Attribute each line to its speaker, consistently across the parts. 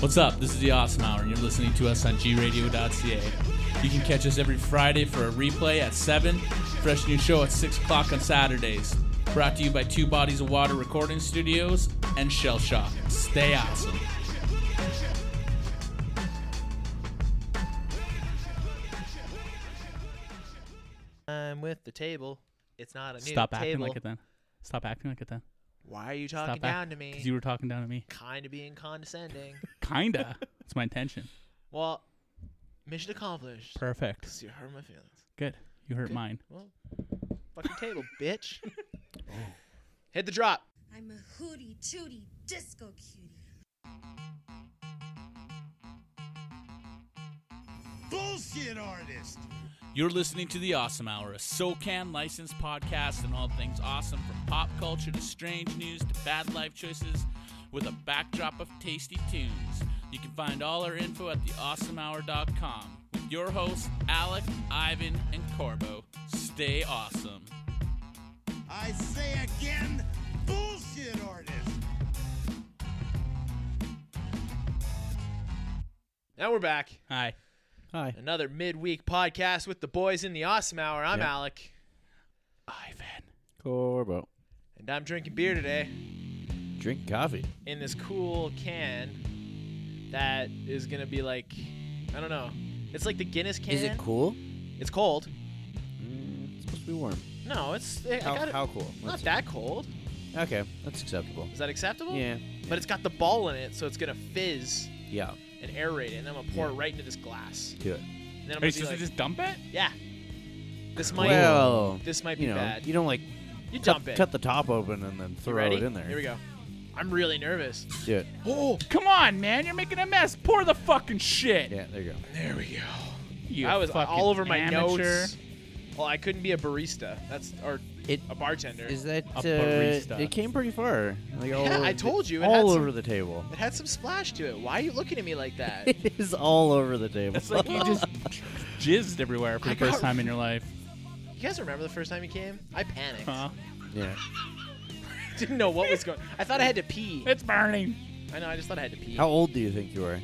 Speaker 1: What's up? This is the Awesome Hour, and you're listening to us on gradio.ca. You can catch us every Friday for a replay at 7, fresh new show at 6 o'clock on Saturdays. Brought to you by Two Bodies of Water Recording Studios and Shell Shock. Stay awesome.
Speaker 2: I'm with the table. It's not a new
Speaker 1: Stop acting
Speaker 2: table.
Speaker 1: like it then. Stop acting like it then.
Speaker 2: Why are you
Speaker 1: Stop
Speaker 2: talking
Speaker 1: act-
Speaker 2: down to me?
Speaker 1: Because you were talking down to me.
Speaker 2: kind of being condescending.
Speaker 1: Kinda. It's my intention.
Speaker 2: well, mission accomplished.
Speaker 1: Perfect.
Speaker 2: 'Cause you hurt my feelings.
Speaker 1: Good. You hurt mine.
Speaker 2: Well, fucking table, bitch. Hit the drop.
Speaker 3: I'm a hootie tootie disco cutie.
Speaker 4: Bullshit artist.
Speaker 1: You're listening to The Awesome Hour, a SoCan licensed podcast on all things awesome from pop culture to strange news to bad life choices with a backdrop of tasty tunes. You can find all our info at theawesomehour.com with your hosts, Alec, Ivan, and Corbo. Stay awesome.
Speaker 4: I say again, bullshit artist.
Speaker 2: Now we're back.
Speaker 1: Hi.
Speaker 5: Hi.
Speaker 2: Another midweek podcast with the boys in the awesome hour. I'm
Speaker 5: Yep.
Speaker 2: Alec,
Speaker 1: Ivan.
Speaker 5: Corbo.
Speaker 2: and I'm drinking beer today
Speaker 5: Drink coffee.
Speaker 2: in this cool can that is gonna be like, I don't know. It's like the Guinness can.
Speaker 5: Is it cool?
Speaker 2: It's cold.
Speaker 5: Mm, it's supposed to be warm.
Speaker 2: No, it's I
Speaker 5: How,
Speaker 2: got it.
Speaker 5: how cool?
Speaker 2: Not
Speaker 5: Let's-
Speaker 2: that cold.
Speaker 5: Okay, that's acceptable.
Speaker 2: Is that acceptable?
Speaker 5: Yeah.
Speaker 2: But it's got the ball in it, so it's gonna fizz
Speaker 5: Yeah,
Speaker 2: and aerate it, and I'm gonna pour
Speaker 5: Yeah.
Speaker 2: it right into this glass.
Speaker 5: do it.
Speaker 2: And then I'm
Speaker 1: Are you
Speaker 2: gonna be
Speaker 1: supposed
Speaker 2: like,
Speaker 1: to just dump it?
Speaker 2: yeah, this might
Speaker 5: well,
Speaker 2: this might be
Speaker 5: you know,
Speaker 2: bad.
Speaker 5: you don't like
Speaker 2: you
Speaker 5: cut,
Speaker 2: dump it.
Speaker 5: cut the top open and then
Speaker 2: you
Speaker 5: throw
Speaker 2: ready?
Speaker 5: it in there.
Speaker 2: Here we go. I'm really nervous.
Speaker 5: Do it.
Speaker 2: Oh,
Speaker 1: Come on, man. You're making a mess. Pour the fucking shit.
Speaker 5: Yeah, there you go.
Speaker 2: there we go.
Speaker 1: You
Speaker 2: I was
Speaker 1: fucking
Speaker 2: all over my
Speaker 1: amateur.
Speaker 2: notes. Well, I couldn't be a barista. That's or
Speaker 5: It
Speaker 2: a bartender.
Speaker 5: is that.
Speaker 1: A barista.
Speaker 5: Uh, it came pretty far. Like all
Speaker 2: Yeah,
Speaker 5: over
Speaker 2: I
Speaker 5: the-
Speaker 2: told you, it had
Speaker 5: all
Speaker 2: some-
Speaker 5: over the table.
Speaker 2: it had some splash to it. Why are you looking at me like that?
Speaker 5: It is all over the table.
Speaker 1: It's like you just jizzed everywhere for
Speaker 2: I
Speaker 1: the first
Speaker 2: got-
Speaker 1: time in your life.
Speaker 2: you guys remember the first time you came? I panicked.
Speaker 1: Huh?
Speaker 5: yeah.
Speaker 2: Didn't know what was going. I thought I had to pee.
Speaker 1: It's burning.
Speaker 2: I know. I just thought I had to pee.
Speaker 5: How old do you think you are?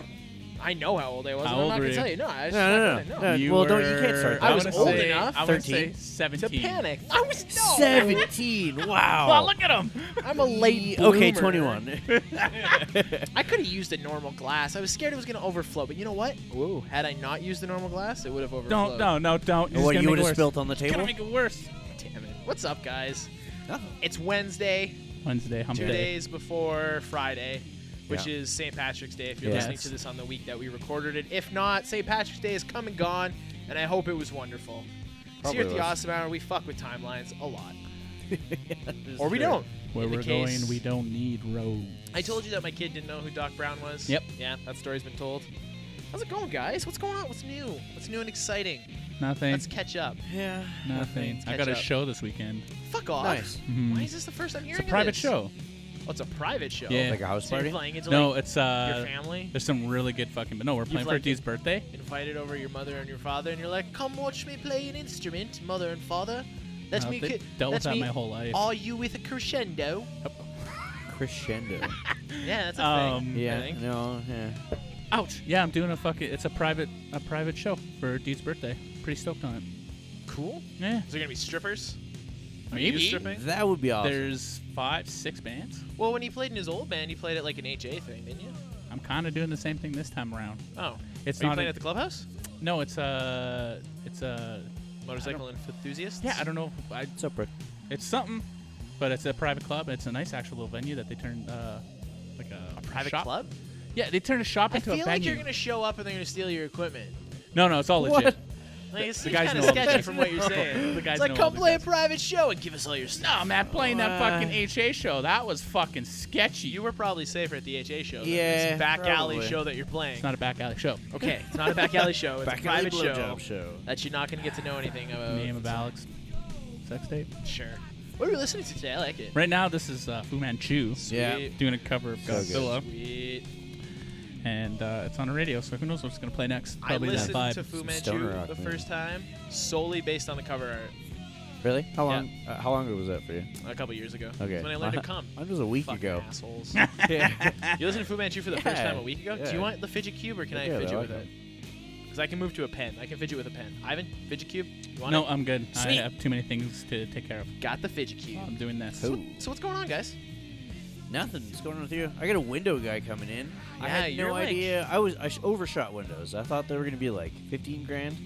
Speaker 2: I know how old I was.
Speaker 1: How
Speaker 2: and I'm
Speaker 1: old
Speaker 2: not
Speaker 1: were
Speaker 2: gonna
Speaker 1: you?
Speaker 2: tell you. No, I just
Speaker 5: No, no,
Speaker 2: not
Speaker 5: no,
Speaker 2: know.
Speaker 5: no. You Well, don't- you can't start
Speaker 1: I
Speaker 2: I
Speaker 1: was
Speaker 2: was
Speaker 1: old
Speaker 2: old
Speaker 1: say,
Speaker 2: enough.
Speaker 1: I want to say
Speaker 5: 13.
Speaker 1: 17.
Speaker 2: To panic. I was no.
Speaker 5: Seventeen. Wow.
Speaker 1: Oh, look at him.
Speaker 2: I'm a late.
Speaker 5: Okay,
Speaker 2: bloomer.
Speaker 5: twenty-one.
Speaker 2: I could have used a normal glass. I was scared it was gonna overflow, but you know what? Whoa. Had I not used the normal glass, it would have
Speaker 1: Don't,
Speaker 2: overflowed.
Speaker 1: no, no, don't. You're just
Speaker 5: what
Speaker 1: gonna
Speaker 5: you
Speaker 1: make
Speaker 5: would
Speaker 1: it
Speaker 5: have
Speaker 1: worse.
Speaker 5: spilt on the
Speaker 1: It's gonna
Speaker 5: table?
Speaker 1: make it worse.
Speaker 2: Damn it. What's up, guys?
Speaker 5: Nothing.
Speaker 2: It's Wednesday,
Speaker 1: Wednesday, hump
Speaker 2: two
Speaker 1: day.
Speaker 2: days before Friday. Which
Speaker 5: Yeah.
Speaker 2: is St. Patrick's Day. If you're
Speaker 5: Yes.
Speaker 2: listening to this on the week that we recorded it, if not, St. Patrick's Day is come and gone, and I hope it was wonderful. 'Cause here
Speaker 5: Probably
Speaker 2: at the
Speaker 5: was.
Speaker 2: Awesome Hour, we fuck with timelines a lot, or we don't.
Speaker 1: Where
Speaker 2: In the
Speaker 1: we're
Speaker 2: case-
Speaker 1: going, we don't need roads.
Speaker 2: I told you that my kid didn't know who Doc Brown was.
Speaker 1: Yep.
Speaker 2: Yeah, that story's been told. How's it going, guys? What's going on? What's new? What's new and exciting?
Speaker 1: Nothing.
Speaker 2: Let's catch up.
Speaker 5: Yeah.
Speaker 1: nothing.
Speaker 2: let's
Speaker 1: I
Speaker 2: catch
Speaker 1: got a
Speaker 2: up.
Speaker 1: show this weekend.
Speaker 2: Fuck off.
Speaker 5: Nice.
Speaker 1: Mhm.
Speaker 2: Why is this the first I'm hearing
Speaker 1: It's a
Speaker 2: of
Speaker 1: private
Speaker 2: this?
Speaker 1: show.
Speaker 2: Oh, it's a private show.
Speaker 1: Yeah.
Speaker 5: Like a house
Speaker 2: So you're
Speaker 5: party?
Speaker 2: playing into
Speaker 1: No,
Speaker 2: like,
Speaker 1: it's uh.
Speaker 2: your family?
Speaker 1: There's some really good fucking. But no, we're playing for
Speaker 2: like
Speaker 1: D's
Speaker 2: it.
Speaker 1: birthday.
Speaker 2: Invited over your mother and your father, and you're like, "Come watch me play an instrument, mother and father." That's
Speaker 1: Uh,
Speaker 2: me.
Speaker 1: they
Speaker 2: ki-
Speaker 1: dealt with
Speaker 2: that's
Speaker 1: that
Speaker 2: me.
Speaker 1: my whole life.
Speaker 2: Are you with a crescendo?
Speaker 5: Crescendo.
Speaker 2: Yeah, that's a
Speaker 1: Um,
Speaker 2: thing. I
Speaker 5: yeah.
Speaker 2: think.
Speaker 5: No. Yeah.
Speaker 1: Ouch. Yeah, I'm doing a fucking. It's a private, a private show for D's birthday. Pretty stoked on it.
Speaker 2: Cool.
Speaker 1: Yeah.
Speaker 2: Is there gonna be strippers? Are you
Speaker 1: Maybe.
Speaker 2: stripping?
Speaker 5: That would be awesome.
Speaker 1: There's five, six bands.
Speaker 2: Well, when he played in his old band, he played at like an HA thing, didn't you?
Speaker 1: I'm kind of doing the same thing this time around.
Speaker 2: Oh,
Speaker 1: It's
Speaker 2: are you
Speaker 1: not a-
Speaker 2: playing at the clubhouse?
Speaker 1: No, it's a, it's a.
Speaker 2: Motorcycle enthusiasts.
Speaker 1: Yeah, I don't know. I,
Speaker 5: It's up, Rick.
Speaker 1: it's something, but it's a private club. It's a nice actual little venue that they turned uh, like a, a
Speaker 2: private
Speaker 1: shop.
Speaker 2: club.
Speaker 1: Yeah, they turned a shop
Speaker 2: I
Speaker 1: into
Speaker 2: feel
Speaker 1: a
Speaker 2: like
Speaker 1: venue.
Speaker 2: you're gonna show up and they're gonna steal your equipment.
Speaker 1: No, no, it's all
Speaker 5: What?
Speaker 1: legit.
Speaker 2: Like it
Speaker 1: the
Speaker 2: seems
Speaker 1: guys
Speaker 2: kind of
Speaker 1: know all the
Speaker 2: sketchy
Speaker 1: best.
Speaker 2: from what you're saying.
Speaker 1: The guys
Speaker 2: it's like
Speaker 1: know all
Speaker 2: come
Speaker 1: the
Speaker 2: play a
Speaker 1: best."
Speaker 2: private show and give us all your stuff.
Speaker 1: No, man, playing that fucking
Speaker 5: Uh,
Speaker 1: HA show that was fucking sketchy.
Speaker 2: You were probably safer at the HA show. than
Speaker 5: Yeah,
Speaker 2: this back alley
Speaker 5: probably.
Speaker 2: show that you're playing.
Speaker 1: it's not a back alley show.
Speaker 2: okay, it's not a back alley show. It's
Speaker 5: Back
Speaker 2: a
Speaker 5: alley
Speaker 2: private show
Speaker 5: blowjob show.
Speaker 2: that you're not gonna get to know anything about.
Speaker 1: Name of Alex. Sex tape.
Speaker 2: Sure. What are we listening to today? I like it.
Speaker 1: Right now, this is uh, Fu Manchu
Speaker 2: Sweet.
Speaker 5: Yeah.
Speaker 1: doing a cover of
Speaker 5: So good.
Speaker 1: Godzilla,
Speaker 2: Sweet.
Speaker 1: and uh, it's on a radio, so who knows what's gonna play next?
Speaker 2: I
Speaker 1: Probably that
Speaker 2: listened
Speaker 1: vibe.
Speaker 2: to Fu
Speaker 5: Some
Speaker 2: Manchu
Speaker 5: stoner rock,
Speaker 2: the
Speaker 5: man.
Speaker 2: first time solely based on the cover art.
Speaker 5: Really? How
Speaker 2: Yeah.
Speaker 5: long? Uh, how long ago was that for you?
Speaker 2: a couple years ago.
Speaker 5: Okay.
Speaker 2: When I learned to come.
Speaker 5: Mine was a week
Speaker 2: Fucking
Speaker 5: ago.
Speaker 2: assholes.
Speaker 5: yeah.
Speaker 2: You listened to Fu Manchu for the first
Speaker 5: Yeah.
Speaker 2: time a week ago? Do
Speaker 5: Yeah.
Speaker 2: you want the fidget cube or can I
Speaker 5: Yeah,
Speaker 2: fidget
Speaker 5: I
Speaker 2: with
Speaker 5: like
Speaker 2: it? Because I can move to a pen. I can fidget with a pen. Ivan, fidget cube? You want
Speaker 1: No, uh,
Speaker 2: it?
Speaker 1: I'm good. I
Speaker 2: Sweet.
Speaker 1: have too many things to take care of.
Speaker 2: Got the fidget cube.
Speaker 1: I'm doing this.
Speaker 5: Cool.
Speaker 2: So what's going on, guys?
Speaker 5: Nothing. What's going on with you? I got a window guy coming in. I
Speaker 2: Yeah,
Speaker 5: had
Speaker 2: you're
Speaker 5: no
Speaker 2: like-
Speaker 5: idea. I was I sh- overshot windows. I thought they were gonna be like fifteen grand.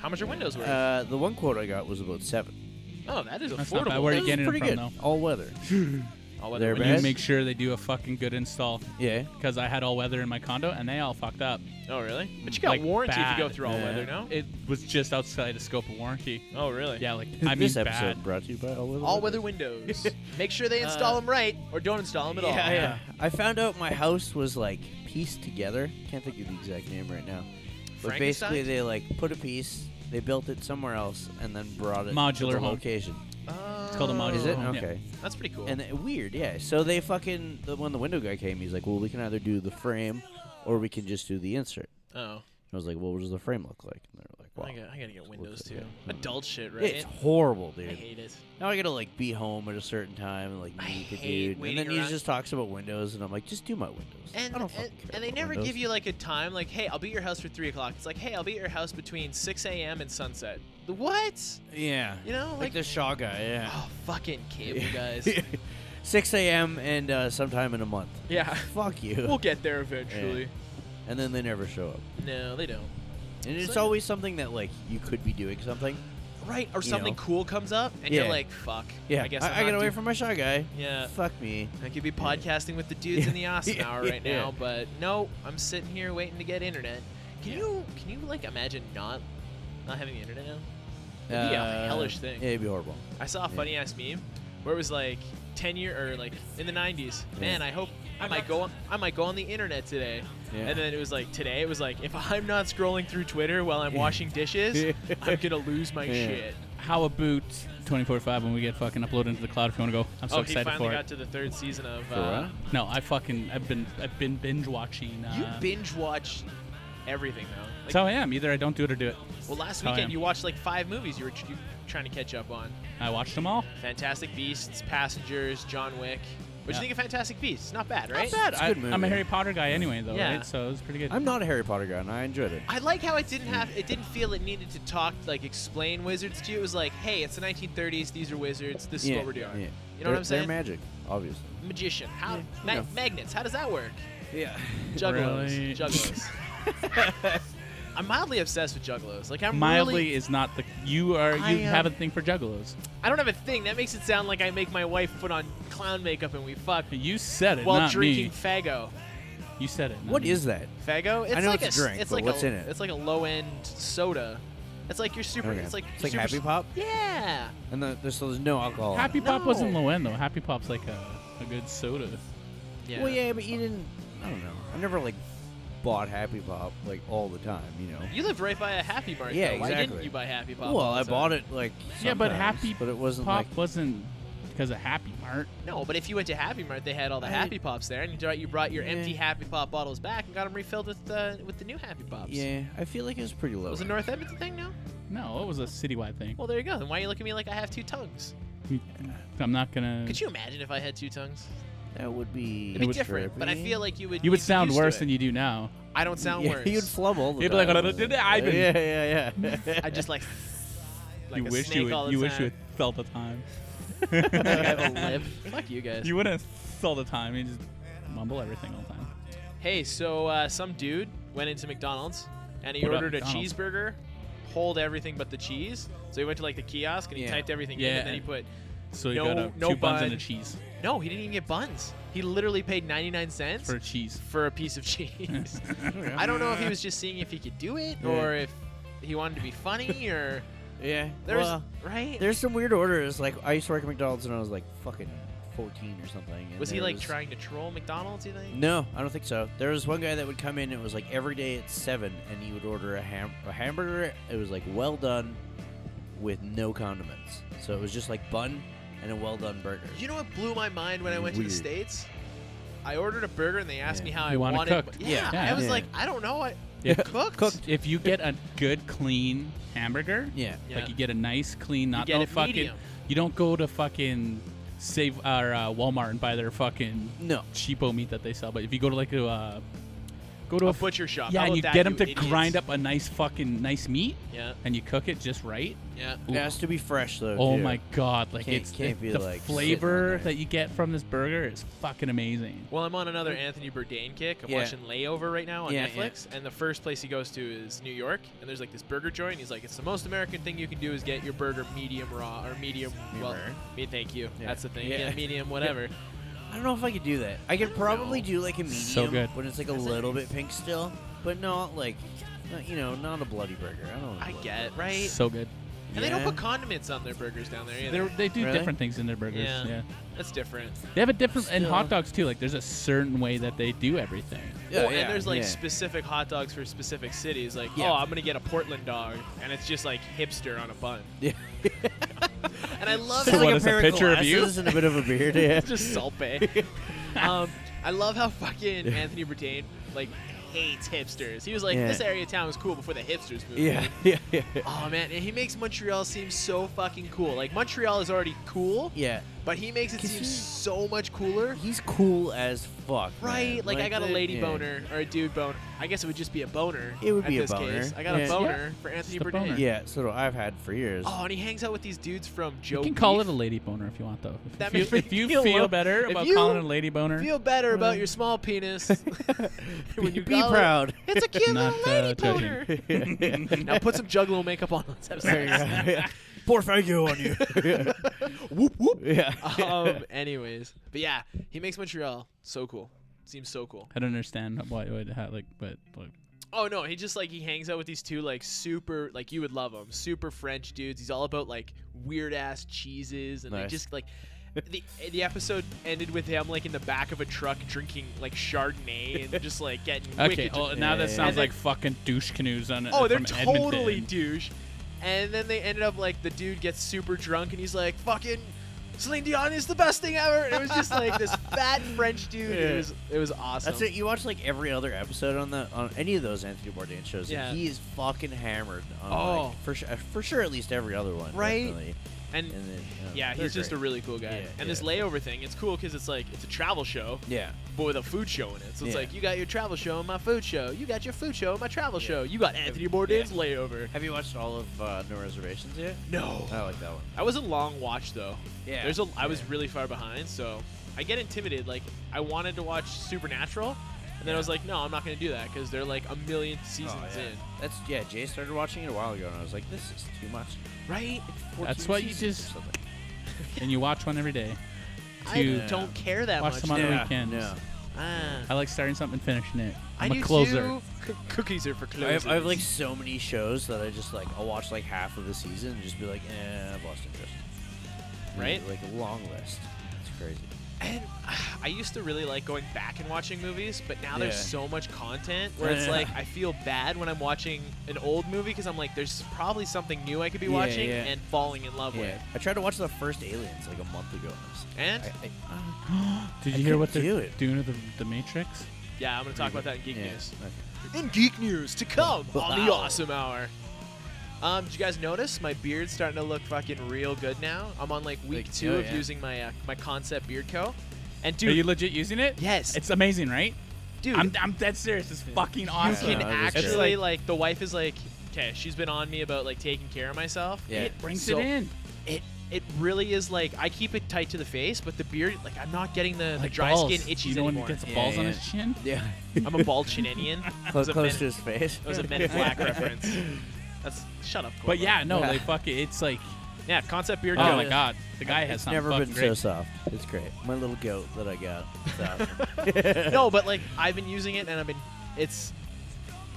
Speaker 2: How much are windows worth?
Speaker 5: Uh, the one quote I got was about seven.
Speaker 2: oh, that is
Speaker 1: That's
Speaker 2: affordable.
Speaker 1: not bad. Where are
Speaker 5: That
Speaker 1: you
Speaker 5: was
Speaker 1: getting it
Speaker 5: pretty
Speaker 1: from,
Speaker 5: good.
Speaker 1: though?
Speaker 5: All weather.
Speaker 2: All
Speaker 1: When
Speaker 2: other
Speaker 5: They're bad.
Speaker 2: windows.
Speaker 1: you
Speaker 5: Best?
Speaker 1: make sure they do a fucking good install
Speaker 5: Yeah.
Speaker 1: because I had all weather in my condo and they all fucked up.
Speaker 2: Oh, really? But you got
Speaker 1: Like,
Speaker 2: warranty if you go
Speaker 1: bad.
Speaker 2: through all
Speaker 5: Yeah.
Speaker 2: weather, no?
Speaker 1: It was just outside the scope of warranty.
Speaker 2: Oh, really?
Speaker 1: Yeah, like I mean
Speaker 5: this episode
Speaker 1: bad.
Speaker 5: brought to you by All Weather.
Speaker 2: All
Speaker 5: Windows.
Speaker 2: weather windows. Make sure they install
Speaker 5: Uh,
Speaker 2: them right or don't install them at all.
Speaker 5: Yeah, yeah. I found out my house was like pieced together. Can't think of the exact name right now. But
Speaker 2: Frankenstein?
Speaker 5: basically, they like put a piece, they built it somewhere else, and then brought it
Speaker 1: Modular
Speaker 5: to the
Speaker 1: home.
Speaker 5: location.
Speaker 2: It's
Speaker 1: called a modular
Speaker 5: Is it
Speaker 1: home, yeah.
Speaker 5: okay?
Speaker 2: Uh, That's pretty cool.
Speaker 5: And it- weird, yeah. So they fucking the, when the window guy came, he's like, "Well, we can either do the frame, or we can just do the insert."
Speaker 2: oh,
Speaker 5: I was like, "Well, what does the frame look like?" And they're like, "Well,
Speaker 2: I, gotta, I gotta get Windows
Speaker 5: at
Speaker 2: too.
Speaker 5: it.
Speaker 2: Adult shit, right?
Speaker 5: it's horrible,
Speaker 2: I
Speaker 5: dude."
Speaker 2: hate it.
Speaker 5: Now I gotta like be home at a certain time and like
Speaker 2: I
Speaker 5: meet the
Speaker 2: hate
Speaker 5: dude,
Speaker 2: waiting
Speaker 5: and then he
Speaker 2: around.
Speaker 5: just talks about windows, and I'm like, "Just do my windows."
Speaker 2: And
Speaker 5: I
Speaker 2: and,
Speaker 5: don't fucking care
Speaker 2: and they
Speaker 5: about
Speaker 2: never
Speaker 5: windows.
Speaker 2: give you like a time, like, hey, I'll be at your house for three o'clock. It's like, hey, I'll be at your house between six a.m. and sunset. The What?
Speaker 5: yeah,
Speaker 2: You know,
Speaker 5: like
Speaker 2: like,
Speaker 5: the Shaw guy, yeah.
Speaker 2: oh, fucking cable guys.
Speaker 5: 6 a.m. and uh, sometime in a month.
Speaker 2: yeah,
Speaker 5: Fuck you.
Speaker 2: we'll get there eventually.
Speaker 5: and then they never show up.
Speaker 2: No, they don't.
Speaker 5: And it's
Speaker 2: So-
Speaker 5: always something that like you could be doing something.
Speaker 2: Right, or
Speaker 5: You
Speaker 2: something
Speaker 5: know.
Speaker 2: cool comes up, and
Speaker 5: Yeah.
Speaker 2: you're like, fuck.
Speaker 5: Yeah,
Speaker 2: I guess I'm
Speaker 5: I,
Speaker 2: not
Speaker 5: got away
Speaker 2: do-
Speaker 5: from my Shaw guy.
Speaker 2: Yeah.
Speaker 5: Fuck me.
Speaker 2: I could be podcasting with the dudes in the awesome
Speaker 5: Yeah.
Speaker 2: hour right
Speaker 5: Yeah.
Speaker 2: now, but no, I'm sitting here waiting to get internet. Can you can you like imagine not not having the internet now? It'd be a hellish thing.
Speaker 5: Uh, Yeah, it'd be horrible.
Speaker 2: I saw a funny ass meme where it was like ten year or like in the nineties. Man, I hope I might go on, I might go on the internet today.
Speaker 5: Yeah.
Speaker 2: And then it was like today it was like if I'm not scrolling through Twitter while I'm washing dishes,
Speaker 5: Yeah.
Speaker 2: I'm gonna lose my
Speaker 5: Yeah.
Speaker 2: shit.
Speaker 1: How about 24/5 when we get fucking uploaded into the cloud? If you want to go, I'm so
Speaker 2: oh, he
Speaker 1: excited
Speaker 2: finally
Speaker 1: for
Speaker 2: got
Speaker 1: it.
Speaker 2: to the third season of.
Speaker 5: For
Speaker 2: Uh,
Speaker 1: No, I fucking I've been I've been binge watching. Uh,
Speaker 2: you binge watch everything though. Like,
Speaker 1: that's how I am. Either I don't do it or do it.
Speaker 2: Well, last
Speaker 1: Oh, yeah.
Speaker 2: weekend you watched like five movies you were tr- trying to catch up on:
Speaker 1: I watched them all.
Speaker 2: Fantastic Beasts, Passengers, John Wick. What do
Speaker 1: Yeah.
Speaker 2: you think of Fantastic Beasts? Not bad, right?
Speaker 5: bad. It's a
Speaker 1: I,
Speaker 5: good movie.
Speaker 1: am a Harry Potter guy anyway, though,
Speaker 2: Yeah.
Speaker 1: right? So it was pretty good.
Speaker 5: Uh, I'm not a Harry Potter guy, and I enjoyed it.
Speaker 2: I like how it didn't have it didn't feel it needed to talk like explain wizards to you. It was like, hey, it's the 1930s. These are wizards. This is
Speaker 5: yeah,
Speaker 2: what we're doing.
Speaker 5: yeah.
Speaker 2: You know
Speaker 5: They're-
Speaker 2: what I'm saying?
Speaker 5: They're magic, obviously.
Speaker 2: Magician. How
Speaker 5: Yeah,
Speaker 2: ma-
Speaker 5: you know.
Speaker 2: magnets? How does that work?
Speaker 5: Yeah.
Speaker 2: Juggalos.
Speaker 1: Really?
Speaker 2: Juggalos. I'm mildly obsessed with juggalos. Like I'm
Speaker 1: Mildly
Speaker 2: really
Speaker 1: is not the you are you
Speaker 2: I, uh,
Speaker 1: have a thing for juggalos.
Speaker 2: I don't have a thing. That makes it sound like I make my wife put on clown makeup and we fuck
Speaker 1: You said it,
Speaker 2: while
Speaker 1: not
Speaker 2: drinking
Speaker 1: me.
Speaker 2: fago.
Speaker 1: You said it. not
Speaker 5: What
Speaker 1: me.
Speaker 5: is that?
Speaker 2: Fago? It's
Speaker 5: know
Speaker 2: like
Speaker 5: it's a
Speaker 2: s-
Speaker 5: drink,
Speaker 2: it's
Speaker 5: but
Speaker 2: like
Speaker 5: what's
Speaker 2: a,
Speaker 5: in it?
Speaker 2: It's like a low end soda. It's like your super.
Speaker 5: Okay.
Speaker 2: It's like
Speaker 5: it's like
Speaker 2: your
Speaker 5: Happy
Speaker 2: super,
Speaker 5: Pop,
Speaker 2: Yeah.
Speaker 5: and the, there's, so there's no alcohol. in
Speaker 1: Happy
Speaker 5: it.
Speaker 1: Pop wasn't
Speaker 2: No.
Speaker 1: low end though. Happy Pop's like a, a good soda.
Speaker 2: Yeah.
Speaker 5: Well, yeah, but you didn't. I don't know. I never like bought Happy Pop like all the time, you know.
Speaker 2: You live right by a Happy Mart.
Speaker 5: Yeah,
Speaker 2: though. Why didn't
Speaker 5: exactly.
Speaker 2: you buy Happy Pop? uh,
Speaker 5: well,
Speaker 2: all the
Speaker 5: I
Speaker 2: time?
Speaker 5: bought it like
Speaker 1: Yeah, but
Speaker 5: sometimes,
Speaker 1: Happy
Speaker 5: but it wasn't
Speaker 1: Pop
Speaker 5: like
Speaker 1: wasn't because of Happy Mart.
Speaker 2: No, but if you went to Happy Mart, they had all the
Speaker 5: I-
Speaker 2: Happy Pops there, and you brought you brought your
Speaker 5: Yeah.
Speaker 2: empty Happy Pop bottles back and got them refilled with uh, with the new Happy Pops.
Speaker 5: Yeah, I feel like it was pretty low.
Speaker 2: Was it
Speaker 5: end.
Speaker 2: North Edmonton thing now?
Speaker 1: No, it was a citywide thing.
Speaker 2: Well, there you go. Then why are you looking at me like I have two tongues?
Speaker 1: I'm not gonna.
Speaker 2: Could you imagine if I had two tongues?
Speaker 5: That would be.
Speaker 2: It'd be different, but I feel like you would.
Speaker 1: You would
Speaker 2: you'd be
Speaker 1: sound
Speaker 2: used to
Speaker 1: worse
Speaker 2: it.
Speaker 1: than you do now.
Speaker 2: I don't sound
Speaker 5: yeah,
Speaker 2: worse.
Speaker 5: You'd flub all the
Speaker 1: You'd be like,
Speaker 5: time.
Speaker 1: "Oh, did it, Ivan?"
Speaker 5: Yeah, yeah, yeah.
Speaker 2: I just like. like
Speaker 1: you
Speaker 2: a
Speaker 1: wish
Speaker 2: snake
Speaker 1: you
Speaker 2: all
Speaker 1: would,
Speaker 2: the
Speaker 1: you wish
Speaker 2: time.
Speaker 1: you had felt the time.
Speaker 2: like I have a lip. Fuck you guys.
Speaker 1: You wouldn't felt the time. You just mumble everything all the time.
Speaker 2: Hey, so uh, some dude went into McDonald's and he
Speaker 1: What about
Speaker 2: ordered a
Speaker 1: McDonald's?
Speaker 2: cheeseburger, hold everything but the cheese. So he went to like the kiosk and he
Speaker 5: Yeah.
Speaker 2: typed everything in,
Speaker 1: Yeah,
Speaker 2: and then he
Speaker 1: and-
Speaker 2: put.
Speaker 1: So you
Speaker 2: No-
Speaker 1: got a,
Speaker 2: no
Speaker 1: two buns
Speaker 2: bun.
Speaker 1: and a cheese
Speaker 2: No, he didn't even get buns. He literally paid 99 cents
Speaker 1: for
Speaker 2: for,
Speaker 1: a cheese.
Speaker 2: a piece of cheese.
Speaker 5: Okay.
Speaker 2: I don't know if he was just seeing if he could do it
Speaker 5: Yeah.
Speaker 2: or if he wanted to be funny or
Speaker 5: Yeah.
Speaker 2: there's
Speaker 5: well,
Speaker 2: right.
Speaker 5: there's some weird orders. Like I used to work at McDonald's and I was like fucking 14 or something. and
Speaker 2: was he
Speaker 5: there
Speaker 2: like trying to troll McDonald's? You think?
Speaker 5: No, I don't think so. There was one guy that would come in. It was like every day at seven, and he would order a ham a hamburger. It was like well done, with no condiments. So it was just like bun and a well done burger.
Speaker 2: You know what blew my mind when I went to
Speaker 5: Weird.
Speaker 2: the states? I ordered a burger and they asked
Speaker 5: Yeah.
Speaker 2: me how
Speaker 1: You
Speaker 2: I
Speaker 1: want it
Speaker 2: wanted.
Speaker 1: cooked.
Speaker 2: Yeah,
Speaker 1: Yeah.
Speaker 2: I was
Speaker 5: Yeah.
Speaker 2: like, I don't know. I,
Speaker 1: Yeah.
Speaker 2: Cooked.
Speaker 5: Cooked.
Speaker 1: If you get a good, clean hamburger,
Speaker 5: Yeah.
Speaker 2: Yeah.
Speaker 1: like you get a nice, clean, not
Speaker 2: get
Speaker 1: no
Speaker 2: it
Speaker 1: fucking,
Speaker 2: medium.
Speaker 1: you don't go to fucking save or uh, Walmart and buy their fucking
Speaker 5: No.
Speaker 1: cheapo meat that they sell. But if you go to like a uh, go to
Speaker 2: A
Speaker 1: f-
Speaker 2: butcher shop.
Speaker 1: yeah,
Speaker 2: How
Speaker 1: and
Speaker 2: about
Speaker 1: you
Speaker 2: that,
Speaker 1: get them to
Speaker 2: idiots?
Speaker 1: grind up a nice fucking nice meat,
Speaker 2: Yeah,
Speaker 1: and you cook it just right.
Speaker 2: yeah.
Speaker 5: It has to be fresh though.
Speaker 1: Oh
Speaker 5: too.
Speaker 1: my god! Like
Speaker 5: Can't-
Speaker 1: it's
Speaker 5: can't
Speaker 1: the,
Speaker 5: be,
Speaker 1: the
Speaker 5: like, sitting on
Speaker 1: flavor
Speaker 5: there.
Speaker 1: that you get from this burger is fucking amazing.
Speaker 2: Well, I'm on another Anthony Bourdain kick. I'm
Speaker 5: Yeah.
Speaker 2: watching Layover right now on
Speaker 5: Yeah, yeah.
Speaker 2: Netflix, and the first place he goes to is New York. And there's like this burger joint. And he's like, "It's the most American thing you can do is get your burger medium raw or medium
Speaker 5: Medium
Speaker 2: well."
Speaker 5: rare.
Speaker 2: Me, thank you.
Speaker 5: Yeah.
Speaker 2: That's the thing.
Speaker 5: Yeah.
Speaker 2: Yeah, medium, whatever.
Speaker 5: I don't know if I could do that. I could probably
Speaker 2: know.
Speaker 5: do like a medium
Speaker 1: So good.
Speaker 5: when it's like a little bit pink still, but not like, not, you know, not a bloody burger. I don't. want a
Speaker 2: I
Speaker 5: bloody
Speaker 2: get right.
Speaker 1: So good.
Speaker 5: burger.
Speaker 2: and they don't
Speaker 5: Yeah.
Speaker 2: put condiments on their burgers down there either.
Speaker 1: They're, they do
Speaker 5: Really?
Speaker 1: different things in their burgers.
Speaker 2: Yeah.
Speaker 1: yeah.
Speaker 2: That's different.
Speaker 1: They have a different and
Speaker 5: Still.
Speaker 1: hot dogs too. Like there's a certain way that they do everything.
Speaker 5: Yeah,
Speaker 2: Well,
Speaker 5: yeah,
Speaker 2: and there's like
Speaker 5: yeah.
Speaker 2: specific hot dogs for specific cities. Like,
Speaker 5: Yeah.
Speaker 2: oh, I'm gonna get a Portland dog, and it's just like hipster on a bun.
Speaker 5: Yeah.
Speaker 2: And I love
Speaker 1: So
Speaker 2: how
Speaker 1: what
Speaker 5: like
Speaker 1: is a
Speaker 5: pair
Speaker 1: picture of you?
Speaker 5: glasses and a bit of a beard. Yeah.
Speaker 2: It's just salpe. um, I love how fucking Anthony Bourdain like hates hipsters. He was like,
Speaker 5: Yeah.
Speaker 2: this area of town was cool before the hipsters moved.
Speaker 5: yeah, yeah, yeah,
Speaker 2: Oh man, and he makes Montreal seem so fucking cool. Like Montreal is already cool,
Speaker 5: yeah.
Speaker 2: but he makes it
Speaker 5: 'Cause
Speaker 2: seem
Speaker 5: he-
Speaker 2: so much cooler.
Speaker 5: He's cool as fuck.
Speaker 2: Right?
Speaker 5: man.
Speaker 2: Like, I got a
Speaker 5: the-
Speaker 2: lady
Speaker 5: yeah.
Speaker 2: boner or a dude boner. I guess it would just be a boner.
Speaker 5: It would
Speaker 2: at
Speaker 5: be a
Speaker 2: this Case.
Speaker 5: boner.
Speaker 2: I got
Speaker 5: Yeah.
Speaker 2: a boner for Anthony
Speaker 1: Just a boner.
Speaker 2: Bourdain.
Speaker 5: Yeah, so do- I've had for years.
Speaker 2: Oh, and he hangs out with these dudes from Joe.
Speaker 1: You can call it
Speaker 2: Beef.
Speaker 1: a lady boner if you want, though. If,
Speaker 2: Oh, That
Speaker 1: you,
Speaker 2: makes me
Speaker 1: if you
Speaker 2: feel
Speaker 1: feel,
Speaker 2: lo-
Speaker 1: better
Speaker 2: if
Speaker 1: about
Speaker 2: you
Speaker 1: calling it a lady boner,
Speaker 2: Feel better about your small penis when
Speaker 5: be,
Speaker 2: you
Speaker 5: be
Speaker 2: call it-
Speaker 5: proud.
Speaker 2: It's a cute
Speaker 1: Not,
Speaker 2: little lady
Speaker 1: uh, joking.
Speaker 2: boner.
Speaker 5: There
Speaker 2: now put some juggalo makeup on. Let's have
Speaker 5: you
Speaker 2: sex.
Speaker 5: go. Poor faggot on you.
Speaker 2: whoop whoop.
Speaker 5: yeah.
Speaker 2: Um. Anyways, but yeah, he makes Montreal so cool. Seems so cool.
Speaker 1: I don't understand why it would ha like, but like,
Speaker 2: Oh no, he just like he hangs out with these two like super like you would love them super French dudes. He's all about like weird ass cheeses and like
Speaker 5: Nice.
Speaker 2: just like. The, the episode ended with him like in the back of a truck drinking like Chardonnay and just like getting
Speaker 1: okay.
Speaker 2: wicked.
Speaker 1: Well, now that
Speaker 5: Yeah.
Speaker 1: sounds
Speaker 2: And then-
Speaker 1: like fucking douche canoes on.
Speaker 2: Oh, they're
Speaker 1: from
Speaker 2: totally
Speaker 1: Edmonton.
Speaker 2: douche. And then they ended up like the dude gets super drunk and he's like, "Fucking Celine Dion is the best thing ever." And it was just like this fat French dude. It
Speaker 5: Yeah.
Speaker 2: was it was awesome.
Speaker 5: That's it. You watch like every other episode on the on any of those Anthony Bourdain shows.
Speaker 2: Yeah.
Speaker 5: And he is fucking hammered. On,
Speaker 2: Oh.
Speaker 5: like, for sure, for sure, at least every other one.
Speaker 2: Right?
Speaker 5: definitely.
Speaker 2: And
Speaker 5: And then,
Speaker 2: yeah, he's just a really cool guy.
Speaker 5: Yeah,
Speaker 2: and this
Speaker 5: yeah.
Speaker 2: layover thing, it's cool because it's like it's a travel show,
Speaker 5: a yeah.
Speaker 2: but with a food show in it. So it's
Speaker 5: Yeah.
Speaker 2: like you got your travel show and my food show. You got your food show and my travel
Speaker 5: Yeah.
Speaker 2: show. You got Anthony Bourdain's layover.
Speaker 5: Have you watched all of uh, No Reservations yet?
Speaker 2: No,
Speaker 5: I like that one.
Speaker 2: that was a long watch though.
Speaker 5: Uh, Yeah.
Speaker 2: There's a I was really far behind, so I get intimidated. Like I wanted to watch Supernatural, and then I was like, no, I'm not gonna do that because they're like a million seasons
Speaker 5: Oh, yeah. That's yeah. Jay started watching it a while ago, and I was like, this is too much.
Speaker 2: in, right?
Speaker 1: That's
Speaker 5: 14
Speaker 1: why you
Speaker 5: seasons
Speaker 1: just-
Speaker 5: or something.
Speaker 1: And you watch one every day.
Speaker 2: I
Speaker 1: Dude.
Speaker 2: don't care that
Speaker 1: Watch
Speaker 2: much.
Speaker 1: them on the
Speaker 5: Yeah,
Speaker 1: weekends.
Speaker 5: no.
Speaker 2: Ah.
Speaker 1: I like starting something and finishing it.
Speaker 2: I
Speaker 1: I'm a
Speaker 2: do
Speaker 1: closer.
Speaker 2: too. Coo- cookies are for
Speaker 5: I
Speaker 2: closers.
Speaker 5: have, I have like so many shows that I just like I'll watch like half of the season and just be like, eh, I've lost interest. And,
Speaker 2: Right?
Speaker 5: Like a long list. It's crazy.
Speaker 2: And ah, I used to really like going back and watching movies, but now there's
Speaker 5: Yeah.
Speaker 2: so much content where it's
Speaker 5: Yeah.
Speaker 2: like I feel bad when I'm watching an old movie because I'm like, there's probably something new I could be
Speaker 5: Yeah,
Speaker 2: watching
Speaker 5: yeah.
Speaker 2: and falling in love with.
Speaker 5: I tried to watch the first Aliens like a month ago.
Speaker 2: And
Speaker 5: I, I,
Speaker 1: Did
Speaker 5: I
Speaker 1: you hear what they're
Speaker 5: couldn't do it.
Speaker 1: doing to the, the Matrix?
Speaker 2: yeah, I'm gonna talk about that in Geek
Speaker 5: yeah,
Speaker 2: News.
Speaker 5: okay.
Speaker 2: in geek news to come on the
Speaker 5: Wow.
Speaker 2: awesome hour. Um, did you guys notice my beard's starting to look fucking real good now? I'm on like week
Speaker 5: Like,
Speaker 2: two
Speaker 5: oh,
Speaker 2: of
Speaker 5: yeah.
Speaker 2: using my uh, my Concept Beard Co. And
Speaker 1: Are
Speaker 2: dude,
Speaker 1: you legit using it?
Speaker 2: yes,
Speaker 1: It's amazing, right?
Speaker 2: dude,
Speaker 1: I'm, I'm dead serious. It's fucking
Speaker 2: you
Speaker 1: awesome.
Speaker 2: can
Speaker 5: No, it is
Speaker 2: actually
Speaker 5: good.
Speaker 2: like, the wife is like, okay, she's been on me about like taking care of myself.
Speaker 5: Yeah.
Speaker 1: It brings
Speaker 2: So-
Speaker 1: it in.
Speaker 2: It it really is like I keep it tight to the face, but the beard like I'm not getting the, the dry
Speaker 1: balls.
Speaker 2: skin itchies
Speaker 1: You know
Speaker 2: anymore.
Speaker 1: when he gets
Speaker 5: Yeah,
Speaker 1: balls on
Speaker 5: yeah.
Speaker 1: his chin?
Speaker 5: Yeah.
Speaker 2: I'm a bald Chininian.
Speaker 5: close,
Speaker 2: a minute.
Speaker 5: close to his face.
Speaker 2: That was a Men in Black reference. That's shut up.
Speaker 1: But
Speaker 2: Corvo.
Speaker 1: yeah, no,
Speaker 5: Yeah.
Speaker 1: like fuck it. It's like,
Speaker 2: yeah, Concept Beard
Speaker 1: oh
Speaker 2: Co.
Speaker 1: my god, the guy has
Speaker 5: It's
Speaker 1: something
Speaker 5: never
Speaker 1: fucking
Speaker 5: been so
Speaker 1: great.
Speaker 5: soft. It's great. My little goat that I got. It's awesome.
Speaker 2: no, but like I've been using it and I've been it's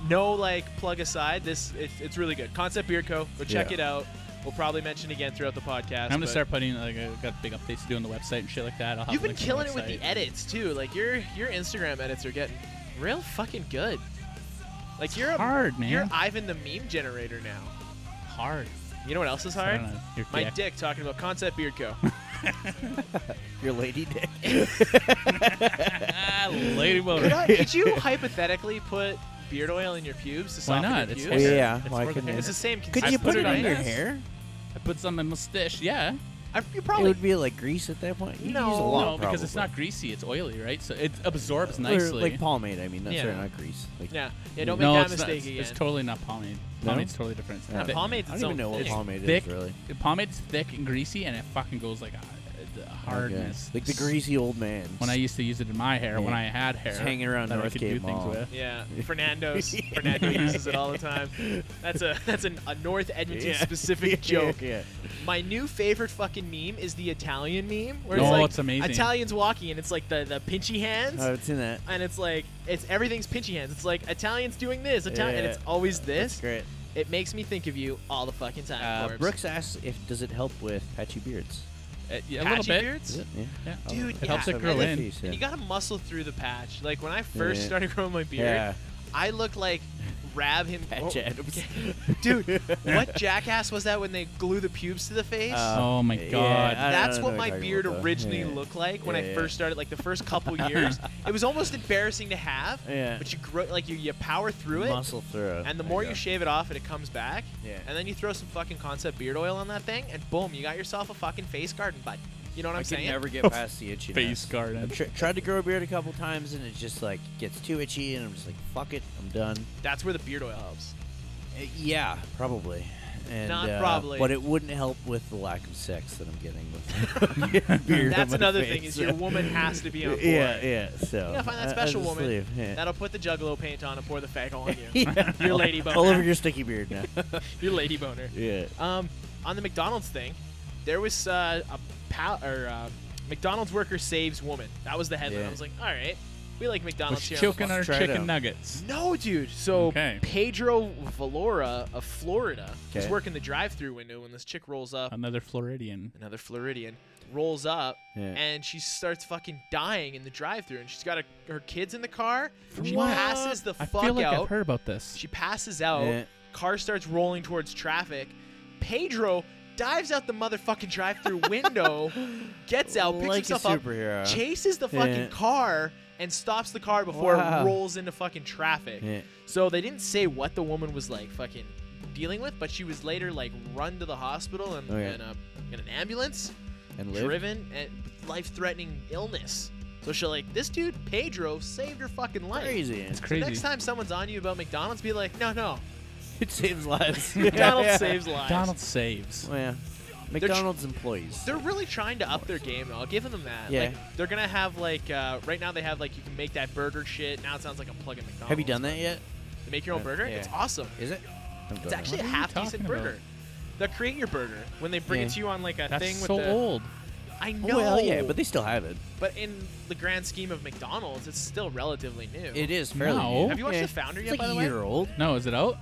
Speaker 2: no like plug aside. This it's, it's really good. Concept Beer Co. Go check
Speaker 5: Yeah.
Speaker 2: it out. We'll probably mention again throughout the podcast.
Speaker 1: I'm gonna
Speaker 2: but-
Speaker 1: start putting like I got big updates to do on the website and shit like that. I'll have
Speaker 2: You've been
Speaker 1: links on
Speaker 2: killing it with
Speaker 1: website.
Speaker 2: the edits too. Like your your Instagram edits are getting real fucking good. Like you're a,
Speaker 1: hard, man.
Speaker 2: You're Ivan the meme generator now.
Speaker 1: Hard.
Speaker 2: You know what else is
Speaker 1: I
Speaker 2: hard?
Speaker 1: don't know. You're-
Speaker 2: My
Speaker 1: yeah.
Speaker 2: dick talking about Concept Beard Co.
Speaker 5: Your lady dick.
Speaker 1: Ah, lady boner.
Speaker 2: could, I, could you hypothetically put beard oil in your pubes to
Speaker 1: Why
Speaker 2: soften
Speaker 1: not?
Speaker 2: your
Speaker 1: It's
Speaker 2: pubes?
Speaker 1: hair.
Speaker 5: Yeah,
Speaker 1: It's
Speaker 5: why
Speaker 1: for the
Speaker 5: couldn't
Speaker 1: hair.
Speaker 2: It's the same.
Speaker 5: Could
Speaker 1: I
Speaker 5: you
Speaker 2: consistency.
Speaker 1: put
Speaker 5: put
Speaker 1: it
Speaker 5: it
Speaker 1: on
Speaker 5: in your
Speaker 1: this.
Speaker 5: hair?
Speaker 1: I put some in my mustache. Yeah.
Speaker 2: I, you
Speaker 5: It
Speaker 2: probably
Speaker 5: would be like grease at that point. You
Speaker 2: No,
Speaker 5: use a
Speaker 1: no,
Speaker 5: lot,
Speaker 1: because it's
Speaker 5: Oh, probably.
Speaker 1: not greasy. It's oily, right? So it absorbs
Speaker 5: Or,
Speaker 1: nicely.
Speaker 5: like pomade. I mean, that's
Speaker 2: Yeah.
Speaker 5: sorry, not grease. Like,
Speaker 2: yeah yeah. Don't make
Speaker 1: no,
Speaker 2: that
Speaker 1: it's
Speaker 2: mistake
Speaker 1: not,
Speaker 2: again.
Speaker 1: It's totally not pomade.
Speaker 5: No?
Speaker 1: Pomade's totally different. It's
Speaker 5: Yeah.
Speaker 1: not
Speaker 5: Now,
Speaker 2: pomade's
Speaker 5: I don't
Speaker 2: its
Speaker 5: even
Speaker 2: own
Speaker 5: know what
Speaker 2: thing.
Speaker 5: pomade
Speaker 1: thick.
Speaker 5: is really.
Speaker 1: Pomade's thick and greasy, and it fucking goes like a, the hardness.
Speaker 5: Okay. Like the greasy old man.
Speaker 1: When I used to use it in my hair, when
Speaker 5: Yeah.
Speaker 1: I had hair,
Speaker 5: Just hanging around
Speaker 1: that I could
Speaker 5: Northgate
Speaker 1: do things
Speaker 5: Mall.
Speaker 1: with.
Speaker 2: Yeah, Fernando's. Fernando uses it all the time. That's a that's an, a North Edmonton
Speaker 5: Yeah.
Speaker 2: specific joke.
Speaker 5: Yeah.
Speaker 2: My new favorite fucking meme is the Italian meme, where it's
Speaker 1: Oh,
Speaker 2: like
Speaker 1: it's amazing.
Speaker 2: Italians walking and it's like the the pinchy hands,
Speaker 5: I haven't seen Oh, that.
Speaker 2: and it's like it's everything's pinchy hands. It's like Italians doing this, Italian, and
Speaker 5: Yeah.
Speaker 2: it's always this.
Speaker 5: That's great.
Speaker 2: It makes me think of you all the fucking time.
Speaker 5: Uh,
Speaker 2: Forbes.
Speaker 5: Brooks asks if does it help with patchy beards?
Speaker 1: Uh, yeah, a
Speaker 2: Patchy
Speaker 1: little bit.
Speaker 2: beards?
Speaker 5: Is it? Yeah.
Speaker 1: Yeah.
Speaker 5: Oh,
Speaker 2: Dude,
Speaker 5: that
Speaker 2: yeah.
Speaker 5: helps
Speaker 2: I
Speaker 5: it grow
Speaker 2: think-
Speaker 5: in.
Speaker 2: And you gotta muscle through the patch. Like when I first
Speaker 5: Yeah.
Speaker 2: started growing my beard,
Speaker 5: Yeah.
Speaker 2: I looked like Rab him.
Speaker 5: Patch
Speaker 2: oh,
Speaker 5: Adams.
Speaker 2: Dude, what jackass was that when they glue the pubes to the face?
Speaker 5: Uh,
Speaker 1: Oh my
Speaker 5: yeah,
Speaker 1: god.
Speaker 5: I-
Speaker 2: That's
Speaker 5: know
Speaker 2: what
Speaker 5: what
Speaker 2: my
Speaker 5: you're talking
Speaker 2: beard
Speaker 5: about, though.
Speaker 2: originally
Speaker 5: Yeah.
Speaker 2: looked like when
Speaker 5: Yeah,
Speaker 2: I
Speaker 5: yeah.
Speaker 2: first started, like the first couple years. It was almost embarrassing to have,
Speaker 5: Yeah.
Speaker 2: but you grow, like you, you power through it,
Speaker 5: Muscle through.
Speaker 2: and the
Speaker 5: There
Speaker 2: more you
Speaker 5: go.
Speaker 2: shave it off, and it comes back.
Speaker 5: Yeah.
Speaker 2: And then you throw some fucking concept beard oil on that thing, and boom, you got yourself a fucking face garden bud. You know what
Speaker 5: I
Speaker 2: am
Speaker 5: can
Speaker 2: saying?
Speaker 5: never get past the itchiness.
Speaker 1: Face garden.
Speaker 5: I've tr- tried to grow a beard a couple times and it just like gets too itchy and I'm just like fuck it, I'm done.
Speaker 2: That's where the beard oil helps.
Speaker 5: Uh, yeah, probably. And,
Speaker 2: Not
Speaker 5: uh,
Speaker 2: probably.
Speaker 5: But it wouldn't help with the lack of sex that I'm getting with the beard. on
Speaker 2: That's
Speaker 5: my
Speaker 2: another
Speaker 5: face,
Speaker 2: thing is
Speaker 5: so-
Speaker 2: your woman has to be on board.
Speaker 5: Yeah, yeah. So
Speaker 2: You gotta find that
Speaker 5: I- I
Speaker 2: special
Speaker 5: just
Speaker 2: woman
Speaker 5: leave, yeah.
Speaker 2: that'll put the juggalo paint on and pour the fag on you.
Speaker 5: Yeah.
Speaker 2: Your lady boner.
Speaker 5: All over your sticky beard now.
Speaker 2: your lady boner.
Speaker 5: yeah.
Speaker 2: Um, on the McDonald's thing, there was uh, a pal or uh, McDonald's worker saves woman. That was the headline.
Speaker 5: Yeah.
Speaker 2: I was like, all right, we like
Speaker 1: We're
Speaker 2: McDonald's. here on the
Speaker 1: choking
Speaker 2: block."
Speaker 1: our
Speaker 5: Try it
Speaker 1: chicken
Speaker 5: out.
Speaker 1: nuggets.
Speaker 2: No, dude. So
Speaker 1: Okay.
Speaker 2: Pedro Valora of Florida was
Speaker 5: Okay.
Speaker 2: working the drive-through window when this chick rolls up.
Speaker 1: Another Floridian.
Speaker 2: another Floridian rolls up
Speaker 5: Yeah.
Speaker 2: and she starts fucking dying in the drive-through and she's got a, her kids in the car. She
Speaker 1: What?
Speaker 2: passes the
Speaker 1: I
Speaker 2: fuck
Speaker 1: feel like
Speaker 2: out.
Speaker 1: I've heard about this.
Speaker 2: She passes out.
Speaker 5: Yeah.
Speaker 2: Car starts rolling towards traffic. Pedro dives out the motherfucking drive-through window, gets out, picks
Speaker 5: Like a
Speaker 2: himself up,
Speaker 5: superhero.
Speaker 2: chases the fucking
Speaker 5: Yeah.
Speaker 2: car, and stops the car before
Speaker 5: Wow.
Speaker 2: it rolls into fucking traffic.
Speaker 5: Yeah.
Speaker 2: So they didn't say what the woman was like fucking dealing with, but she was later like run to the hospital and,
Speaker 5: Okay.
Speaker 2: and, uh, in an ambulance,
Speaker 5: And Oh, live.
Speaker 2: driven and life-threatening illness. So she like this dude Pedro saved her fucking life.
Speaker 5: Crazy.
Speaker 1: It's
Speaker 2: The
Speaker 1: crazy.
Speaker 2: next time someone's on you about McDonald's, be like, no, no,
Speaker 5: It saves lives.
Speaker 2: McDonald's saves lives.
Speaker 1: Donald saves.
Speaker 5: Well, yeah. McDonald's employees.
Speaker 2: They're really trying to up their game, though. I'll give them that.
Speaker 5: Yeah.
Speaker 2: Like, they're gonna have like uh, right now they have like you can make that burger shit. Now it sounds like a plug in McDonald's.
Speaker 5: Have you done that yet?
Speaker 2: You make your own
Speaker 5: Uh,
Speaker 2: burger.
Speaker 5: yeah.
Speaker 2: It's awesome.
Speaker 5: Is it? I'm
Speaker 2: It's actually a
Speaker 1: What are you
Speaker 2: half decent
Speaker 1: talking about?
Speaker 2: burger. They're creating your burger when they bring
Speaker 5: Yeah.
Speaker 2: it to you on like a
Speaker 1: That's
Speaker 2: thing with
Speaker 1: so
Speaker 2: the.
Speaker 1: old.
Speaker 2: I know.
Speaker 5: Oh, well, yeah, but they still have it.
Speaker 2: But in the grand scheme of McDonald's, it's still relatively new.
Speaker 5: It is
Speaker 1: fairly
Speaker 5: fairly.
Speaker 1: No. new.
Speaker 2: Have you watched The Founder
Speaker 5: it's
Speaker 2: yet?
Speaker 5: Like
Speaker 2: by
Speaker 5: a
Speaker 2: the
Speaker 5: year
Speaker 2: way.
Speaker 5: old.
Speaker 1: No, is it out?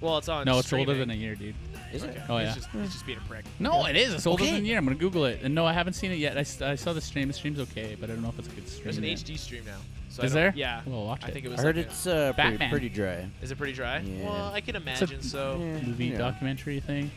Speaker 2: Well, it's on.
Speaker 1: No, it's older than a
Speaker 2: streaming.
Speaker 1: year, dude.
Speaker 5: Is it?
Speaker 2: Okay.
Speaker 1: Oh, yeah.
Speaker 2: He's just, he's just being a prick.
Speaker 1: No, it is. It's older
Speaker 5: Okay.
Speaker 1: than a year. I'm gonna Google it. And no, I haven't seen it yet. I, s- I saw the stream. The stream's okay, but I don't know if it's a good stream.
Speaker 2: There's an
Speaker 1: yet.
Speaker 2: HD stream now. So I
Speaker 1: Is
Speaker 2: don't-
Speaker 1: there?
Speaker 2: Yeah.
Speaker 1: We'll watch
Speaker 2: I
Speaker 1: it.
Speaker 2: think it was.
Speaker 5: I heard
Speaker 2: like a-
Speaker 5: it's uh, pretty,
Speaker 1: Batman.
Speaker 5: pretty dry.
Speaker 2: Is it pretty dry?
Speaker 5: Yeah.
Speaker 2: Well, I can
Speaker 1: It's a-
Speaker 2: imagine. so
Speaker 1: movie
Speaker 5: yeah.
Speaker 1: documentary thing.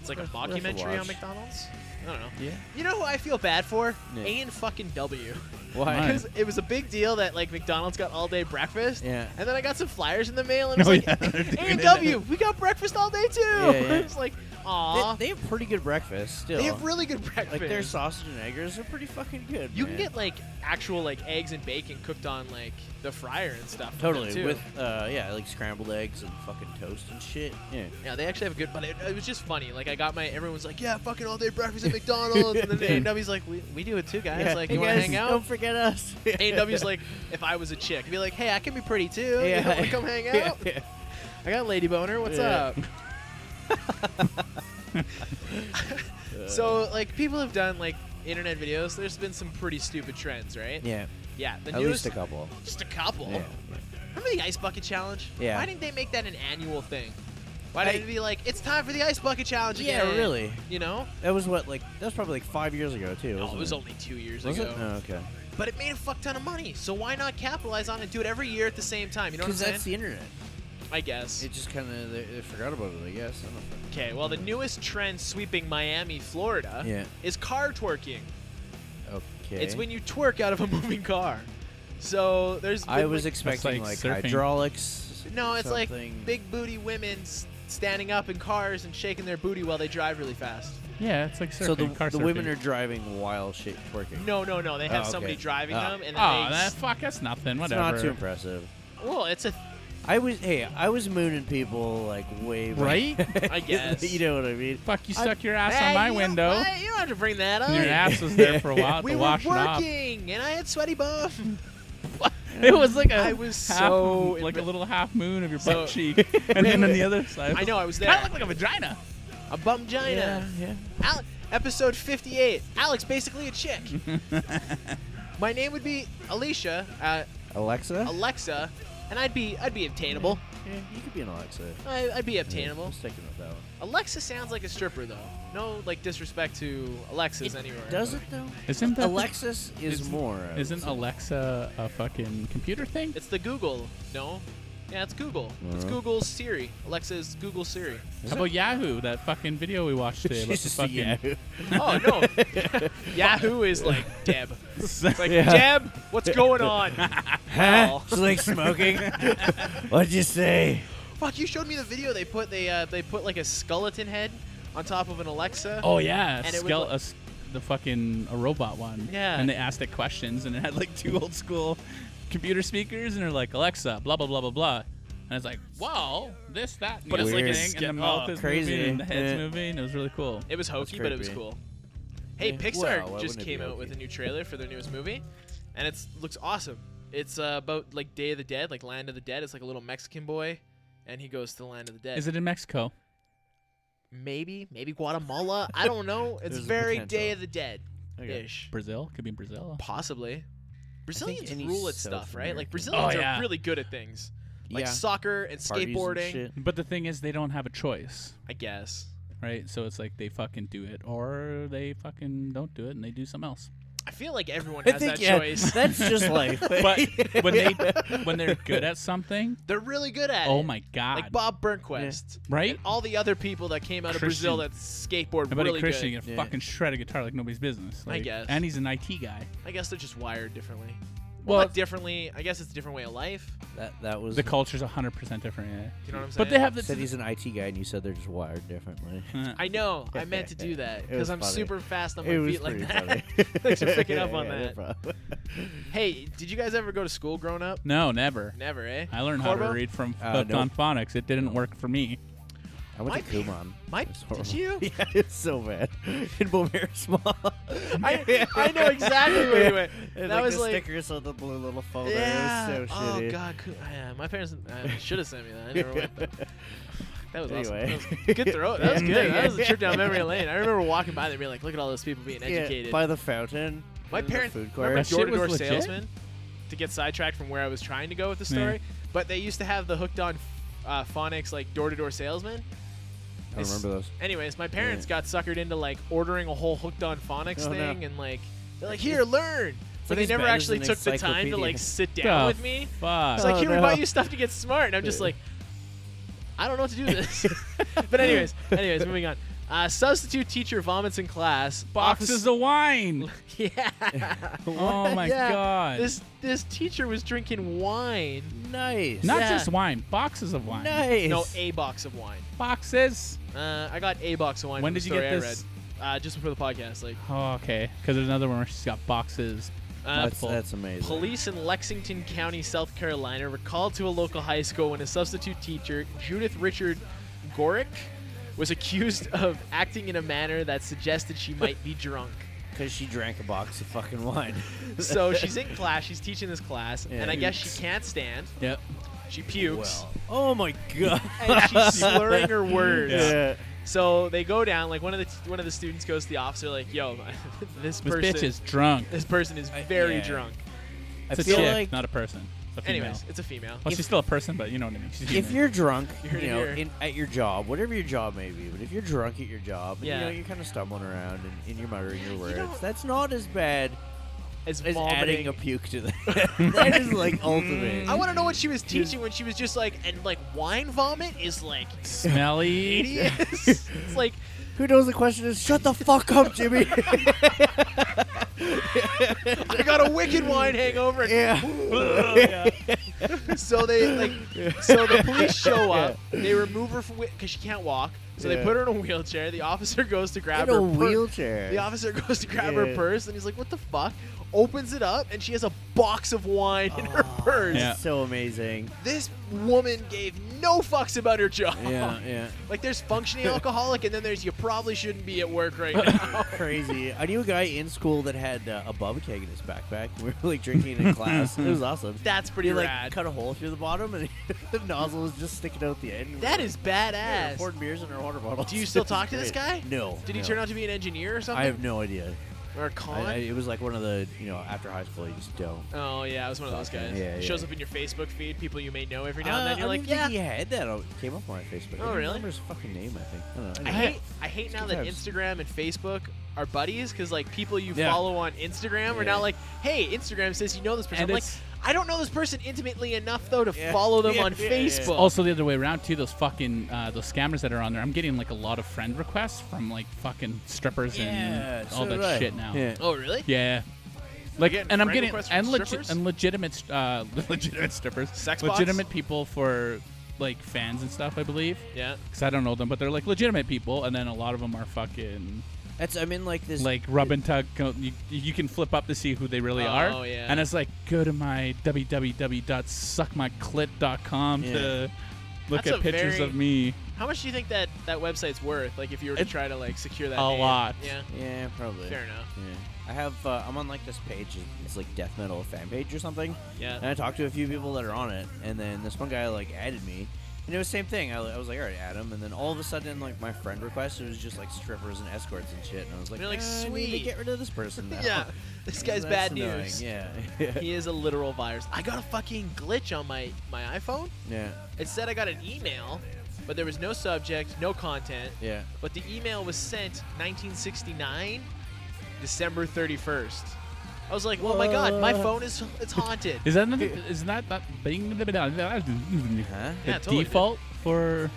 Speaker 2: it's like a
Speaker 5: Worth- worth a
Speaker 2: mockumentary on
Speaker 5: watch.
Speaker 2: McDonald's. I don't know.
Speaker 5: Yeah.
Speaker 2: You know who I feel bad for?
Speaker 5: Yeah.
Speaker 2: A and fucking W.
Speaker 1: Why?
Speaker 2: Because it was a big deal that like McDonald's got all day breakfast.
Speaker 5: Yeah.
Speaker 2: And then I got some flyers in the mail and it
Speaker 1: Oh,
Speaker 2: was
Speaker 1: yeah,
Speaker 2: like
Speaker 1: they're doing
Speaker 2: A and W, we got breakfast all day too.
Speaker 5: yeah.
Speaker 2: it's like, aw.
Speaker 5: They, they have pretty good breakfast still.
Speaker 2: They have really good breakfast.
Speaker 5: like their sausage and eggers are pretty fucking good.
Speaker 2: you
Speaker 5: man.
Speaker 2: can get like actual like eggs and bacon cooked on like the fryer and stuff. from them,
Speaker 5: totally
Speaker 2: too.
Speaker 5: with uh, yeah, like scrambled eggs and fucking toast and shit. Yeah.
Speaker 2: Yeah, they actually have a good. But it, it was just funny. Like I got my everyone's like, yeah, fucking all day breakfast at McDonald's, and then A and W's like, we, we do it too, guys.
Speaker 5: Yeah.
Speaker 2: Like,
Speaker 5: Hey
Speaker 2: you want to
Speaker 5: guys,
Speaker 2: hang out?
Speaker 5: Don't forget us.
Speaker 2: A and W's like, if I was a chick, be like, hey, I can be pretty too. Yeah, you want to come hang out?
Speaker 5: Yeah, yeah.
Speaker 2: I got lady boner. What's
Speaker 5: Yeah.
Speaker 2: up? so like people have done like internet videos. There's been some pretty stupid trends, right?
Speaker 5: Yeah,
Speaker 2: Yeah, the
Speaker 5: at
Speaker 2: newest,
Speaker 5: least a couple.
Speaker 2: just a couple.
Speaker 5: Yeah.
Speaker 2: Remember the ice bucket challenge?
Speaker 5: Yeah.
Speaker 2: Why didn't they make that an annual thing? Why
Speaker 5: I-
Speaker 2: didn't it be like it's time for the ice bucket challenge
Speaker 5: Yeah,
Speaker 2: again?
Speaker 5: really.
Speaker 2: You know?
Speaker 5: That was what like that was probably like five years ago too.
Speaker 2: No,
Speaker 5: wasn't
Speaker 2: it was only two years
Speaker 5: Was
Speaker 2: ago.
Speaker 5: it? Oh, okay.
Speaker 2: But it made a fuck ton of money, so why not capitalize on it? Do it every year at the same time. You know what I'm
Speaker 5: Because
Speaker 2: saying?
Speaker 5: that's the internet.
Speaker 2: I guess.
Speaker 5: It just kind of they, they forgot about it, I guess. I don't know.
Speaker 2: Okay. Well, the newest trend sweeping Miami, Florida,
Speaker 5: Yeah.
Speaker 2: is car twerking.
Speaker 5: Okay.
Speaker 2: It's when you twerk out of a moving car. So there's.
Speaker 5: I
Speaker 2: been,
Speaker 5: was
Speaker 2: like,
Speaker 5: expecting
Speaker 1: like
Speaker 5: like,
Speaker 1: surfing.
Speaker 5: hydraulics, Yes.
Speaker 2: No, it's
Speaker 5: Something-
Speaker 2: like big booty women s- standing up in cars and shaking their booty while they drive really fast.
Speaker 6: Yeah, it's like surfing.
Speaker 5: So the,
Speaker 6: car
Speaker 5: the
Speaker 6: surfing.
Speaker 5: women are driving while shit twerking.
Speaker 2: No, no, no. They have
Speaker 5: Oh,
Speaker 2: somebody
Speaker 5: okay.
Speaker 2: driving
Speaker 5: Oh.
Speaker 2: them, and then
Speaker 1: Oh,
Speaker 2: they
Speaker 1: that, fuck, that's nothing.
Speaker 5: it's
Speaker 1: Whatever.
Speaker 5: not too impressive.
Speaker 2: well, it's a
Speaker 5: I was hey, I was mooning people like way back.
Speaker 1: Right?
Speaker 2: I guess.
Speaker 5: you know what I mean.
Speaker 1: Fuck, you stuck your ass
Speaker 2: Hey,
Speaker 1: on my
Speaker 2: you don't-
Speaker 1: window.
Speaker 2: hey, you don't have to bring that up.
Speaker 1: Your ass was there for a while
Speaker 2: we
Speaker 1: to
Speaker 2: were
Speaker 1: wash it off.
Speaker 2: working, and I had sweaty bum.
Speaker 1: It was like a
Speaker 2: I was
Speaker 1: half-
Speaker 2: so
Speaker 1: like a
Speaker 2: impre-
Speaker 1: little half moon of your
Speaker 2: So-
Speaker 1: butt cheek, and then on the other side,
Speaker 2: I know I was
Speaker 1: kind
Speaker 2: there.
Speaker 1: of looked like a vagina.
Speaker 2: A bum gina.
Speaker 5: yeah.
Speaker 2: Al- episode 58. Alex, basically a chick. My name would be Alicia, uh,
Speaker 5: Alexa?
Speaker 2: Alexa, and I'd be I'd be obtainable.
Speaker 5: yeah, you could be an Alexa.
Speaker 2: I, I'd be
Speaker 5: Yeah, I'm
Speaker 2: obtainable.
Speaker 5: sticking with that one.
Speaker 2: Alexa sounds like a stripper though. No like disrespect to Alexas anywhere.
Speaker 5: Does
Speaker 2: but-
Speaker 5: it though?
Speaker 1: Isn't that
Speaker 5: Alexis is
Speaker 1: isn't-
Speaker 5: more. I would
Speaker 1: Isn't
Speaker 5: say.
Speaker 1: Alexa a fucking computer thing?
Speaker 2: It's the Google. No. Yeah, it's Google. It's
Speaker 5: Mhm.
Speaker 2: Google's Siri. Alexa's Google Siri.
Speaker 1: How about Yahoo? That fucking video we watched today about the
Speaker 5: She's
Speaker 1: fucking
Speaker 5: Yahoo.
Speaker 2: Oh no. Yahoo is like Deb. It's like
Speaker 5: Yeah.
Speaker 2: Deb, what's going on?
Speaker 5: Huh?
Speaker 2: Oh.
Speaker 5: She's like smoking. What'd you say?
Speaker 2: Fuck, you showed me the video. They put they uh, they put like a skeleton head on top of an Alexa.
Speaker 1: Oh yeah,
Speaker 2: And it would
Speaker 1: Skele-
Speaker 2: look-
Speaker 1: a s- the fucking a robot one.
Speaker 2: Yeah.
Speaker 1: And they asked it questions, and it had like two old school computer speakers, and they're like Alexa, blah blah blah blah blah. And it's like, wow, this that, and
Speaker 2: But
Speaker 1: the
Speaker 5: it's like
Speaker 1: other
Speaker 5: a
Speaker 1: thing, and the
Speaker 2: ske-
Speaker 1: mouth
Speaker 2: oh,
Speaker 1: is
Speaker 5: crazy.
Speaker 1: moving, and the head's
Speaker 5: Yeah.
Speaker 1: moving. It was really cool.
Speaker 2: It was hokey,
Speaker 5: That's
Speaker 2: but it was
Speaker 5: creepy.
Speaker 2: cool. Hey,
Speaker 5: Yeah.
Speaker 2: Pixar
Speaker 5: Well, why
Speaker 2: just
Speaker 5: wouldn't it
Speaker 2: came
Speaker 5: be
Speaker 2: out with a
Speaker 5: hokey?
Speaker 2: new trailer for their newest movie, and it looks awesome. It's uh, about like Day of the Dead, like Land of the Dead. It's like a little Mexican boy, and he goes to the Land of the Dead.
Speaker 1: Is it in Mexico?
Speaker 2: maybe maybe Guatemala? I don't know. It's
Speaker 5: There's a
Speaker 2: very
Speaker 5: potential.
Speaker 2: Day of the Dead ish,
Speaker 1: Brazil? Could be in Brazil.
Speaker 2: possibly. Brazilians
Speaker 5: any
Speaker 2: rule at
Speaker 5: South
Speaker 2: stuff, right? Like
Speaker 5: American-
Speaker 2: Brazilians
Speaker 1: Oh,
Speaker 2: are
Speaker 1: yeah.
Speaker 2: really good at things, like
Speaker 5: yeah.
Speaker 2: soccer and
Speaker 5: Parties and
Speaker 2: skateboarding.
Speaker 5: shit.
Speaker 1: But the thing is, they don't have a choice,
Speaker 2: I guess.
Speaker 1: right? So it's like they fucking do it, or they fucking don't do it, and they do something else.
Speaker 2: I feel like everyone
Speaker 5: I
Speaker 2: has
Speaker 5: think
Speaker 2: that
Speaker 5: yeah,
Speaker 2: choice.
Speaker 5: that's just life.
Speaker 1: But when they when they're good at something,
Speaker 2: They're really good at it.
Speaker 1: oh my god,
Speaker 2: Like Bob Burnquist.
Speaker 1: right?
Speaker 2: And all the other people that came out of Brazil that skateboard
Speaker 1: My buddy
Speaker 2: really
Speaker 1: Christian
Speaker 2: good.
Speaker 1: can
Speaker 5: Yeah.
Speaker 1: fucking shred a guitar like nobody's business.
Speaker 2: I
Speaker 1: Like,
Speaker 2: guess.
Speaker 1: And he's an IT guy.
Speaker 2: I guess they're just wired differently. Well,
Speaker 1: Well,
Speaker 2: not differently. I guess it's a different way of life.
Speaker 5: that that was
Speaker 1: the culture's 100% different. Yeah.
Speaker 2: Do you know what I'm saying?
Speaker 1: But they have
Speaker 5: said
Speaker 1: the.
Speaker 5: he's an IT guy, and you said they're just wired differently.
Speaker 1: Uh,
Speaker 2: I know. I meant to do that
Speaker 5: It
Speaker 2: because
Speaker 5: was
Speaker 2: I'm
Speaker 5: funny.
Speaker 2: super fast on my
Speaker 5: It was
Speaker 2: feet like
Speaker 5: pretty
Speaker 2: that.
Speaker 5: funny.
Speaker 2: Thanks for picking up on
Speaker 5: Yeah, no
Speaker 2: that.
Speaker 5: problem.
Speaker 2: hey, did you guys ever go to school growing up?
Speaker 1: No, never.
Speaker 2: Never, eh?
Speaker 1: I learned how
Speaker 2: Corbo?
Speaker 1: to read from
Speaker 5: Uh,
Speaker 1: Lepton
Speaker 5: nope.
Speaker 1: Phonics. It didn't work for me.
Speaker 5: I went
Speaker 2: My
Speaker 5: to
Speaker 2: pa-
Speaker 5: Kumon.
Speaker 2: my-
Speaker 5: It was horrible.
Speaker 2: did you?
Speaker 5: Yeah, it's so bad. In Bulmaris Mall.
Speaker 2: I, I know exactly where you went.
Speaker 5: And,
Speaker 2: That
Speaker 5: like,
Speaker 2: was
Speaker 5: the
Speaker 2: like
Speaker 5: stickers on the blue little folder.
Speaker 2: yeah.
Speaker 5: It was so
Speaker 2: oh
Speaker 5: shitty.
Speaker 2: god, cool. yeah, my parents uh, should have sent me that. I never went. though. That was
Speaker 5: Anyway.
Speaker 2: awesome. That was good throw. That was
Speaker 5: Yeah.
Speaker 2: good. That was a trip down memory lane. I remember walking by there, and being like, "Look at all those people being
Speaker 5: Yeah,
Speaker 2: educated."
Speaker 5: by the fountain.
Speaker 2: My
Speaker 5: in the
Speaker 2: parents
Speaker 5: Food
Speaker 2: remember
Speaker 5: court.
Speaker 1: That shit
Speaker 2: door to door
Speaker 1: was legit?
Speaker 2: salesman to get sidetracked from where I was trying to go with the story. But they used to have the hooked on uh, phonics like door to door salesman.
Speaker 5: I
Speaker 2: It's-
Speaker 5: remember those.
Speaker 2: Anyways, my parents got suckered into like ordering a whole hooked on phonics
Speaker 5: Oh, no.
Speaker 2: thing and like they're like, here, learn. But
Speaker 5: like
Speaker 2: they
Speaker 5: as
Speaker 2: never
Speaker 5: bad as
Speaker 2: actually
Speaker 5: an
Speaker 2: took the time to
Speaker 5: encyclopedia.
Speaker 2: like sit down
Speaker 1: The
Speaker 2: with me.
Speaker 1: Fuck.
Speaker 2: It's like,
Speaker 5: Oh,
Speaker 2: here, we buy
Speaker 5: no.
Speaker 2: you stuff to get smart. And I'm just like, I don't know what to do with this. but anyways, anyways, moving on. Uh, substitute teacher vomits in class.
Speaker 1: Boxes
Speaker 2: Office-
Speaker 1: of wine.
Speaker 2: yeah.
Speaker 1: oh my
Speaker 2: Yeah.
Speaker 1: god.
Speaker 2: This this teacher was drinking wine.
Speaker 5: Nice.
Speaker 1: Not
Speaker 2: Yeah.
Speaker 1: just wine, boxes of wine.
Speaker 5: nice.
Speaker 2: No, a box of wine.
Speaker 1: Boxes.
Speaker 2: Uh, I got a box of wine.
Speaker 1: When
Speaker 2: from the
Speaker 1: did you get
Speaker 2: story I
Speaker 1: this?
Speaker 2: read. Uh, just before the podcast, like
Speaker 1: Oh, okay. Because there's another one where she's got boxes.
Speaker 2: uh,
Speaker 5: that's, that's amazing.
Speaker 2: Police in Lexington County, South Carolina, were called to a local high school when a substitute teacher, Judith Richard Gorick, was accused of acting in a manner that suggested she might be drunk.
Speaker 5: Because she drank a box of fucking wine.
Speaker 2: So she's in class, she's teaching this class,
Speaker 5: Yeah.
Speaker 2: and I guess she can't stand.
Speaker 1: Yep.
Speaker 2: She pukes,
Speaker 5: well. Oh my god.
Speaker 2: and she's slurring her words.
Speaker 5: yeah.
Speaker 2: So they go down. Like one of the one of the students goes to the officer, like, "Yo, this
Speaker 1: This
Speaker 2: person,
Speaker 1: bitch is drunk.
Speaker 2: this person is
Speaker 5: I-
Speaker 2: very
Speaker 5: yeah.
Speaker 2: drunk."
Speaker 5: I
Speaker 1: It's a
Speaker 5: feel
Speaker 1: chick,
Speaker 5: like
Speaker 1: not a person. It's a female.
Speaker 2: Anyways, it's a female.
Speaker 1: well, she's still a person, but you know what I mean. She's
Speaker 5: if
Speaker 1: female.
Speaker 5: you're drunk,
Speaker 2: You're
Speaker 5: you know,
Speaker 2: here.
Speaker 5: in, at your job, whatever your job may be, but if you're drunk at your job, and,
Speaker 2: Yeah.
Speaker 5: you know, you're kind of stumbling around and, and you're muttering your words.
Speaker 2: don't-
Speaker 5: that's not as bad
Speaker 2: As
Speaker 5: as adding
Speaker 2: vomiting. Mm.
Speaker 5: a puke to that. that is like ultimate.
Speaker 2: I want to know what she was
Speaker 5: Mm-hmm.
Speaker 2: teaching when she was just like, and like wine vomit is like
Speaker 1: smelly.
Speaker 2: hideous. it's like
Speaker 5: Who knows the question is? Shut the fuck up, Jimmy.
Speaker 2: I got a wicked wine hangover.
Speaker 5: yeah.
Speaker 2: so they like, so the police show up. They remove her from because she can't walk. So they
Speaker 5: Yeah.
Speaker 2: put her in a wheelchair. The officer goes to grab
Speaker 5: in a
Speaker 2: her pur-
Speaker 5: wheelchair.
Speaker 2: The officer goes to grab her
Speaker 5: Yeah.
Speaker 2: purse, and he's like, "What the fuck?" Opens it up, and she has a box of wine in her purse.
Speaker 1: Yeah.
Speaker 5: So amazing.
Speaker 2: This woman gave no fucks about her job.
Speaker 5: Yeah, yeah.
Speaker 2: Like, there's functioning alcoholic, and then there's you probably shouldn't be at work right now.
Speaker 5: Crazy. I knew a guy in school that had uh, a bub keg in his backpack. We were like drinking in class. It was awesome.
Speaker 2: That's pretty
Speaker 5: He like
Speaker 2: rad.
Speaker 5: cut a hole through the bottom, and the nozzle was just sticking out the end.
Speaker 2: that is
Speaker 5: Yeah, we
Speaker 2: badass.
Speaker 5: poured beers in our water bottles.
Speaker 2: Do you still
Speaker 5: It was
Speaker 2: talk to this
Speaker 5: great.
Speaker 2: guy?
Speaker 5: No.
Speaker 2: Did he
Speaker 5: no.
Speaker 2: turn out to be an engineer or something?
Speaker 5: I have no idea.
Speaker 2: or a con?
Speaker 5: I, I, it was like one of the you know after high school you just don't.
Speaker 2: oh yeah, I was one of those
Speaker 5: Fucking-
Speaker 2: guys.
Speaker 5: yeah,
Speaker 2: It
Speaker 5: yeah.
Speaker 2: shows up in your Facebook feed, people you may know every now and
Speaker 5: Uh,
Speaker 2: then. You're
Speaker 5: I
Speaker 2: like,
Speaker 5: didn't
Speaker 2: yeah.
Speaker 5: think he had that. It came up on my Facebook. I
Speaker 2: Oh,
Speaker 5: didn't
Speaker 2: really?
Speaker 5: Remember his fucking name? I think. I don't know.
Speaker 2: I
Speaker 5: Anyway.
Speaker 2: hate I hate now
Speaker 5: Good
Speaker 2: that
Speaker 5: times.
Speaker 2: Instagram and Facebook are buddies because like people you
Speaker 5: Yeah.
Speaker 2: follow on Instagram are now
Speaker 5: Yeah.
Speaker 2: like, hey, Instagram says you know this person.
Speaker 1: And
Speaker 2: I'm like,
Speaker 1: it's-
Speaker 2: I don't know this person intimately enough though to
Speaker 5: Yeah.
Speaker 2: follow them
Speaker 5: Yeah,
Speaker 2: on
Speaker 5: yeah, yeah.
Speaker 2: Facebook.
Speaker 1: Also, the other way around too. Those fucking uh, those scammers that are on there. I'm getting like a lot of friend requests from like fucking strippers
Speaker 5: Yeah,
Speaker 1: and all
Speaker 5: so
Speaker 1: that
Speaker 5: did I.
Speaker 1: shit now.
Speaker 5: Yeah.
Speaker 2: oh really?
Speaker 1: Yeah. Like,
Speaker 2: getting
Speaker 1: and I'm
Speaker 2: friend
Speaker 1: getting
Speaker 2: requests from
Speaker 1: and, legi-
Speaker 2: strippers?
Speaker 1: and legitimate st- uh, legitimate strippers,
Speaker 2: Sex bots?
Speaker 1: legitimate people for like fans and stuff. I believe
Speaker 2: Yeah.
Speaker 1: because I don't know them, but they're like legitimate people, and then a lot of them are fucking
Speaker 5: That's. I'm in like this.
Speaker 1: like rub and tug. co- You, you can flip up to see who they really
Speaker 2: Oh,
Speaker 1: are.
Speaker 2: yeah.
Speaker 1: And it's like go to my www.suckmyclit.com
Speaker 5: Yeah.
Speaker 1: to look
Speaker 2: That's
Speaker 1: at
Speaker 2: a
Speaker 1: pictures
Speaker 2: very-
Speaker 1: of me.
Speaker 2: How much do you think that that website's worth? Like if you were to
Speaker 1: It-
Speaker 2: try to like secure that.
Speaker 1: a
Speaker 2: name?
Speaker 1: lot.
Speaker 2: Yeah.
Speaker 5: Yeah, probably.
Speaker 2: Fair enough.
Speaker 5: Yeah. I have. Uh, I'm on like this page. It's like death metal fan page or something. And
Speaker 2: Yeah.
Speaker 5: I talked to a few people that are on it, and then this one guy like added me, and it was the same thing. I, I was like, all right, add him, and then all of a sudden, like my friend request, it was just like strippers and escorts and shit, and I was like,
Speaker 2: You're like,
Speaker 5: "Ah, I need to
Speaker 2: sweet."
Speaker 5: get rid of this person. Now.
Speaker 2: Yeah. This guy's
Speaker 5: That's
Speaker 2: bad
Speaker 5: annoying.
Speaker 2: news.
Speaker 5: Yeah,
Speaker 2: He is a literal virus. I got a fucking glitch on my my iPhone.
Speaker 5: yeah,
Speaker 2: It said I got an email, but there was no subject, no content.
Speaker 5: yeah.
Speaker 2: But the email was sent 1969, December 31st. I was like, oh my god, my
Speaker 5: What?
Speaker 2: phone is it's haunted.
Speaker 1: Is that another, is that that bing the
Speaker 5: Huh?
Speaker 2: Yeah, totally, dude.
Speaker 1: default for?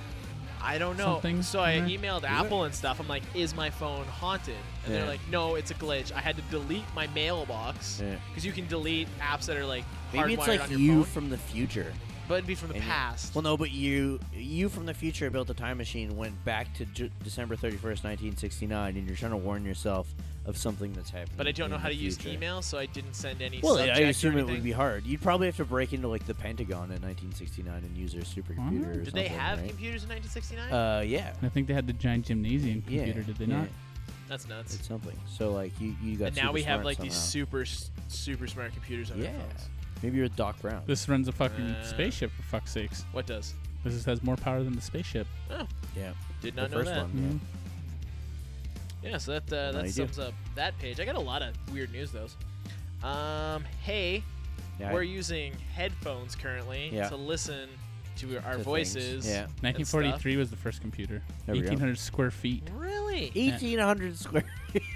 Speaker 2: I don't know.
Speaker 1: something
Speaker 2: So I
Speaker 1: in
Speaker 2: emailed Apple and stuff. I'm like, is my phone haunted? And they're
Speaker 5: Yeah.
Speaker 2: like, no, it's a glitch. I had to delete my mailbox
Speaker 5: Yeah.
Speaker 2: because you can delete apps that are like
Speaker 5: Maybe
Speaker 2: hardwired
Speaker 5: it's like
Speaker 2: on your
Speaker 5: you
Speaker 2: phone,
Speaker 5: from the future.
Speaker 2: but it'd be from the
Speaker 5: Maybe-
Speaker 2: past.
Speaker 5: Well, no, but you you from the future built a time machine, went back to J- December 31st, 1969, and you're trying to warn yourself of something that's happening.
Speaker 2: but I don't know
Speaker 5: in
Speaker 2: how to
Speaker 5: the
Speaker 2: use
Speaker 5: future.
Speaker 2: email, so I didn't send any.
Speaker 5: Well,
Speaker 2: subject
Speaker 5: I assume
Speaker 2: or
Speaker 5: it would
Speaker 2: anything.
Speaker 5: be hard. You'd probably have to break into like the Pentagon in 1969 and use their supercomputer. Or
Speaker 2: Did Mm-hmm. they
Speaker 5: something,
Speaker 2: have
Speaker 5: right?
Speaker 2: computers in 1969?
Speaker 5: Uh, yeah.
Speaker 1: I think they had the giant gymnasium computer,
Speaker 5: yeah,
Speaker 1: did they
Speaker 5: yeah,
Speaker 1: not?
Speaker 2: That's nuts.
Speaker 5: It's something. So like you, you got.
Speaker 2: and now we
Speaker 5: super
Speaker 2: have
Speaker 5: smart
Speaker 2: like these
Speaker 5: somehow.
Speaker 2: super s- super smart computers on
Speaker 5: Yeah.
Speaker 2: our phones.
Speaker 5: Maybe you're Doc Brown.
Speaker 1: This runs a fucking
Speaker 2: Uh,
Speaker 1: spaceship for fuck's sakes.
Speaker 2: What does?
Speaker 1: This is- has more power than the spaceship.
Speaker 2: Oh,
Speaker 5: yeah.
Speaker 2: did
Speaker 5: The
Speaker 2: not know
Speaker 5: first
Speaker 2: that. Mm-hmm.
Speaker 5: one.
Speaker 1: Mhm.
Speaker 2: Yeah, so that uh,
Speaker 5: Now
Speaker 2: that
Speaker 5: you do.
Speaker 2: sums up that page. I got a lot of weird news those. Um, hey,
Speaker 5: Yeah.
Speaker 2: we're
Speaker 5: I-
Speaker 2: using headphones currently
Speaker 5: Yeah.
Speaker 2: to listen to our
Speaker 5: to things.
Speaker 2: voices.
Speaker 5: Yeah.
Speaker 2: and
Speaker 1: 1943 was the first computer.
Speaker 5: There we go.
Speaker 1: 1800 square feet.
Speaker 2: stuff. Really?
Speaker 5: 1800 square.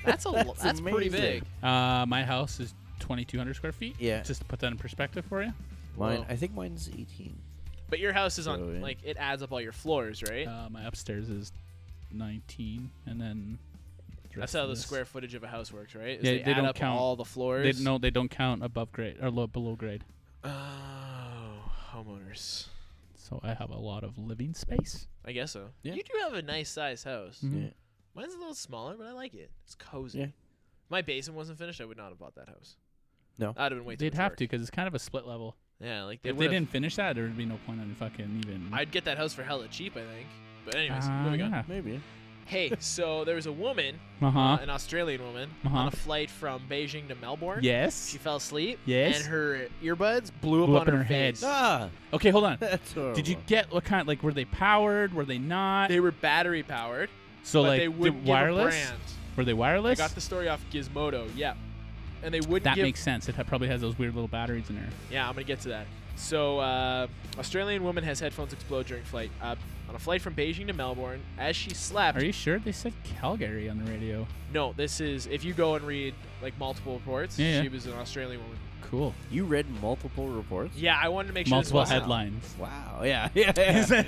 Speaker 2: That's a lo- that's pretty
Speaker 5: amazing.
Speaker 2: big.
Speaker 1: Uh, my house is 2200 square feet.
Speaker 5: Yeah.
Speaker 1: Just to put that in perspective for you.
Speaker 5: Mine.
Speaker 2: Whoa.
Speaker 5: I think mine's 18.
Speaker 2: But your house is on
Speaker 5: So, yeah.
Speaker 2: like it adds up all your floors, right?
Speaker 1: Uh, my upstairs is 19, and then the
Speaker 2: that's
Speaker 1: rest
Speaker 2: how
Speaker 1: of
Speaker 2: the
Speaker 1: this-
Speaker 2: square footage of a house works, right? Is
Speaker 1: Yeah,
Speaker 2: they,
Speaker 1: they
Speaker 2: add
Speaker 1: don't
Speaker 2: up
Speaker 1: count.
Speaker 2: all the floors.
Speaker 1: They, no, they don't count above grade or lo- below grade.
Speaker 2: Oh, homeowners.
Speaker 1: So I have a lot of living space.
Speaker 2: I guess so.
Speaker 5: Yeah.
Speaker 2: You do have a nice size house.
Speaker 1: Mhm.
Speaker 5: Yeah.
Speaker 2: Mine's a little smaller, but I like it. It's cozy.
Speaker 5: Yeah.
Speaker 2: If My basement wasn't finished. I would not have bought that house.
Speaker 5: No.
Speaker 2: I'd have been way too.
Speaker 1: They'd
Speaker 2: much
Speaker 1: have
Speaker 2: work.
Speaker 1: to because it's kind of a split level.
Speaker 2: Yeah, like they
Speaker 1: If they
Speaker 2: would.
Speaker 1: didn't finish that, there would be no point in fucking even.
Speaker 2: I'd get that house for hella cheap, I think. But anyways,
Speaker 1: Uh,
Speaker 2: moving on.
Speaker 1: yeah.
Speaker 5: Maybe.
Speaker 2: Hey, so there was a woman,
Speaker 1: Uh-huh.
Speaker 2: uh, an Australian woman, on
Speaker 1: Uh-huh.
Speaker 2: a flight from Beijing to Melbourne.
Speaker 1: Yes.
Speaker 2: She fell asleep.
Speaker 1: Yes.
Speaker 2: And her earbuds blew up
Speaker 1: Blew
Speaker 2: on
Speaker 1: up in
Speaker 2: her
Speaker 1: her head.
Speaker 2: face.
Speaker 5: Ah,
Speaker 1: Okay, hold on.
Speaker 2: Oh.
Speaker 5: that's horrible.
Speaker 1: Did you get what kind? Like, were they powered? Were they not?
Speaker 2: They were battery powered,
Speaker 1: so
Speaker 2: but
Speaker 1: like
Speaker 2: they
Speaker 1: did-
Speaker 2: wouldn't give a
Speaker 1: wireless.
Speaker 2: brand.
Speaker 1: Were they
Speaker 2: I
Speaker 1: wireless?
Speaker 2: got the story off Gizmodo. Yeah. And they wouldn't
Speaker 1: that
Speaker 2: give
Speaker 1: makes sense. It ha- probably has those weird little batteries in there.
Speaker 2: Yeah, I'm gonna get to that. So, uh, Australian woman has headphones explode during flight. Uh, on a flight from Beijing to Melbourne, as she slept.
Speaker 1: Are you sure they said Calgary on the radio?
Speaker 2: No, this is if you go and read like multiple reports.
Speaker 1: Yeah, yeah.
Speaker 2: She was an Australian woman.
Speaker 1: Cool.
Speaker 5: You read multiple reports.
Speaker 2: Yeah, I wanted to make sure. this
Speaker 1: Multiple
Speaker 2: wasn't-
Speaker 1: headlines.
Speaker 5: Wow. Yeah. Yeah. yeah.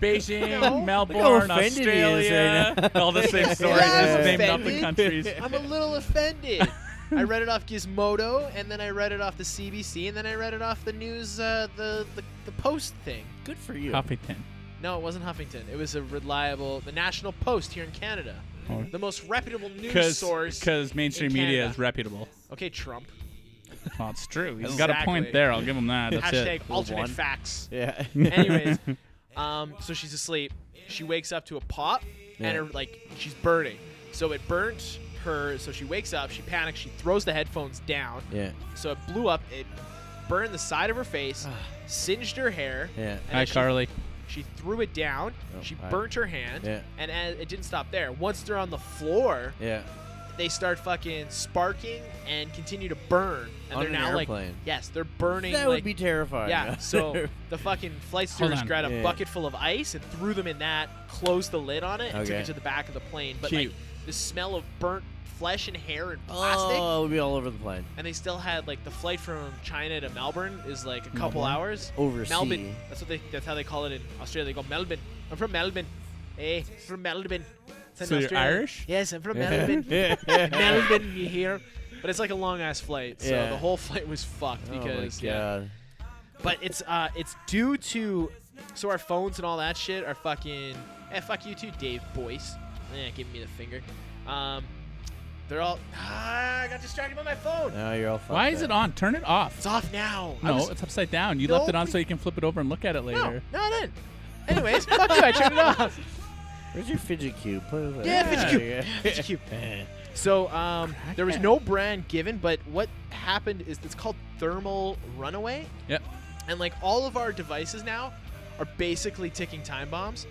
Speaker 1: Beijing,
Speaker 2: No.
Speaker 1: Melbourne,
Speaker 5: offended he is
Speaker 1: Australia,
Speaker 5: right now.
Speaker 1: all the same stories,
Speaker 5: Yeah,
Speaker 1: just
Speaker 5: I'm
Speaker 1: named up the
Speaker 2: offended.
Speaker 1: countries.
Speaker 2: I'm a little offended. I read it off Gizmodo, and then I read it off the CBC, and then I read it off the news, uh, the, the the Post thing.
Speaker 5: Good for you.
Speaker 1: Huffington.
Speaker 2: No, it wasn't Huffington. It was a reliable, the National Post here in Canada,
Speaker 1: Oh.
Speaker 2: the most reputable news source.
Speaker 1: Because mainstream
Speaker 2: in
Speaker 1: media
Speaker 2: Canada.
Speaker 1: is reputable.
Speaker 2: Okay, Trump.
Speaker 1: Well, it's true. He's
Speaker 2: Exactly.
Speaker 1: got a point there. I'll give him that. That's
Speaker 2: Hashtag
Speaker 1: it.
Speaker 2: alternate
Speaker 5: one.
Speaker 2: facts.
Speaker 5: Yeah.
Speaker 2: Anyways, um, so she's asleep. She wakes up to a pop,
Speaker 5: Yeah.
Speaker 2: and her like she's burning. So it burnt her. So she wakes up. She panics. She throws the headphones down.
Speaker 5: yeah.
Speaker 2: So it blew up. It burned the side of her face, singed her hair.
Speaker 5: Yeah.
Speaker 2: and
Speaker 1: Hi,
Speaker 2: she-
Speaker 1: Carly.
Speaker 2: She threw it down.
Speaker 5: Oh,
Speaker 2: she
Speaker 5: hi.
Speaker 2: burnt her hand.
Speaker 5: Yeah.
Speaker 2: And as, it didn't stop there. Once they're on the floor,
Speaker 5: Yeah.
Speaker 2: they start fucking sparking and continue to burn. And
Speaker 5: On
Speaker 2: they're
Speaker 5: an
Speaker 2: now like,
Speaker 5: airplane.
Speaker 2: yes, they're burning.
Speaker 5: That
Speaker 2: like,
Speaker 5: would be terrifying.
Speaker 2: yeah. So the fucking flight
Speaker 1: Hold
Speaker 2: stewardess
Speaker 1: on.
Speaker 2: grabbed a
Speaker 5: Yeah.
Speaker 2: bucket full of ice and threw them in that, closed the lid on it, and took
Speaker 5: Okay.
Speaker 2: it to the back of the plane. But
Speaker 1: Cute.
Speaker 2: like the smell of burnt flesh and hair and plastic.
Speaker 5: oh, it would be all over the plane.
Speaker 2: And they still had like the flight from China to Melbourne is like a
Speaker 5: Mm-hmm.
Speaker 2: couple hours.
Speaker 5: Oversea.
Speaker 2: Melbourne. That's what they. That's how they call it in Australia. They go Melbourne. I'm from Melbourne. Hey, from Melbourne. It's in
Speaker 1: So you're
Speaker 2: Australia.
Speaker 1: Irish?
Speaker 2: Yes, I'm from Melbourne.
Speaker 5: Yeah.
Speaker 2: Melbourne, you hear? But it's like a long ass flight, so
Speaker 5: Yeah.
Speaker 2: the whole flight was fucked
Speaker 5: oh my
Speaker 2: because yeah.
Speaker 5: god.
Speaker 2: But it's uh, it's due to so our phones and all that shit are fucking. Eh, fuck you too, Dave Boyce. Eh, give me the finger. Um, they're all. Ah, I got distracted by my phone.
Speaker 5: Now you're all fucked
Speaker 1: Why is it
Speaker 5: up.
Speaker 1: on? Turn it off.
Speaker 2: It's off now. I
Speaker 1: No,
Speaker 2: was-
Speaker 1: it's upside down. You
Speaker 2: No,
Speaker 1: left it on
Speaker 2: we-
Speaker 1: so you can flip it over and look at it
Speaker 2: no,
Speaker 1: later.
Speaker 2: not it. Anyways, fuck you. I turned it off.
Speaker 5: Where's your fidget cube? Play with it.
Speaker 2: Yeah,
Speaker 5: Yeah.
Speaker 2: fidget cube. So um, there was no brand given, but what happened is it's called thermal runaway.
Speaker 1: Yep.
Speaker 2: And like all of our devices now are basically ticking time bombs.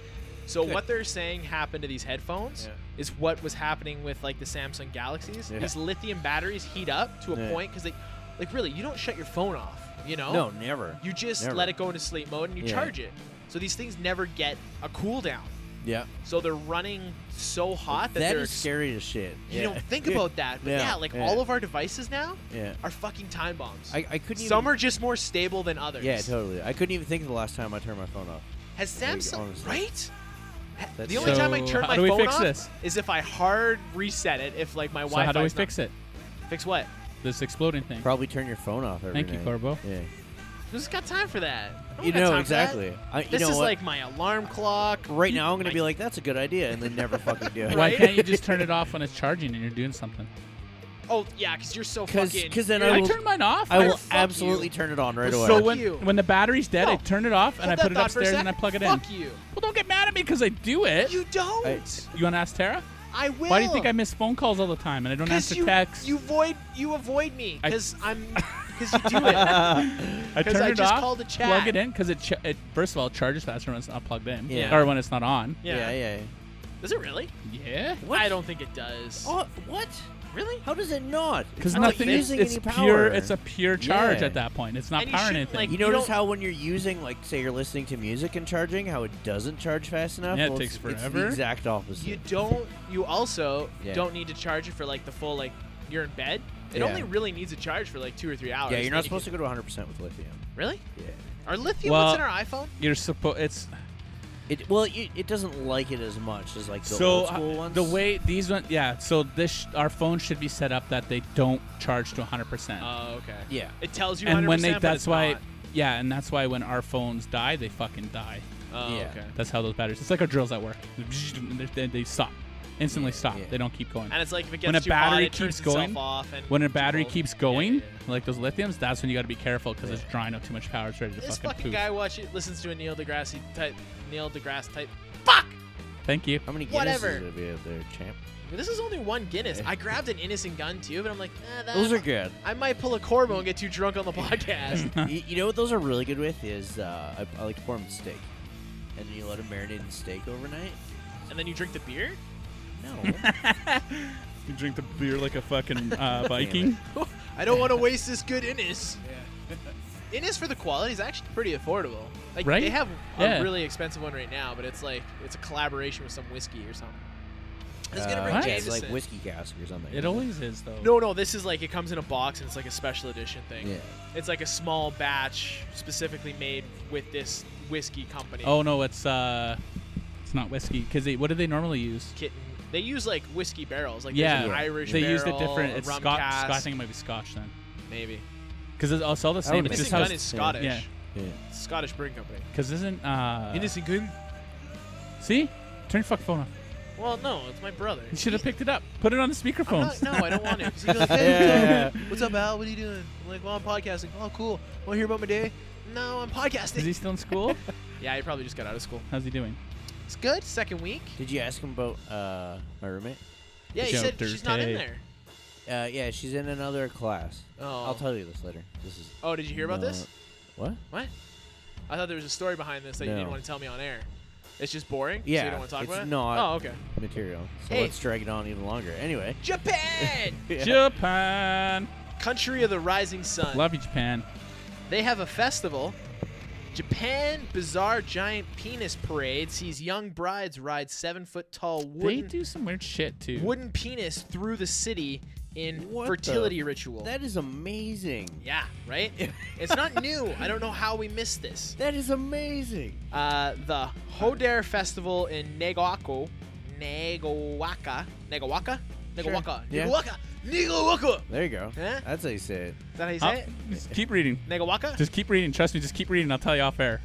Speaker 2: So
Speaker 5: Good.
Speaker 2: what they're saying happened to these headphones
Speaker 5: Yeah.
Speaker 2: is what was happening with like the Samsung Galaxies.
Speaker 5: Yeah.
Speaker 2: These lithium batteries heat up to a
Speaker 5: Yeah.
Speaker 2: point because they, like really, you don't shut your phone off. You know?
Speaker 5: No, never.
Speaker 2: Oh, You just
Speaker 5: Never.
Speaker 2: let it go into sleep mode and you
Speaker 5: Yeah.
Speaker 2: charge it. So these things never get a cool down.
Speaker 5: Yeah.
Speaker 2: So they're running so hot that,
Speaker 5: That
Speaker 2: they're
Speaker 5: is scary as shit.
Speaker 2: You
Speaker 5: yeah.
Speaker 2: don't think about that, but yeah,
Speaker 5: Yeah,
Speaker 2: like
Speaker 5: yeah.
Speaker 2: all of our devices now
Speaker 5: Yeah.
Speaker 2: are fucking time bombs.
Speaker 5: I, I couldn't
Speaker 2: Some
Speaker 5: even.
Speaker 2: are just more stable than others.
Speaker 5: Yeah, totally. I couldn't even think of the last time I turned my phone off.
Speaker 2: Has
Speaker 5: Like,
Speaker 2: Samsung
Speaker 5: honestly.
Speaker 2: right? Ha-
Speaker 5: That's-
Speaker 2: the only time I
Speaker 1: So,
Speaker 2: turn
Speaker 1: how
Speaker 2: my
Speaker 1: do we
Speaker 2: phone
Speaker 1: fix
Speaker 2: off
Speaker 1: this?
Speaker 2: is if I hard reset it. If like my
Speaker 1: So
Speaker 2: Wi-Fi.
Speaker 1: how do we fix it?
Speaker 2: Fix what?
Speaker 1: This exploding thing.
Speaker 5: Probably turn your phone off every
Speaker 1: Thank you,
Speaker 5: night.
Speaker 1: Corbo.
Speaker 5: Yeah.
Speaker 2: Who's got time for that? I don't
Speaker 5: You
Speaker 2: got
Speaker 5: know
Speaker 2: time for that.
Speaker 5: exactly. I, you
Speaker 2: This
Speaker 5: know
Speaker 2: is
Speaker 5: what?
Speaker 2: like my alarm clock.
Speaker 5: right now. I'm gonna
Speaker 2: I-
Speaker 5: be like, that's a good idea, and then never fucking do it.
Speaker 1: Why can't you just turn it off when it's charging and you're doing something?
Speaker 2: Oh yeah, because you're so
Speaker 5: 'Cause-
Speaker 2: fucking.
Speaker 5: 'cause then
Speaker 2: you're
Speaker 1: I
Speaker 5: will-
Speaker 1: turn mine off.
Speaker 5: I will
Speaker 2: fuck you.
Speaker 5: absolutely turn it on right
Speaker 2: But
Speaker 5: away.
Speaker 1: So
Speaker 2: Fuck
Speaker 1: when,
Speaker 2: you.
Speaker 1: when the battery's dead, I
Speaker 2: No.
Speaker 1: turn it off and I
Speaker 2: Hold
Speaker 1: put
Speaker 2: that
Speaker 1: it
Speaker 2: thought for a
Speaker 1: upstairs and I
Speaker 2: second.
Speaker 1: plug it in.
Speaker 2: Fuck you.
Speaker 1: Well, don't get mad at me because I do it.
Speaker 2: You don't.
Speaker 5: I-
Speaker 1: You want to ask Tara?
Speaker 2: I will.
Speaker 1: Why do you think I miss phone calls all the time and I don't
Speaker 2: Because
Speaker 1: answer
Speaker 2: you,
Speaker 1: texts?
Speaker 2: you void you avoid me
Speaker 1: I-
Speaker 2: because I'm because you do it.
Speaker 1: I
Speaker 2: 'cause
Speaker 1: turn
Speaker 2: I
Speaker 1: it
Speaker 2: just
Speaker 1: off,
Speaker 2: called to chat.
Speaker 1: plug it in because it, ch- it first of all it charges faster when it's not plugged in,
Speaker 5: Yeah.
Speaker 1: or when it's not on.
Speaker 5: yeah, yeah.
Speaker 2: Does it really?
Speaker 1: Yeah,
Speaker 2: I don't think it does.
Speaker 5: Oh, what?
Speaker 2: really?
Speaker 5: How does it not?
Speaker 1: because
Speaker 5: It's not
Speaker 1: nothing.
Speaker 5: using
Speaker 1: it's
Speaker 5: any power.
Speaker 1: pure. It's a pure charge
Speaker 5: Yeah.
Speaker 1: at that point. It's not
Speaker 2: And you
Speaker 1: powering
Speaker 2: shouldn't,
Speaker 1: anything.
Speaker 2: like, you
Speaker 5: You notice
Speaker 2: don't-
Speaker 5: how when you're using, like, say you're listening to music and charging, how it doesn't charge fast enough.
Speaker 1: Yeah, it
Speaker 5: Well,
Speaker 1: takes
Speaker 5: it's- It's
Speaker 1: forever.
Speaker 5: the exact opposite.
Speaker 2: You don't. You also
Speaker 5: Yeah.
Speaker 2: don't need to charge it for like the full like you're in bed. It
Speaker 5: Yeah.
Speaker 2: only really needs a charge for like two or three hours.
Speaker 5: yeah, you're not supposed to go to 100 percent with lithium.
Speaker 2: Really?
Speaker 5: Yeah.
Speaker 2: Are lithium
Speaker 1: Well-
Speaker 2: what's in our iPhone?
Speaker 1: You're supposed. It's
Speaker 5: It well, you, it doesn't like it as much as like the
Speaker 1: so
Speaker 5: old
Speaker 1: uh,
Speaker 5: school ones.
Speaker 1: the way these one. Yeah. So this sh- our phone should be set up that they don't charge to 100. percent
Speaker 2: Oh, okay.
Speaker 5: Yeah.
Speaker 2: It tells you.
Speaker 1: And when they
Speaker 2: 100%, but
Speaker 1: that's
Speaker 2: it's
Speaker 1: why.
Speaker 2: not.
Speaker 1: Yeah, and that's why when our phones die, they fucking die.
Speaker 2: Oh,
Speaker 5: Yeah.
Speaker 2: okay.
Speaker 1: That's how those batteries. It's like our drills at work. They, they stop, instantly stop.
Speaker 5: yeah.
Speaker 1: They don't keep going.
Speaker 2: And it's like if it gets
Speaker 1: When a
Speaker 2: too hot,
Speaker 1: battery
Speaker 2: it turns
Speaker 1: keeps
Speaker 2: itself
Speaker 1: going-
Speaker 2: off and
Speaker 1: when a
Speaker 2: it's
Speaker 1: battery
Speaker 2: cold.
Speaker 1: keeps
Speaker 2: Yeah,
Speaker 1: going,
Speaker 2: yeah, yeah.
Speaker 1: like those lithiums, that's when you got to be careful because it's drawing out too much power. It's ready to
Speaker 2: This
Speaker 1: fucking,
Speaker 2: fucking
Speaker 1: poof.
Speaker 2: guy watches listens to a Neil deGrasse type Neil deGrasse type. Fuck!
Speaker 1: Thank you.
Speaker 5: how many Guinnesses
Speaker 2: Whatever.
Speaker 5: would be out there, champ?
Speaker 2: This is only one Guinness. I grabbed an innocent gun too, but I'm like, eh, that,
Speaker 5: Those are good.
Speaker 2: I might pull a Corbo and get too drunk on the podcast.
Speaker 5: you, you know what those are really good with is uh, I, I like to pour them in steak, and then you let them marinate in steak overnight.
Speaker 2: and then you drink the beer?
Speaker 5: No,
Speaker 1: You drink the beer like a fucking uh,
Speaker 5: Viking.
Speaker 2: I don't want to waste this good Innis. Innis for the quality is actually pretty affordable. Like
Speaker 1: Right?
Speaker 2: they have
Speaker 1: Yeah.
Speaker 2: a really expensive one right now, but it's like it's a collaboration with some whiskey or something. This is gonna
Speaker 5: Uh,
Speaker 2: bring
Speaker 1: what?
Speaker 5: it's
Speaker 2: Jameson.
Speaker 5: like whiskey cask or something.
Speaker 1: it always is though.
Speaker 2: no, no, this is like it comes in a box and it's like a special edition thing.
Speaker 5: Yeah.
Speaker 2: It's like a small batch specifically made with this whiskey company.
Speaker 1: Oh no, it's uh, it's not whiskey because what do they normally use?
Speaker 2: kitten. They use like whiskey barrels. Like
Speaker 1: yeah,
Speaker 2: there's an Irish
Speaker 1: they
Speaker 2: barrel,
Speaker 1: used it different.
Speaker 2: a
Speaker 1: It's
Speaker 2: rum
Speaker 1: Scotch.
Speaker 2: cask,
Speaker 1: I think it might be Scotch then,
Speaker 2: maybe.
Speaker 1: because it's, it's all the same.
Speaker 5: wouldn't
Speaker 1: It's
Speaker 5: make
Speaker 1: just
Speaker 2: Innocent
Speaker 1: how
Speaker 2: Gun Oh,
Speaker 5: sense.
Speaker 2: is Scottish.
Speaker 1: yeah.
Speaker 5: Yeah.
Speaker 2: Scottish brewing company.
Speaker 1: because isn't uh
Speaker 2: Innocent Gun?
Speaker 1: see. Turn your fuck phone off.
Speaker 2: Well, no, it's my brother.
Speaker 1: You should have picked it up. Put it on the
Speaker 2: I'm
Speaker 1: speakerphone.
Speaker 2: not- no, I don't want to. 'cause he's gonna be like,
Speaker 5: Yeah.
Speaker 2: "Hey, What's up, Al? What are you doing? I'm like, well, I'm podcasting. Oh, cool. Want to hear about my day? No, I'm podcasting.
Speaker 1: Is he still in school?
Speaker 2: yeah, he probably just got out of school.
Speaker 1: How's he doing?
Speaker 2: It's good. Second week.
Speaker 5: Did you ask him about uh, my roommate?
Speaker 2: Yeah, he said
Speaker 1: Joker
Speaker 2: she's not in
Speaker 1: Tay.
Speaker 2: there.
Speaker 5: Uh, yeah, she's in another class.
Speaker 2: Oh.
Speaker 5: I'll tell you this later. This is.
Speaker 2: Oh, did you hear about this?
Speaker 5: not- What?
Speaker 2: What? I thought there was a story behind this that you didn't
Speaker 5: No.
Speaker 2: want to tell me on air. It's just boring.
Speaker 5: Yeah.
Speaker 2: So you don't want to talk
Speaker 5: it's
Speaker 2: about it.
Speaker 5: not
Speaker 2: Oh, okay.
Speaker 5: material. So
Speaker 2: Hey.
Speaker 5: let's drag it on even longer. Anyway.
Speaker 2: Japan,
Speaker 1: Japan.
Speaker 2: country of the rising sun.
Speaker 1: Love you, Japan.
Speaker 2: They have a festival. Japan Bizarre Giant Penis Parade sees young brides ride seven foot tall
Speaker 1: They
Speaker 2: wooden
Speaker 1: do some weird shit too.
Speaker 2: wooden penis through the city in
Speaker 5: What the-
Speaker 2: fertility ritual.
Speaker 5: That is amazing.
Speaker 2: yeah, right? it's not new. I don't know how we missed this.
Speaker 5: That is amazing.
Speaker 2: Uh, the Hoder Festival in Negawako, Negawaka, Negawaka, Negawaka,
Speaker 5: Yeah.
Speaker 2: Negawaka, Negawaka.
Speaker 5: There you go.
Speaker 2: Huh?
Speaker 5: That's how you say it.
Speaker 2: Is that how you
Speaker 1: Huh?
Speaker 2: say it?
Speaker 1: Just keep reading.
Speaker 2: Negawaka,
Speaker 1: Just keep reading. Trust me. Just keep reading. I'll tell you off air.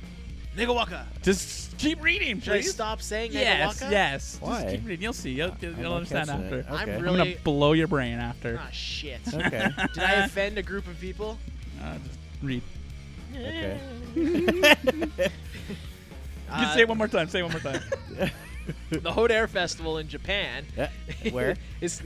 Speaker 2: Negawaka.
Speaker 1: Just keep reading,
Speaker 2: Should I
Speaker 1: please.
Speaker 2: stop saying
Speaker 1: Yes,
Speaker 2: Negawaka?
Speaker 1: yes.
Speaker 5: Why?
Speaker 1: Just keep reading. You'll see. You'll, you'll,
Speaker 5: I'm
Speaker 1: you'll
Speaker 5: not
Speaker 1: understand
Speaker 5: catching
Speaker 1: after.
Speaker 5: it.
Speaker 2: I'm
Speaker 5: Okay.
Speaker 2: really-
Speaker 1: I'm gonna blow your brain after.
Speaker 2: Ah, shit.
Speaker 5: Okay.
Speaker 2: Did I offend a group of people?
Speaker 1: Uh, just read.
Speaker 5: okay.
Speaker 1: You
Speaker 2: Uh,
Speaker 1: say it one more time. Say it one more time.
Speaker 2: the Hot Air Festival in Japan
Speaker 5: Yeah, Where?
Speaker 2: is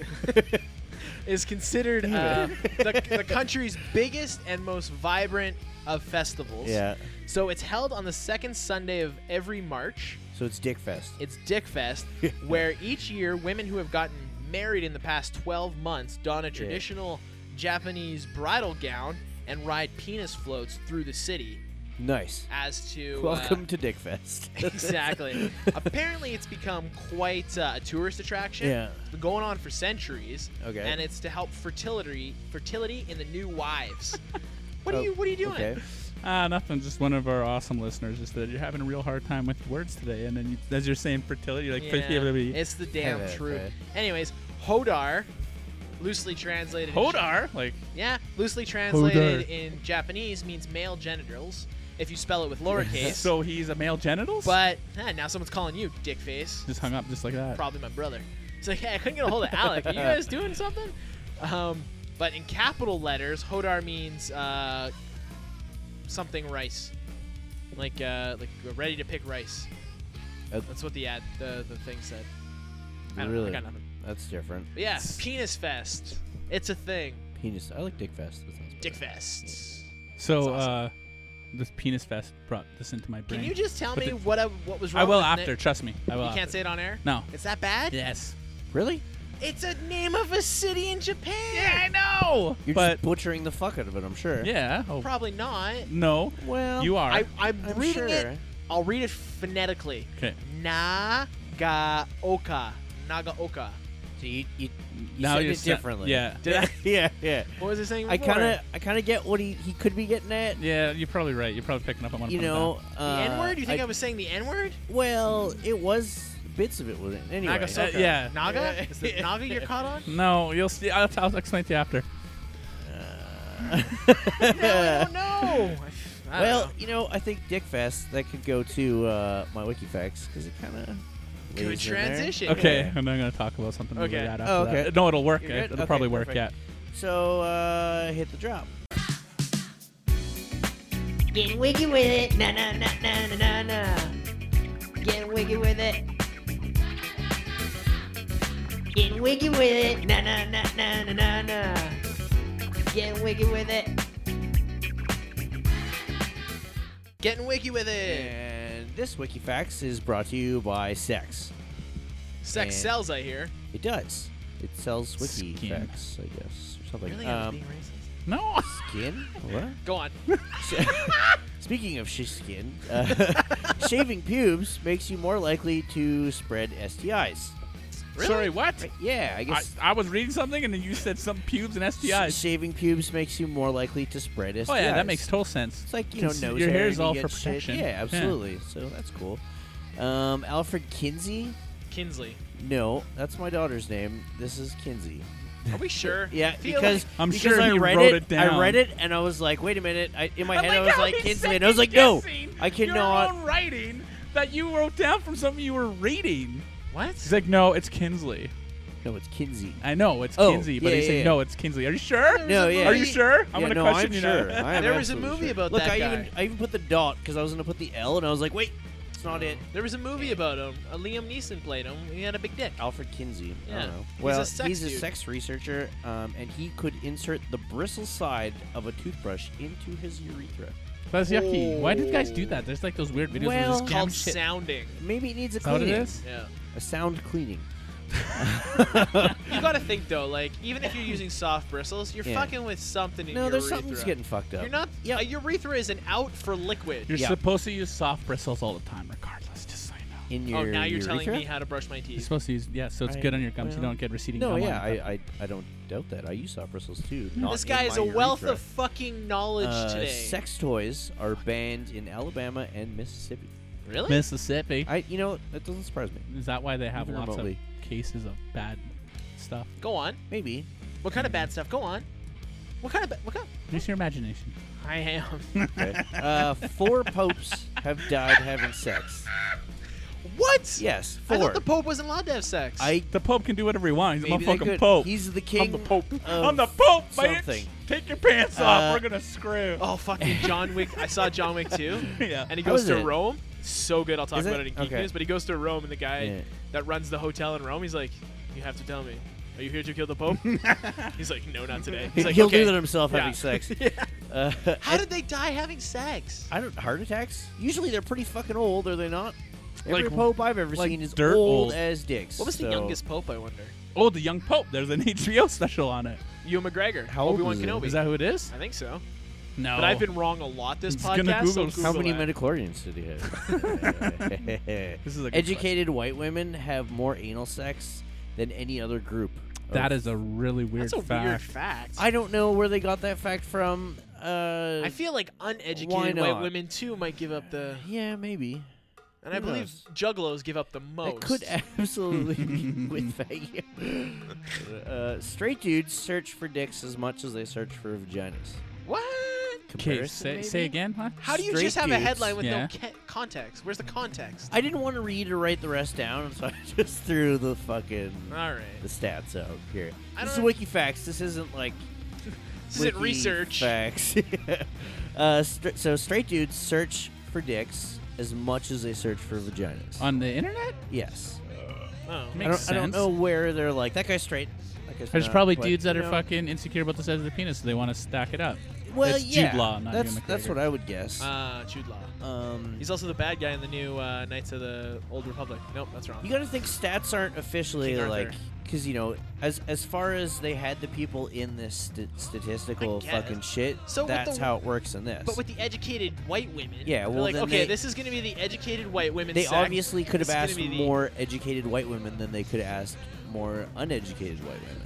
Speaker 2: is considered uh, the, the country's biggest and most vibrant of festivals.
Speaker 5: yeah.
Speaker 2: So it's held on the second Sunday of every March.
Speaker 5: So it's Dick Fest.
Speaker 2: It's Dick Fest, where each year women who have gotten married in the past 12 months don a traditional Japanese bridal gown and ride penis floats through the city
Speaker 5: nice.
Speaker 2: as to uh,
Speaker 5: Welcome to Dick Fest.
Speaker 2: exactly. Uh, Apparently, it's become quite uh, a tourist attraction.
Speaker 5: Yeah.
Speaker 2: It's been going on for centuries.
Speaker 5: Okay.
Speaker 2: And it's to help fertility fertility in the new wives. what
Speaker 5: Oh,
Speaker 2: are you What are you doing?
Speaker 5: Okay.
Speaker 1: Ah, nothing. Just one of our awesome listeners just said you're having a real hard time with words today, and then you, as you're saying fertility, you're like fertility.
Speaker 2: Yeah, it's the damn
Speaker 5: Okay,
Speaker 2: truth.
Speaker 5: okay.
Speaker 2: Anyways, hodar, loosely translated. in
Speaker 1: Hodar, like
Speaker 2: Yeah, loosely translated
Speaker 1: Hodar.
Speaker 2: in Japanese means male genitals. If you spell it with lowercase.
Speaker 1: so he's a male genitals.
Speaker 2: but eh, now someone's calling you dickface.
Speaker 1: just hung up just like that.
Speaker 2: probably my brother. It's like, hey, I couldn't get a hold of Alec. Are you guys doing something? Um, but in capital letters, Hodar means uh, something rice, like uh, like ready to pick rice.
Speaker 5: Uh,
Speaker 2: That's what the ad the, the thing said. I don't know, I
Speaker 5: really?
Speaker 2: got nothing.
Speaker 5: That's different.
Speaker 2: But yeah, penis fest. It's a thing.
Speaker 5: Penis. I like Dick Fest. That sounds
Speaker 2: Dick
Speaker 5: better.
Speaker 2: fests.
Speaker 1: So
Speaker 2: That's
Speaker 1: uh, this penis fest brought this into my brain.
Speaker 2: Can you just tell
Speaker 1: But
Speaker 2: me
Speaker 1: the-
Speaker 2: what I, what was wrong?
Speaker 1: I will
Speaker 2: with
Speaker 1: after.
Speaker 2: Nick?
Speaker 1: Trust me. I will.
Speaker 2: You can't
Speaker 1: after.
Speaker 2: say it on air.
Speaker 1: No.
Speaker 2: It's that bad?
Speaker 1: Yes.
Speaker 5: Really?
Speaker 2: It's a name of a city in Japan. Yeah,
Speaker 1: I know.
Speaker 5: You're
Speaker 1: but
Speaker 5: just butchering the fuck out of it. I'm sure.
Speaker 1: yeah. Oh,
Speaker 2: Probably not.
Speaker 1: no.
Speaker 5: Well.
Speaker 1: You are.
Speaker 2: I, I'm,
Speaker 5: I'm
Speaker 2: reading
Speaker 5: sure.
Speaker 2: it. I'll read it phonetically.
Speaker 1: 'Kay.
Speaker 2: Nagaoka. Nagaoka.
Speaker 5: So you, you, you
Speaker 1: Now
Speaker 5: said
Speaker 1: you're
Speaker 5: it
Speaker 1: sa-
Speaker 5: differently.
Speaker 1: yeah.
Speaker 2: Did I?
Speaker 5: yeah. Yeah.
Speaker 2: What was I saying?
Speaker 5: I
Speaker 2: before?
Speaker 5: kind of, I kind of get what he, he could be getting at.
Speaker 1: Yeah, you're probably right. You're probably picking up on one.
Speaker 5: You
Speaker 1: from
Speaker 5: know.
Speaker 2: The
Speaker 5: uh,
Speaker 2: N word? You think I, was saying the N word?
Speaker 5: Well, it was bits of it was anyway.
Speaker 1: Nagasaki. uh, yeah.
Speaker 2: Naga? Is it Naga you're caught on?
Speaker 1: that. No, you'll see. I'll, I'll explain it to you after.
Speaker 2: Oh no! I don't
Speaker 5: well,
Speaker 2: know.
Speaker 5: you know, I think Dick Fest that could go to uh, my WikiFacts because it kind of
Speaker 2: good transition.
Speaker 1: Okay,
Speaker 5: Yeah.
Speaker 1: and I'm gonna talk about something.
Speaker 2: Okay.
Speaker 1: Right after
Speaker 5: Oh, okay.
Speaker 1: That. No, it'll work.
Speaker 5: You're good?
Speaker 1: It'll
Speaker 5: Okay,
Speaker 1: probably work.
Speaker 5: perfect. So uh, hit the drop.
Speaker 6: Get wiggy with it. Na na na na na na na. Get wiggy with it. Get wiggy with it. Na na na na na na na. Get wiggy with it.
Speaker 2: Getting wiki with it.
Speaker 5: And this WikiFacts is brought to you by Sex.
Speaker 2: Sex
Speaker 5: and-
Speaker 2: sells, I hear.
Speaker 5: It does. It sells
Speaker 1: Skin.
Speaker 5: WikiFacts, I guess, or something.
Speaker 2: Really? I was
Speaker 5: Um,
Speaker 2: being racist.
Speaker 1: Yeah. No.
Speaker 5: skin? What?
Speaker 2: Go on.
Speaker 5: Speaking of sh- skin, uh, shaving pubes makes you more likely to spread STIs.
Speaker 2: Really?
Speaker 1: Sorry. What?
Speaker 5: Yeah, I
Speaker 1: I,
Speaker 5: guess
Speaker 1: I was reading something and then you said some pubes and STIs.
Speaker 5: s- shaving pubes makes you more likely to spread STIs.
Speaker 1: oh yeah, that makes total sense.
Speaker 5: It's like you know,
Speaker 1: Cons-
Speaker 5: nose
Speaker 1: your
Speaker 5: hair
Speaker 1: hair
Speaker 5: and
Speaker 1: is
Speaker 5: you
Speaker 1: all
Speaker 5: get
Speaker 1: for
Speaker 5: shit.
Speaker 1: protection.
Speaker 5: Yeah, absolutely. So that's cool. Um, Alfred Kinsey
Speaker 2: Kinsley.
Speaker 5: No, that's my daughter's name. This is Kinsey.
Speaker 2: Are we sure? I
Speaker 5: Yeah,
Speaker 2: feel
Speaker 5: because
Speaker 1: I'm
Speaker 5: because
Speaker 1: sure
Speaker 5: I
Speaker 1: he
Speaker 5: read
Speaker 1: wrote
Speaker 5: it.
Speaker 1: it
Speaker 5: I read
Speaker 1: down.
Speaker 5: it and I was like, wait a minute. I,
Speaker 1: Oh
Speaker 5: in my
Speaker 2: I
Speaker 5: head,
Speaker 2: like "Oh,
Speaker 5: I was
Speaker 2: how
Speaker 5: like
Speaker 2: he's
Speaker 5: Kinsley, and I was like, no,
Speaker 2: second-guessing
Speaker 5: I
Speaker 2: your
Speaker 5: cannot.
Speaker 2: own writing.
Speaker 1: that you wrote down from something you were reading.
Speaker 2: What?
Speaker 1: He's like, no, it's Kinsley.
Speaker 5: No, it's Kinsey.
Speaker 1: I know it's
Speaker 5: Oh,
Speaker 1: Kinsey, but
Speaker 5: yeah,
Speaker 1: he's
Speaker 5: yeah,
Speaker 1: saying,
Speaker 5: yeah.
Speaker 1: no, it's Kinsley. Are you sure?
Speaker 5: No, yeah.
Speaker 1: Are you sure? I'm
Speaker 5: Yeah,
Speaker 1: gonna
Speaker 5: no,
Speaker 1: question
Speaker 5: I'm
Speaker 1: you
Speaker 5: sure.
Speaker 1: now.
Speaker 5: I am
Speaker 2: There was a
Speaker 5: absolutely
Speaker 2: movie
Speaker 5: sure.
Speaker 2: about
Speaker 5: Look,
Speaker 2: that
Speaker 5: I
Speaker 2: guy.
Speaker 5: even I even put the dot because I was gonna put the L, and I was like, wait, it's not it.
Speaker 2: There was a movie about him. Uh, Liam Neeson played him. He had a big dick.
Speaker 5: Alfred Kinsey. I
Speaker 2: Yeah.
Speaker 5: don't know.
Speaker 2: He's a
Speaker 5: Well,
Speaker 2: sex dude.
Speaker 5: sex researcher, um, and he could insert the bristle side of a toothbrush into his urethra.
Speaker 1: That's yucky. Why do guys do that? There's like those weird videos
Speaker 5: Well-
Speaker 1: where
Speaker 2: It's
Speaker 1: this
Speaker 2: called
Speaker 1: called shit.
Speaker 2: sounding.
Speaker 5: Maybe it needs a
Speaker 1: Is that what
Speaker 5: cleaning.
Speaker 1: it is?
Speaker 2: Yeah.
Speaker 5: A sound cleaning.
Speaker 2: You gotta think though, like even if you're using soft bristles, you're
Speaker 5: Yeah.
Speaker 2: fucking with something in
Speaker 5: no,
Speaker 2: your
Speaker 5: there's
Speaker 2: urethra.
Speaker 5: something's getting fucked up.
Speaker 2: You're not. Yeah. A urethra is an out for liquid.
Speaker 1: You're
Speaker 5: Yeah.
Speaker 1: supposed to use soft bristles all the time, regardless. Just so you know.
Speaker 5: in your
Speaker 2: oh, now you're
Speaker 5: urethra?
Speaker 2: telling me how to brush my
Speaker 1: You're
Speaker 2: teeth.
Speaker 1: supposed to use yeah, so it's
Speaker 5: I-
Speaker 1: good on your gums. you
Speaker 5: well,
Speaker 1: don't get receding
Speaker 5: No,
Speaker 1: gum.
Speaker 5: yeah,
Speaker 1: on
Speaker 5: I,
Speaker 1: your
Speaker 5: I I don't doubt that. I use soft bristles too. not
Speaker 2: This
Speaker 5: in
Speaker 2: guy is
Speaker 5: my
Speaker 2: a wealth
Speaker 5: urethra.
Speaker 2: of fucking knowledge
Speaker 5: Uh,
Speaker 2: today.
Speaker 5: Sex toys are banned in Alabama and Mississippi.
Speaker 2: really?
Speaker 1: Mississippi.
Speaker 5: I, you know, that doesn't surprise me.
Speaker 1: Is that why they have
Speaker 5: Even
Speaker 1: lots
Speaker 5: remotely.
Speaker 1: of cases of bad stuff?
Speaker 2: Go on.
Speaker 5: Maybe
Speaker 2: What kind of bad stuff? Go on. What kind of ba- what kind?
Speaker 1: Use your imagination.
Speaker 2: I am.
Speaker 5: Okay. uh, four popes have died having sex.
Speaker 2: what?
Speaker 5: Yes,
Speaker 2: I
Speaker 5: four.
Speaker 2: thought the Pope wasn't allowed to have sex.
Speaker 5: I
Speaker 1: The Pope can do whatever he wants. He's
Speaker 5: maybe
Speaker 1: the
Speaker 5: they
Speaker 1: motherfucking
Speaker 5: could.
Speaker 1: Pope.
Speaker 5: He's the king.
Speaker 1: I'm the Pope.
Speaker 5: of
Speaker 1: I'm the Pope, bitch.
Speaker 5: something.
Speaker 1: Take your pants
Speaker 5: Uh,
Speaker 1: off. We're gonna screw.
Speaker 2: Oh fucking John Wick! I saw John Wick too,
Speaker 1: yeah.
Speaker 2: and he
Speaker 5: How
Speaker 2: goes
Speaker 5: is
Speaker 2: to
Speaker 5: it?
Speaker 2: Rome. So good. I'll talk
Speaker 5: Is
Speaker 2: about
Speaker 5: it?
Speaker 2: it in Geek
Speaker 5: Okay.
Speaker 2: News. But he goes to Rome, and the guy
Speaker 5: Yeah.
Speaker 2: that runs the hotel in Rome, he's like, "You have to tell me, are you here to kill the Pope?" he's like, "No, not today." He's like,
Speaker 5: He'll
Speaker 2: "Okay."
Speaker 5: do that himself
Speaker 2: Yeah.
Speaker 5: having sex.
Speaker 2: Yeah.
Speaker 5: Uh,
Speaker 2: How did they die having sex?
Speaker 5: I don't heart attacks. Usually they're pretty fucking old, are they not? Every
Speaker 1: Like-
Speaker 5: pope I've ever
Speaker 1: like
Speaker 5: seen is
Speaker 1: dirt
Speaker 5: old,
Speaker 1: old.
Speaker 5: as dicks.
Speaker 2: What was the
Speaker 5: so-
Speaker 2: youngest Pope? I wonder.
Speaker 1: Oh, the young Pope. There's an HBO special on it.
Speaker 2: Ewan McGregor.
Speaker 5: How old
Speaker 2: Obi Wan
Speaker 5: is he?
Speaker 2: Kenobi.
Speaker 1: Is that who it is?
Speaker 2: I think so.
Speaker 1: No.
Speaker 2: But I've been wrong a lot this
Speaker 1: He's gonna
Speaker 2: podcast. so
Speaker 1: Google-
Speaker 2: Google
Speaker 5: How many
Speaker 2: that.
Speaker 5: midichlorians did he have?
Speaker 1: This is a good
Speaker 5: Educated white women have more anal sex than any other group. of-
Speaker 1: That is a really weird
Speaker 2: That's a
Speaker 1: fact.
Speaker 2: weird fact.
Speaker 5: I don't know where they got that fact from. Uh,
Speaker 2: I feel like uneducated
Speaker 5: Why
Speaker 2: white
Speaker 5: not?
Speaker 2: women too might give up the,
Speaker 5: yeah, maybe.
Speaker 2: and I
Speaker 5: Who
Speaker 2: believe
Speaker 5: knows?
Speaker 2: juggalos give up the
Speaker 5: That
Speaker 2: most.
Speaker 5: could absolutely be with value. uh, straight dudes search for dicks as much as they search for vaginas.
Speaker 2: what?
Speaker 1: Okay,
Speaker 5: Comparison,
Speaker 1: say,
Speaker 5: maybe?
Speaker 1: say again, huh?
Speaker 2: How do you
Speaker 5: Straight
Speaker 2: just have a
Speaker 5: dudes.
Speaker 2: headline with
Speaker 1: Yeah.
Speaker 2: no ca- context? Where's the context?
Speaker 5: I didn't want to read or write the rest down, so I just threw the fucking
Speaker 2: All right.
Speaker 5: the stats out here.
Speaker 2: I
Speaker 5: This is
Speaker 2: don't-
Speaker 5: WikiFacts. This isn't like
Speaker 2: This isn't research.
Speaker 5: facts. uh, str- so straight dudes search for dicks as much as they search for vaginas.
Speaker 1: On the internet?
Speaker 5: yes,
Speaker 2: Oh.
Speaker 5: I don't,
Speaker 1: Uh, Makes
Speaker 5: I don't
Speaker 1: sense.
Speaker 5: know where they're like that guy's straight. That guy's
Speaker 1: There's
Speaker 5: not,"
Speaker 1: probably
Speaker 5: but,
Speaker 1: dudes that
Speaker 5: you
Speaker 1: are
Speaker 5: know,
Speaker 1: fucking insecure about the size of their penis, so they want to stack it up.
Speaker 5: Well,
Speaker 1: It's Jude
Speaker 5: yeah,
Speaker 1: Law, not
Speaker 5: that's
Speaker 1: Ewan
Speaker 5: that's
Speaker 1: McGregor.
Speaker 5: what I would guess.
Speaker 2: Ah, Jude Law.
Speaker 5: um,
Speaker 2: He's also the bad guy in the new uh, Knights of the Old Republic. Nope, that's wrong.
Speaker 5: You got to think stats aren't officially
Speaker 2: King Arthur.
Speaker 5: like because you know as as far as they had the people in this st-
Speaker 2: I
Speaker 5: statistical
Speaker 2: guess.
Speaker 5: fucking shit.
Speaker 2: So with
Speaker 5: that's
Speaker 2: the-
Speaker 5: how it works in this.
Speaker 2: but with the educated white women,
Speaker 5: Yeah,
Speaker 2: they're
Speaker 5: well,
Speaker 2: like,
Speaker 5: then
Speaker 2: okay,
Speaker 5: they-
Speaker 2: this is going to be the educated white women.
Speaker 5: they
Speaker 2: sect.
Speaker 5: obviously could have
Speaker 2: This is gonna
Speaker 5: asked
Speaker 2: be the-
Speaker 5: more educated white women than they could have asked more uneducated white women.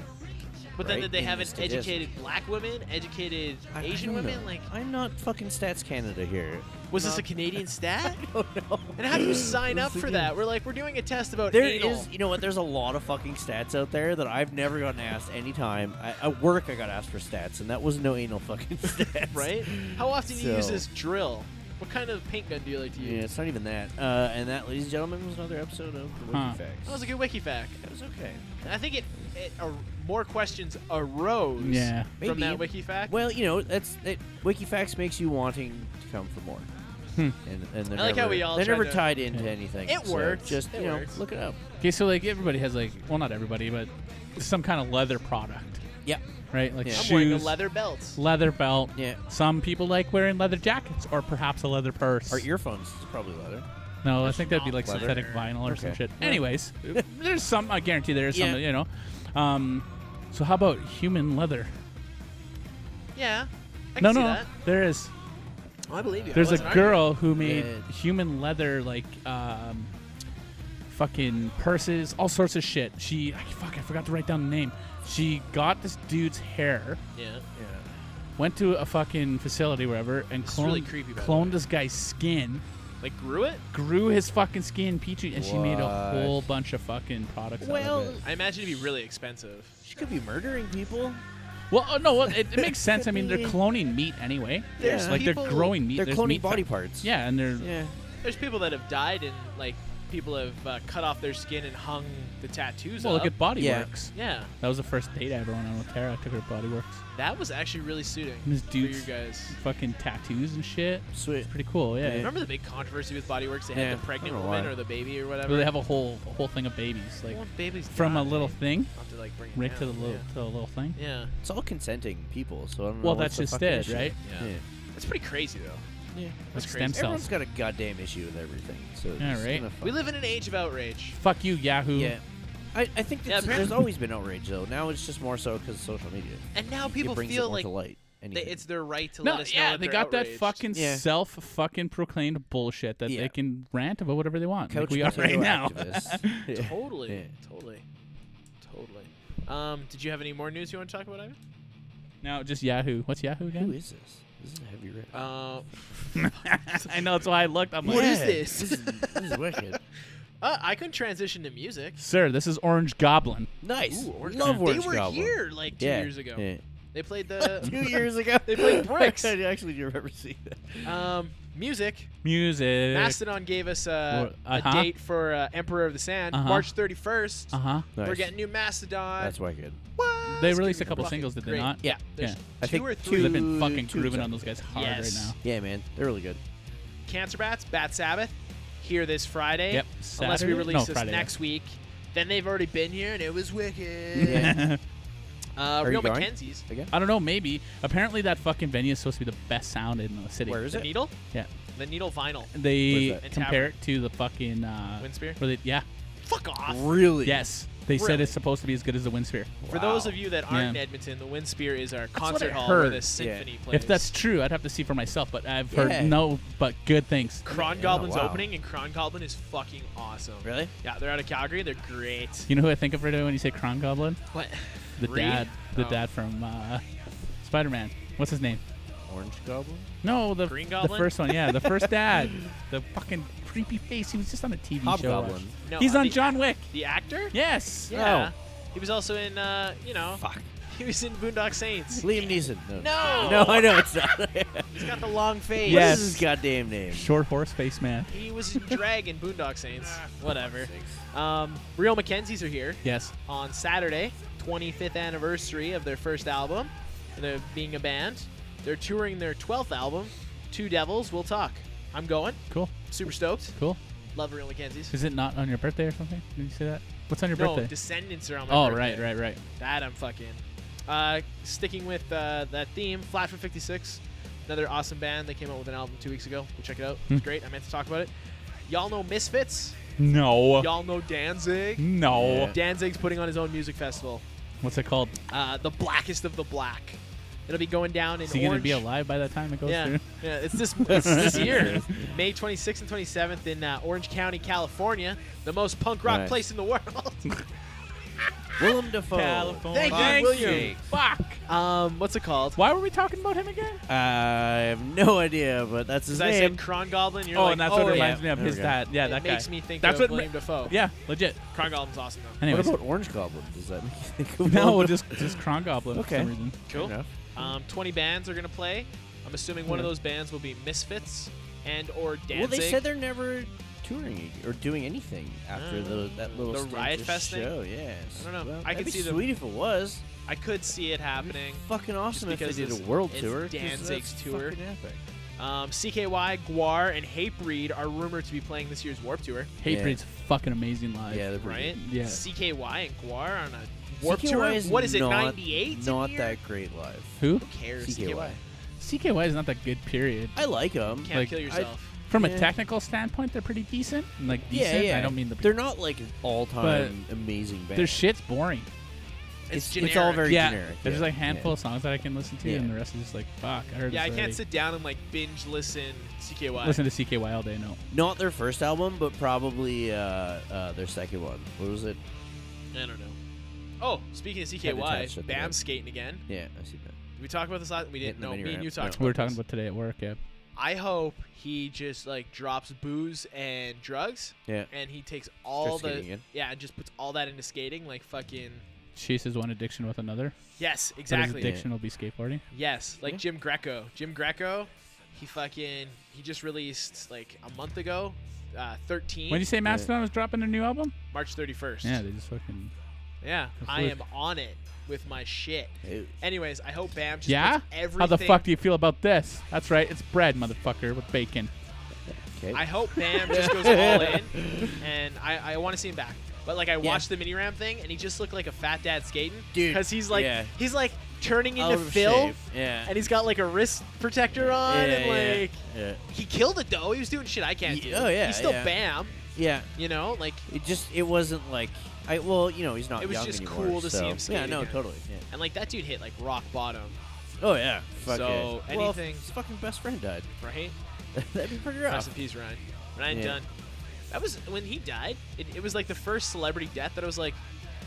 Speaker 2: But then
Speaker 5: right,
Speaker 2: did they
Speaker 5: in
Speaker 2: have
Speaker 5: the
Speaker 2: an
Speaker 5: statistic.
Speaker 2: educated black women, educated
Speaker 5: I- I
Speaker 2: Asian
Speaker 5: don't
Speaker 2: women?
Speaker 5: know.
Speaker 2: Like,
Speaker 5: I'm not fucking stats Canada here.
Speaker 2: was this
Speaker 5: Not-
Speaker 2: a Canadian stat?
Speaker 5: Oh no.
Speaker 2: And how do you sign
Speaker 5: This
Speaker 2: up
Speaker 5: is
Speaker 2: for
Speaker 5: a-
Speaker 2: that? We're like, we're doing a test about
Speaker 5: There
Speaker 2: anal.
Speaker 5: is, you know what? There's a lot of fucking stats out there that I've never gotten asked any time. I, at work, I got asked for stats, and that was no anal fucking stats,
Speaker 2: right? How often do you use
Speaker 5: So-
Speaker 2: this drill? What kind of paint gun do you like to
Speaker 5: Yeah,
Speaker 2: use?
Speaker 5: it's not even that. Uh, and that, ladies and gentlemen, was another episode of the Wiki
Speaker 1: Huh.
Speaker 5: Facts.
Speaker 2: That was a good wiki fact.
Speaker 5: That was okay.
Speaker 2: I think it, it ar- more questions arose
Speaker 1: Yeah.
Speaker 2: from
Speaker 5: Maybe.
Speaker 2: that wiki fact.
Speaker 5: Well, you know, that's it, Wiki Facts makes you wanting to come for more. and, and they're
Speaker 2: I like
Speaker 5: never,
Speaker 2: how we all
Speaker 5: they're
Speaker 2: tried
Speaker 5: never
Speaker 2: to-
Speaker 5: tied into
Speaker 1: Yeah.
Speaker 5: anything.
Speaker 2: It
Speaker 5: so
Speaker 2: worked.
Speaker 5: Just
Speaker 2: It
Speaker 5: you know,
Speaker 2: worked.
Speaker 5: look it up.
Speaker 1: Okay, so like everybody has like, well, not everybody, but some kind of leather product,
Speaker 5: Yeah,
Speaker 1: right? Like
Speaker 5: Yeah.
Speaker 2: I'm
Speaker 1: shoes,
Speaker 2: wearing a leather belt.
Speaker 1: leather belt.
Speaker 5: yeah.
Speaker 1: Some people like wearing leather jackets or perhaps a leather purse.
Speaker 5: Our earphones is probably leather.
Speaker 1: no, I think that'd be like
Speaker 5: Leather.
Speaker 1: synthetic vinyl or some
Speaker 5: Okay.
Speaker 1: shit. Anyways, there's some. I guarantee there is
Speaker 5: Yeah.
Speaker 1: some. You know. Um, so how about human leather?
Speaker 2: Yeah. I can
Speaker 1: no,
Speaker 2: see
Speaker 1: no,
Speaker 2: that.
Speaker 1: there is.
Speaker 2: I believe you. I
Speaker 1: There's a
Speaker 2: wasn't arguing.
Speaker 1: girl who made
Speaker 5: Yeah.
Speaker 1: human leather like um, fucking purses, all sorts of shit. She I, fuck, I forgot to write down the name. She got this dude's hair,
Speaker 2: Yeah.
Speaker 1: went to a fucking facility wherever, and
Speaker 2: It's
Speaker 1: cloned
Speaker 2: really creepy, by the
Speaker 1: cloned
Speaker 2: way.
Speaker 1: this guy's skin,
Speaker 2: Like grew it?
Speaker 1: Grew his fucking skin Petri, and she made a
Speaker 5: What?
Speaker 1: whole bunch of fucking products. out
Speaker 5: Well,
Speaker 1: of it.
Speaker 2: I imagine it'd be really expensive.
Speaker 5: she could be murdering people.
Speaker 1: well, oh, no, well, it, it makes sense. I mean, they're cloning meat anyway.
Speaker 5: There's
Speaker 1: like
Speaker 2: people-
Speaker 1: they're growing meat.
Speaker 5: They're
Speaker 1: There's
Speaker 5: cloning
Speaker 1: meat
Speaker 5: body
Speaker 1: fa-
Speaker 5: parts.
Speaker 1: Yeah, and they're
Speaker 5: Yeah.
Speaker 2: There's people that have died and like people have uh, cut off their skin and hung the tattoos.
Speaker 1: well. Look
Speaker 2: up.
Speaker 1: at Body
Speaker 5: Yeah.
Speaker 1: Works.
Speaker 2: yeah,
Speaker 1: That was the first date I ever went on with Tara. I took her to Body Works.
Speaker 2: that was actually really suiting
Speaker 1: And this
Speaker 2: for you
Speaker 1: dude's-
Speaker 2: guys.
Speaker 1: Fucking tattoos and shit.
Speaker 5: Sweet.
Speaker 1: It's pretty cool. Yeah.
Speaker 5: Yeah.
Speaker 2: Remember the big controversy with Bodyworks? They
Speaker 5: Yeah,
Speaker 2: had
Speaker 5: I
Speaker 2: the pregnant
Speaker 5: don't know
Speaker 2: woman
Speaker 5: why.
Speaker 2: or the baby or
Speaker 1: Well,
Speaker 2: whatever.
Speaker 1: they have a whole a whole thing of babies, like
Speaker 2: Well, babies
Speaker 1: from
Speaker 2: die,
Speaker 1: a little
Speaker 2: right?
Speaker 1: thing
Speaker 2: I'll have to, like, bring it
Speaker 1: right to the
Speaker 2: down,
Speaker 1: little to the little thing.
Speaker 2: Yeah. yeah,
Speaker 5: It's all consenting people, so I don't know.
Speaker 1: Well, that's
Speaker 5: what's the
Speaker 1: just
Speaker 5: fucking
Speaker 1: it,
Speaker 5: issue.
Speaker 1: right?
Speaker 2: Yeah. that's pretty crazy though.
Speaker 5: Yeah.
Speaker 2: That's
Speaker 1: Like stem
Speaker 2: crazy.
Speaker 1: cells.
Speaker 5: Everyone's got a goddamn issue with everything. So
Speaker 1: Yeah,
Speaker 5: it's
Speaker 1: right.
Speaker 5: gonna fuck-
Speaker 2: We live in an age of outrage.
Speaker 1: Fuck you, Yahoo.
Speaker 5: Yeah. I, I think
Speaker 2: Yeah,
Speaker 5: that's, there's
Speaker 2: apparently-
Speaker 5: always been outrage though. Now it's just more so because social media.
Speaker 2: And now
Speaker 5: it
Speaker 2: people
Speaker 5: brings it
Speaker 2: feel
Speaker 5: more
Speaker 2: like
Speaker 5: to light.
Speaker 2: they,
Speaker 5: Anything.
Speaker 2: it's their right to
Speaker 1: No,
Speaker 2: let us know.
Speaker 1: yeah,
Speaker 2: that
Speaker 1: they
Speaker 2: they're
Speaker 1: got that
Speaker 2: outraged.
Speaker 1: fucking
Speaker 5: Yeah.
Speaker 1: self fucking proclaimed bullshit that
Speaker 5: Yeah.
Speaker 1: they can rant about whatever they want.
Speaker 5: Couch
Speaker 1: like we are
Speaker 5: potato
Speaker 1: right now.
Speaker 5: activists. Yeah.
Speaker 2: Totally,
Speaker 5: Yeah.
Speaker 2: totally, totally. Um, did you have any more news you want to talk about, Ivan?
Speaker 1: no, just Yahoo. What's Yahoo
Speaker 5: Who
Speaker 1: again?
Speaker 5: is this? This is a heavy riff.
Speaker 2: Uh,
Speaker 1: I know that's why I looked. I'm like,
Speaker 2: What is
Speaker 5: Yeah,
Speaker 2: this?
Speaker 5: This is, this is wicked.
Speaker 2: uh, I can transition to music.
Speaker 1: Sir, this is Orange Goblin.
Speaker 5: Nice.
Speaker 2: Ooh, Orange
Speaker 5: Love
Speaker 1: Goblin.
Speaker 5: Orange
Speaker 2: they were
Speaker 5: Goblin.
Speaker 2: here like two
Speaker 5: yeah.
Speaker 2: years ago.
Speaker 5: Yeah.
Speaker 2: They played the
Speaker 5: Two years ago.
Speaker 2: They played bricks.
Speaker 5: I actually do remember seeing that.
Speaker 2: um, music.
Speaker 1: Music.
Speaker 2: Mastodon gave us uh,
Speaker 1: Or- uh-huh.
Speaker 2: a date for uh, Emperor of the Sand,
Speaker 1: Uh-huh.
Speaker 2: March 31st.
Speaker 1: Uh huh.
Speaker 2: We're
Speaker 5: Nice.
Speaker 2: getting new Mastodon.
Speaker 5: That's wicked.
Speaker 2: What?
Speaker 1: They released a
Speaker 2: Give me
Speaker 1: couple
Speaker 2: fucking
Speaker 1: singles, did they
Speaker 2: great.
Speaker 1: not?
Speaker 5: Yeah.
Speaker 2: There's
Speaker 1: Yeah.
Speaker 5: I
Speaker 2: two
Speaker 5: think
Speaker 2: or
Speaker 5: two-
Speaker 2: three.
Speaker 1: They've been fucking
Speaker 5: two
Speaker 1: grooving
Speaker 5: songs.
Speaker 1: on those guys hard
Speaker 2: Yes.
Speaker 1: right now.
Speaker 5: Yeah, man. They're really good.
Speaker 2: Cancer Bats, Bat Sabbath, here this Friday.
Speaker 1: Yep.
Speaker 2: Unless we
Speaker 1: Saturday?
Speaker 2: release
Speaker 1: No,
Speaker 2: this
Speaker 1: Friday, yeah.
Speaker 2: next week. Then they've already been here and it was wicked.
Speaker 5: Yeah.
Speaker 2: Uh,
Speaker 5: you
Speaker 2: Real
Speaker 5: going?
Speaker 2: Mackenzie's.
Speaker 5: Again?
Speaker 1: I don't know. Maybe. Apparently, that fucking venue is supposed to be the best sound in the city.
Speaker 5: Where is
Speaker 2: The
Speaker 5: it?
Speaker 2: Needle?
Speaker 1: Yeah.
Speaker 2: The Needle Vinyl.
Speaker 1: They
Speaker 5: Where's
Speaker 2: that?
Speaker 1: compare it to the fucking uh,
Speaker 2: Windspear?
Speaker 1: where they- yeah.
Speaker 2: Fuck off.
Speaker 5: Really?
Speaker 1: Yes. They said
Speaker 2: Really?
Speaker 1: it's supposed to be as good as the Windsphere.
Speaker 2: For those of you that aren't
Speaker 1: Yeah.
Speaker 2: in Edmonton, the Windspear is our
Speaker 1: what
Speaker 2: concert
Speaker 1: I
Speaker 2: hall where
Speaker 1: heard.
Speaker 2: the symphony plays.
Speaker 1: If that's true, I'd have to see for myself, but I've
Speaker 5: Yeah.
Speaker 1: heard no but good things.
Speaker 2: Cron
Speaker 5: Yeah,
Speaker 2: Goblin's
Speaker 5: Oh, wow.
Speaker 2: opening, and Cron Goblin is fucking awesome.
Speaker 5: Really?
Speaker 2: Yeah, they're out of Calgary. They're great.
Speaker 1: You know who I think of right away when you say Kron Goblin?
Speaker 2: What?
Speaker 1: The
Speaker 2: Reed?
Speaker 1: dad. The
Speaker 2: Oh.
Speaker 1: dad from uh, Spider Man. What's his name?
Speaker 5: Orange Goblin?
Speaker 1: No, the
Speaker 2: Green
Speaker 1: the
Speaker 2: Goblin?
Speaker 1: first one. Yeah, the first dad. the fucking creepy face. He was just on a TV show.
Speaker 5: Hobgoblin.
Speaker 2: No,
Speaker 1: He's
Speaker 2: uh,
Speaker 1: on
Speaker 2: the-
Speaker 1: John Wick.
Speaker 2: The actor?
Speaker 1: Yes. Oh.
Speaker 2: Yeah. He was also in, uh, you know,
Speaker 5: Fuck.
Speaker 2: he was in Boondock Saints.
Speaker 5: Liam Neeson. No.
Speaker 2: No.
Speaker 5: No, I know it's not.
Speaker 2: He's got the long face.
Speaker 1: Yes.
Speaker 5: This is his goddamn name.
Speaker 1: Short horse face man.
Speaker 2: He was in Drag in Boondock Saints. Whatever. Um, Real Mackenzies are here
Speaker 1: Yes.
Speaker 2: on Saturday, 25th anniversary of their first album. They're being a band. They're touring their 12th album, Two Devils Will Talk. I'm going.
Speaker 1: Cool.
Speaker 2: Super stoked.
Speaker 1: Cool.
Speaker 2: Love Real Mackenzies.
Speaker 1: Is it not on your birthday or something? Did you say that? What's on your
Speaker 2: No,
Speaker 1: birthday?
Speaker 2: Descendants are on my
Speaker 1: oh, right,
Speaker 2: birthday.
Speaker 1: right, right.
Speaker 2: That I'm fucking. Uh, sticking with uh, that theme, Flat for 56, another awesome band. They came out with an album two weeks ago. Go check it out. It's
Speaker 1: Hmm.
Speaker 2: great. I meant to talk about it. Y'all know Misfits.
Speaker 1: No.
Speaker 2: Y'all know
Speaker 1: Hmm.
Speaker 2: Danzig.
Speaker 1: No.
Speaker 5: Yeah.
Speaker 2: Danzig's putting on his own music festival,
Speaker 1: What's it called?
Speaker 2: uh, the Blackest of the Black. It'll be going down in
Speaker 1: Is he
Speaker 2: Orange.
Speaker 1: gonna be alive by the time it goes
Speaker 2: Yeah,
Speaker 1: through?
Speaker 2: yeah, it's this it's this year, May 26th and 27th in uh, Orange County, California, the most punk rock
Speaker 5: Nice.
Speaker 2: place in the world.
Speaker 5: Willem Dafoe.
Speaker 2: Thank you,
Speaker 5: Fuck's
Speaker 2: William.
Speaker 5: sake.
Speaker 1: Fuck.
Speaker 2: um, what's it called?
Speaker 1: Why were we talking about him again?
Speaker 5: I have no idea, but that's his
Speaker 2: Because I
Speaker 5: name.
Speaker 2: said Kron Goblin, you're
Speaker 1: oh,
Speaker 2: like,
Speaker 1: and that's
Speaker 2: oh,
Speaker 1: what
Speaker 2: yeah.
Speaker 1: reminds me of
Speaker 5: There
Speaker 1: his
Speaker 5: we go.
Speaker 1: dad. Yeah,
Speaker 2: it
Speaker 1: that guy.
Speaker 2: makes me think
Speaker 1: That's
Speaker 2: that's of
Speaker 1: what
Speaker 2: William Dafoe.
Speaker 1: Yeah, legit.
Speaker 2: Cron Goblin's awesome though.
Speaker 5: what
Speaker 1: Anyways,
Speaker 5: about Orange Goblin? Does that make you think of
Speaker 1: no,
Speaker 5: Willem
Speaker 1: just just Kron Goblin
Speaker 5: Okay.
Speaker 1: for some reason.
Speaker 5: Dafoe?
Speaker 2: Cool.
Speaker 5: Enough.
Speaker 2: Um, 20 bands are gonna play. I'm assuming one of
Speaker 5: Yeah.
Speaker 2: those bands will be Misfits and or Danzig.
Speaker 5: Well, they said they're never touring or doing anything after
Speaker 2: Uh,
Speaker 5: the, that little
Speaker 2: the
Speaker 5: stint
Speaker 2: Riot
Speaker 5: of
Speaker 2: Fest thing?
Speaker 5: show. Yeah, yes.
Speaker 2: I don't know.
Speaker 5: Well,
Speaker 2: I
Speaker 5: that'd
Speaker 2: could
Speaker 5: be
Speaker 2: see them-
Speaker 5: sweet if it was.
Speaker 2: I could see it
Speaker 5: It'd be
Speaker 2: happening.
Speaker 5: fucking awesome if they
Speaker 2: because
Speaker 5: did a
Speaker 2: it's-
Speaker 5: world
Speaker 2: it's
Speaker 5: tour. 'cause
Speaker 2: Danzig's
Speaker 5: that's
Speaker 2: tour.
Speaker 5: fucking epic.
Speaker 2: Um, CKY, Guar, and Hatebreed are rumored to be playing this year's Warp Tour,
Speaker 1: Hatebreed's fucking amazing live.
Speaker 5: Yeah, they're pretty
Speaker 2: right?
Speaker 5: good.
Speaker 1: Yeah.
Speaker 2: CKY and Guar on a Warp
Speaker 5: CKY
Speaker 2: Tour.
Speaker 5: is
Speaker 2: what is it?
Speaker 5: not-
Speaker 2: 98.
Speaker 5: Not that great live.
Speaker 1: Who?
Speaker 2: Who cares?
Speaker 5: CKY.
Speaker 1: CKY is not that good. Period.
Speaker 5: I like them.
Speaker 2: Can't
Speaker 1: Like,
Speaker 2: kill
Speaker 1: I-
Speaker 2: yourself.
Speaker 1: From
Speaker 5: Yeah.
Speaker 1: a technical standpoint, they're pretty decent. Like decent.
Speaker 5: Yeah, yeah.
Speaker 1: I don't mean the.
Speaker 5: They're not like an all-time amazing band.
Speaker 1: Their shit's boring.
Speaker 5: It's,
Speaker 2: generic.
Speaker 5: it's all very
Speaker 1: yeah.
Speaker 5: generic.
Speaker 1: There's
Speaker 5: yeah,
Speaker 1: like a handful
Speaker 5: yeah.
Speaker 1: of songs that I can listen to,
Speaker 5: Yeah.
Speaker 1: and the rest is just like, fuck. I heard.
Speaker 2: Yeah, I
Speaker 1: this
Speaker 2: can't
Speaker 1: already.
Speaker 2: sit down and like binge listen CKY.
Speaker 1: Listen to CKY all day. No.
Speaker 5: Not their first album, but probably uh, uh, their second one. What was it?
Speaker 2: I don't know. Oh, speaking of
Speaker 5: Kinda touched
Speaker 2: CKY,
Speaker 5: at the
Speaker 2: Bam
Speaker 5: end.
Speaker 2: skating again.
Speaker 5: Yeah, I see that.
Speaker 2: Did we talk about this last? We didn't.
Speaker 5: Hitting the
Speaker 2: No,
Speaker 5: mini
Speaker 2: me and you
Speaker 5: ramp.
Speaker 2: talked.
Speaker 5: No.
Speaker 1: We were
Speaker 2: about
Speaker 1: talking about today at work. Yeah.
Speaker 2: I hope he just like drops booze and drugs,
Speaker 5: Yeah.
Speaker 2: and he takes all
Speaker 5: Starts
Speaker 2: the
Speaker 5: skating again.
Speaker 2: yeah, and just puts all that into skating, like fucking
Speaker 1: Chases one addiction with another.
Speaker 2: yes,
Speaker 1: But his
Speaker 2: exactly,
Speaker 1: addiction will be skateboarding.
Speaker 2: yes, like Jim Greco. Jim Greco, he fucking he just released like a month ago, uh, thirteen
Speaker 1: When you say Mastodon was dropping their new album?
Speaker 2: March thirty first.
Speaker 1: Yeah, they just fucking.
Speaker 2: Yeah,
Speaker 1: The
Speaker 2: I am
Speaker 1: fluke.
Speaker 2: on it with my shit.
Speaker 5: It-
Speaker 2: Anyways, I hope Bam just
Speaker 1: Yeah?
Speaker 2: puts everything.
Speaker 1: How the fuck do you feel about this? That's right, it's bread, motherfucker, with bacon.
Speaker 5: okay.
Speaker 2: I hope Bam just goes all in, and I, I want to see him back. But like I watched the mini ram thing, and he just looked like a fat dad skating,
Speaker 5: Dude,
Speaker 2: Because he's like
Speaker 5: yeah.
Speaker 2: he's like turning into
Speaker 5: Out of
Speaker 2: Phil,
Speaker 5: shape. Yeah.
Speaker 2: and he's got like a wrist protector on,
Speaker 5: yeah,
Speaker 2: and like
Speaker 5: yeah, yeah.
Speaker 2: he killed it though. He was doing shit I can't
Speaker 5: Ye-
Speaker 2: do.
Speaker 5: oh, yeah,
Speaker 2: he's still
Speaker 5: yeah.
Speaker 2: Bam,
Speaker 5: Yeah,
Speaker 2: you know, like
Speaker 5: It just it wasn't like I well you know he's not.
Speaker 2: It was
Speaker 5: young
Speaker 2: just
Speaker 5: anymore,
Speaker 2: cool to see
Speaker 5: so-
Speaker 2: him skate
Speaker 5: Yeah, no,
Speaker 2: again.
Speaker 5: totally. Yeah.
Speaker 2: and like that dude hit like rock bottom,
Speaker 5: Oh yeah. Fuck
Speaker 2: So,
Speaker 5: it. Well, if
Speaker 2: anything-
Speaker 5: his fucking best friend died.
Speaker 2: right?
Speaker 5: That'd be pretty
Speaker 2: Rest
Speaker 5: rough.
Speaker 2: in peace, Ryan. Ryan
Speaker 5: Yeah.
Speaker 2: Dunn. That was when he died. It, it was like the first celebrity death that I was like,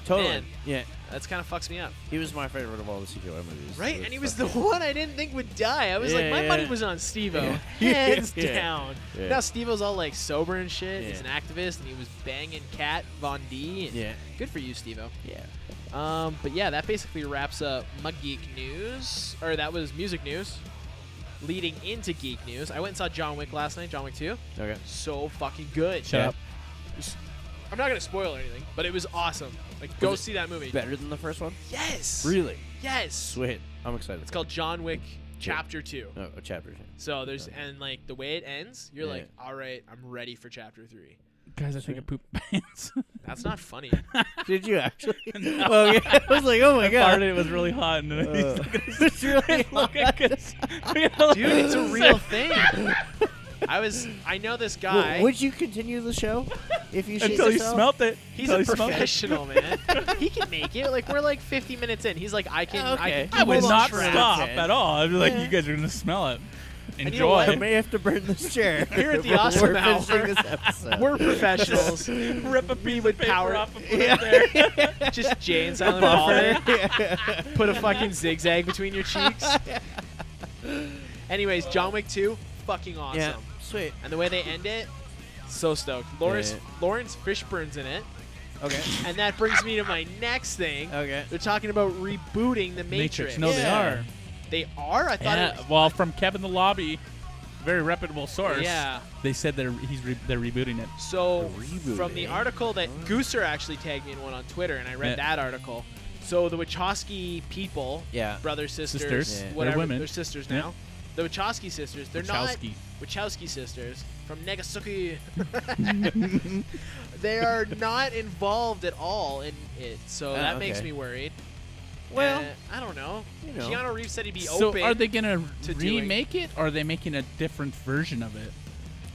Speaker 5: Totally.
Speaker 2: Man.
Speaker 5: Yeah.
Speaker 2: that's kind of fucks me up.
Speaker 5: He was my favorite of all the CGI movies.
Speaker 2: Right?
Speaker 5: It
Speaker 2: And he was the
Speaker 5: fucking-
Speaker 2: one I didn't think would die. I was
Speaker 5: Yeah,
Speaker 2: like, my
Speaker 5: yeah.
Speaker 2: money was on Steve O.
Speaker 5: Yeah.
Speaker 2: Hands
Speaker 5: Yeah.
Speaker 2: down.
Speaker 5: Yeah.
Speaker 2: Now Steve O's all like sober and shit. He's an
Speaker 5: Yeah.
Speaker 2: activist and he was banging Kat Von D. And
Speaker 5: Yeah.
Speaker 2: Good for you, Steve O.
Speaker 5: Yeah.
Speaker 2: Um, but yeah, that basically wraps up Mug Geek News. Or that was music news. Leading into geek news, I went and saw John Wick last night, John Wick 2.
Speaker 5: Okay.
Speaker 2: So fucking good.
Speaker 1: Shut
Speaker 5: Yeah.
Speaker 1: up.
Speaker 2: I'm not gonna spoil anything, but it was awesome. Like, go
Speaker 5: it
Speaker 2: see that movie.
Speaker 5: Better than the first one.
Speaker 2: Yes.
Speaker 5: Really?
Speaker 2: Yes.
Speaker 5: Sweet. I'm excited.
Speaker 2: It's called John Wick Chapter Two.
Speaker 5: Oh, a chapter.
Speaker 2: So there's and like the way it ends, you're
Speaker 5: Yeah.
Speaker 2: like, all right, I'm ready for Chapter Three.
Speaker 1: Guys, I think I pooped pants.
Speaker 2: That's not funny.
Speaker 5: Did you actually? Oh yeah. I was like, oh my god.
Speaker 1: Farted, it was really hot, and then I
Speaker 5: Uh, it's really
Speaker 1: look
Speaker 5: hot.
Speaker 1: at this. Dude,
Speaker 2: Dude, it's a real thing. I was, I know this guy.
Speaker 5: W- would you continue the show if you shit
Speaker 1: Until you
Speaker 5: yourself?
Speaker 1: smelt it.
Speaker 2: He's
Speaker 1: Until
Speaker 2: a
Speaker 1: you smelt it.
Speaker 2: professional, man. He can make it. Like we're like 50 minutes in. He's like, I can. I,
Speaker 5: Okay.
Speaker 2: can
Speaker 1: I would
Speaker 2: hold on
Speaker 1: not
Speaker 2: track.
Speaker 1: stop at all. I'd be like,
Speaker 5: Yeah.
Speaker 1: you guys are gonna smell it.
Speaker 2: you know
Speaker 1: Enjoy.
Speaker 2: what?
Speaker 5: I may have to burn this chair.
Speaker 2: Here at the
Speaker 5: We're
Speaker 2: Awesome Hour.
Speaker 5: finishing this episode.
Speaker 2: We're professionals.
Speaker 1: Rip a piece
Speaker 2: would
Speaker 1: of paper
Speaker 2: power-
Speaker 1: off and put
Speaker 5: Yeah.
Speaker 1: it there.
Speaker 2: Just Jay and Silent Bob there. Put a fucking zigzag between your cheeks. Anyways, John Wick 2, fucking awesome.
Speaker 5: Yeah. Sweet.
Speaker 2: And the way they end it, so stoked. Lawrence
Speaker 5: Yeah.
Speaker 2: Lawrence Fishburne's in it,
Speaker 5: Okay.
Speaker 2: and that brings me to my next thing.
Speaker 5: Okay.
Speaker 2: They're talking about rebooting the
Speaker 1: Matrix.
Speaker 2: Matrix.
Speaker 1: No,
Speaker 5: Yeah.
Speaker 1: they are.
Speaker 2: they are. I thought.
Speaker 1: Yeah,
Speaker 2: It
Speaker 1: well, from Kevin the Lobby, very reputable source.
Speaker 2: Yeah.
Speaker 1: They said they're he's re- they're rebooting it.
Speaker 2: So
Speaker 5: Reboot,
Speaker 2: from the
Speaker 5: eh?
Speaker 2: article that Gooser actually tagged me in one on Twitter, and I read
Speaker 1: Yeah.
Speaker 2: that article. So the Wachowski people,
Speaker 5: Yeah.
Speaker 2: brothers, sisters,
Speaker 1: Sisters.
Speaker 5: Yeah. They're
Speaker 2: whatever,
Speaker 1: women.
Speaker 2: they're sisters
Speaker 1: Yeah.
Speaker 2: now. The Wachowski sisters, they're
Speaker 1: Wachowski.
Speaker 2: not Wachowski sisters from Nagasaki. they are not involved at all in it, so
Speaker 5: Ah,
Speaker 2: that makes
Speaker 5: okay.
Speaker 2: me worried.
Speaker 5: Well,
Speaker 2: Uh, I don't know.
Speaker 5: you know.
Speaker 2: Keanu Reeves said he'd be
Speaker 1: so
Speaker 2: open.
Speaker 1: are they gonna
Speaker 2: to doing-
Speaker 1: remake it, or are they making a different version of it?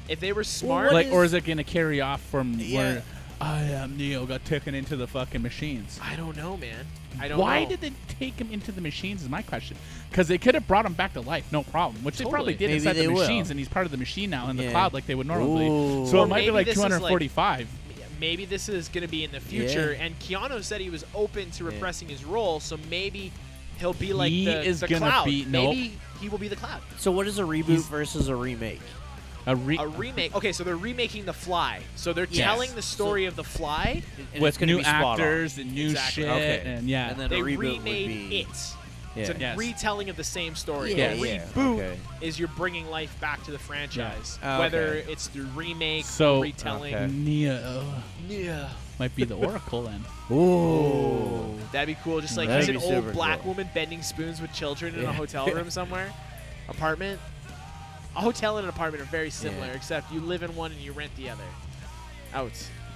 Speaker 2: if they were smart,
Speaker 1: like, or is it gonna carry off from
Speaker 5: Yeah.
Speaker 1: where I am Neo got taken into the fucking machines?
Speaker 2: I don't know, man. I don't.
Speaker 1: Why
Speaker 2: know.
Speaker 1: did they take him into the machines? Is my question. Because they could have brought him back to life, no problem. Which they
Speaker 2: Totally.
Speaker 1: probably did
Speaker 5: Maybe
Speaker 1: inside
Speaker 5: they
Speaker 1: the
Speaker 5: will.
Speaker 1: machines, and he's part of the machine now in the
Speaker 5: Yeah.
Speaker 1: cloud, like they would normally.
Speaker 5: Ooh.
Speaker 1: So
Speaker 5: Or
Speaker 1: it might
Speaker 2: maybe
Speaker 1: be like
Speaker 2: this is like-
Speaker 1: 245.
Speaker 2: maybe this is going to be in the future. And Keanu said he was open to
Speaker 5: Yeah.
Speaker 2: repressing his role, so maybe he'll be like
Speaker 1: He
Speaker 2: the,
Speaker 1: is
Speaker 2: the
Speaker 1: gonna
Speaker 2: cloud.
Speaker 1: be-
Speaker 2: Maybe he will be the cloud.
Speaker 5: So what is a reboot
Speaker 1: He's-
Speaker 5: versus a remake?
Speaker 1: a re-
Speaker 2: A remake. Okay, so they're remaking The Fly. So they're
Speaker 5: Yes.
Speaker 2: telling the story of The Fly.
Speaker 5: And it's
Speaker 1: with
Speaker 5: gonna
Speaker 1: new
Speaker 5: be spot on.
Speaker 1: actors and new
Speaker 2: Exactly.
Speaker 1: shit,
Speaker 5: Okay.
Speaker 1: and yeah,
Speaker 5: And then
Speaker 2: They
Speaker 5: a reboot
Speaker 2: remade
Speaker 5: would be
Speaker 2: it.
Speaker 5: Yeah.
Speaker 2: It's a
Speaker 1: Yes.
Speaker 2: retelling of the same story.
Speaker 5: Yeah,
Speaker 2: A
Speaker 5: yeah,
Speaker 2: Reboot
Speaker 5: okay.
Speaker 2: is you're bringing life back to the franchise,
Speaker 5: Oh,
Speaker 2: whether
Speaker 5: okay.
Speaker 2: it's through remake,
Speaker 1: So-
Speaker 2: retelling.
Speaker 5: Okay.
Speaker 1: Neo
Speaker 2: Yeah.
Speaker 1: might be the Oracle then.
Speaker 5: Ooh.
Speaker 2: That'd be cool. Just like
Speaker 5: That'd
Speaker 2: he's an
Speaker 5: be
Speaker 2: old
Speaker 5: super
Speaker 2: black
Speaker 5: cool.
Speaker 2: woman bending spoons with children in a
Speaker 5: Yeah.
Speaker 2: hotel room somewhere, apartment. A hotel and an apartment are very similar,
Speaker 5: Yeah.
Speaker 2: except you live in one and you rent the other. Out.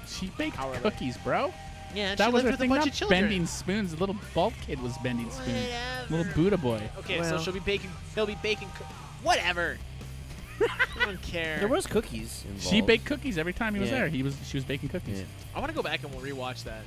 Speaker 1: She baked
Speaker 2: Hourly.
Speaker 1: cookies, bro.
Speaker 2: Yeah,
Speaker 1: that
Speaker 2: she
Speaker 1: was
Speaker 2: lived
Speaker 1: her
Speaker 2: with
Speaker 1: thing.
Speaker 2: a bunch
Speaker 1: Not
Speaker 2: of children.
Speaker 1: bending spoons. The little bald kid was bending spoons. Little
Speaker 2: Whatever.
Speaker 1: Buddha boy.
Speaker 2: Okay, so
Speaker 5: Well.
Speaker 2: she'll be baking. He'll be baking. Coo- whatever. I don't care.
Speaker 5: There was cookies involved.
Speaker 1: She baked cookies every time he was
Speaker 5: Yeah.
Speaker 1: there. He was she was baking cookies.
Speaker 5: Yeah.
Speaker 2: I want to go back and we'll rewatch that.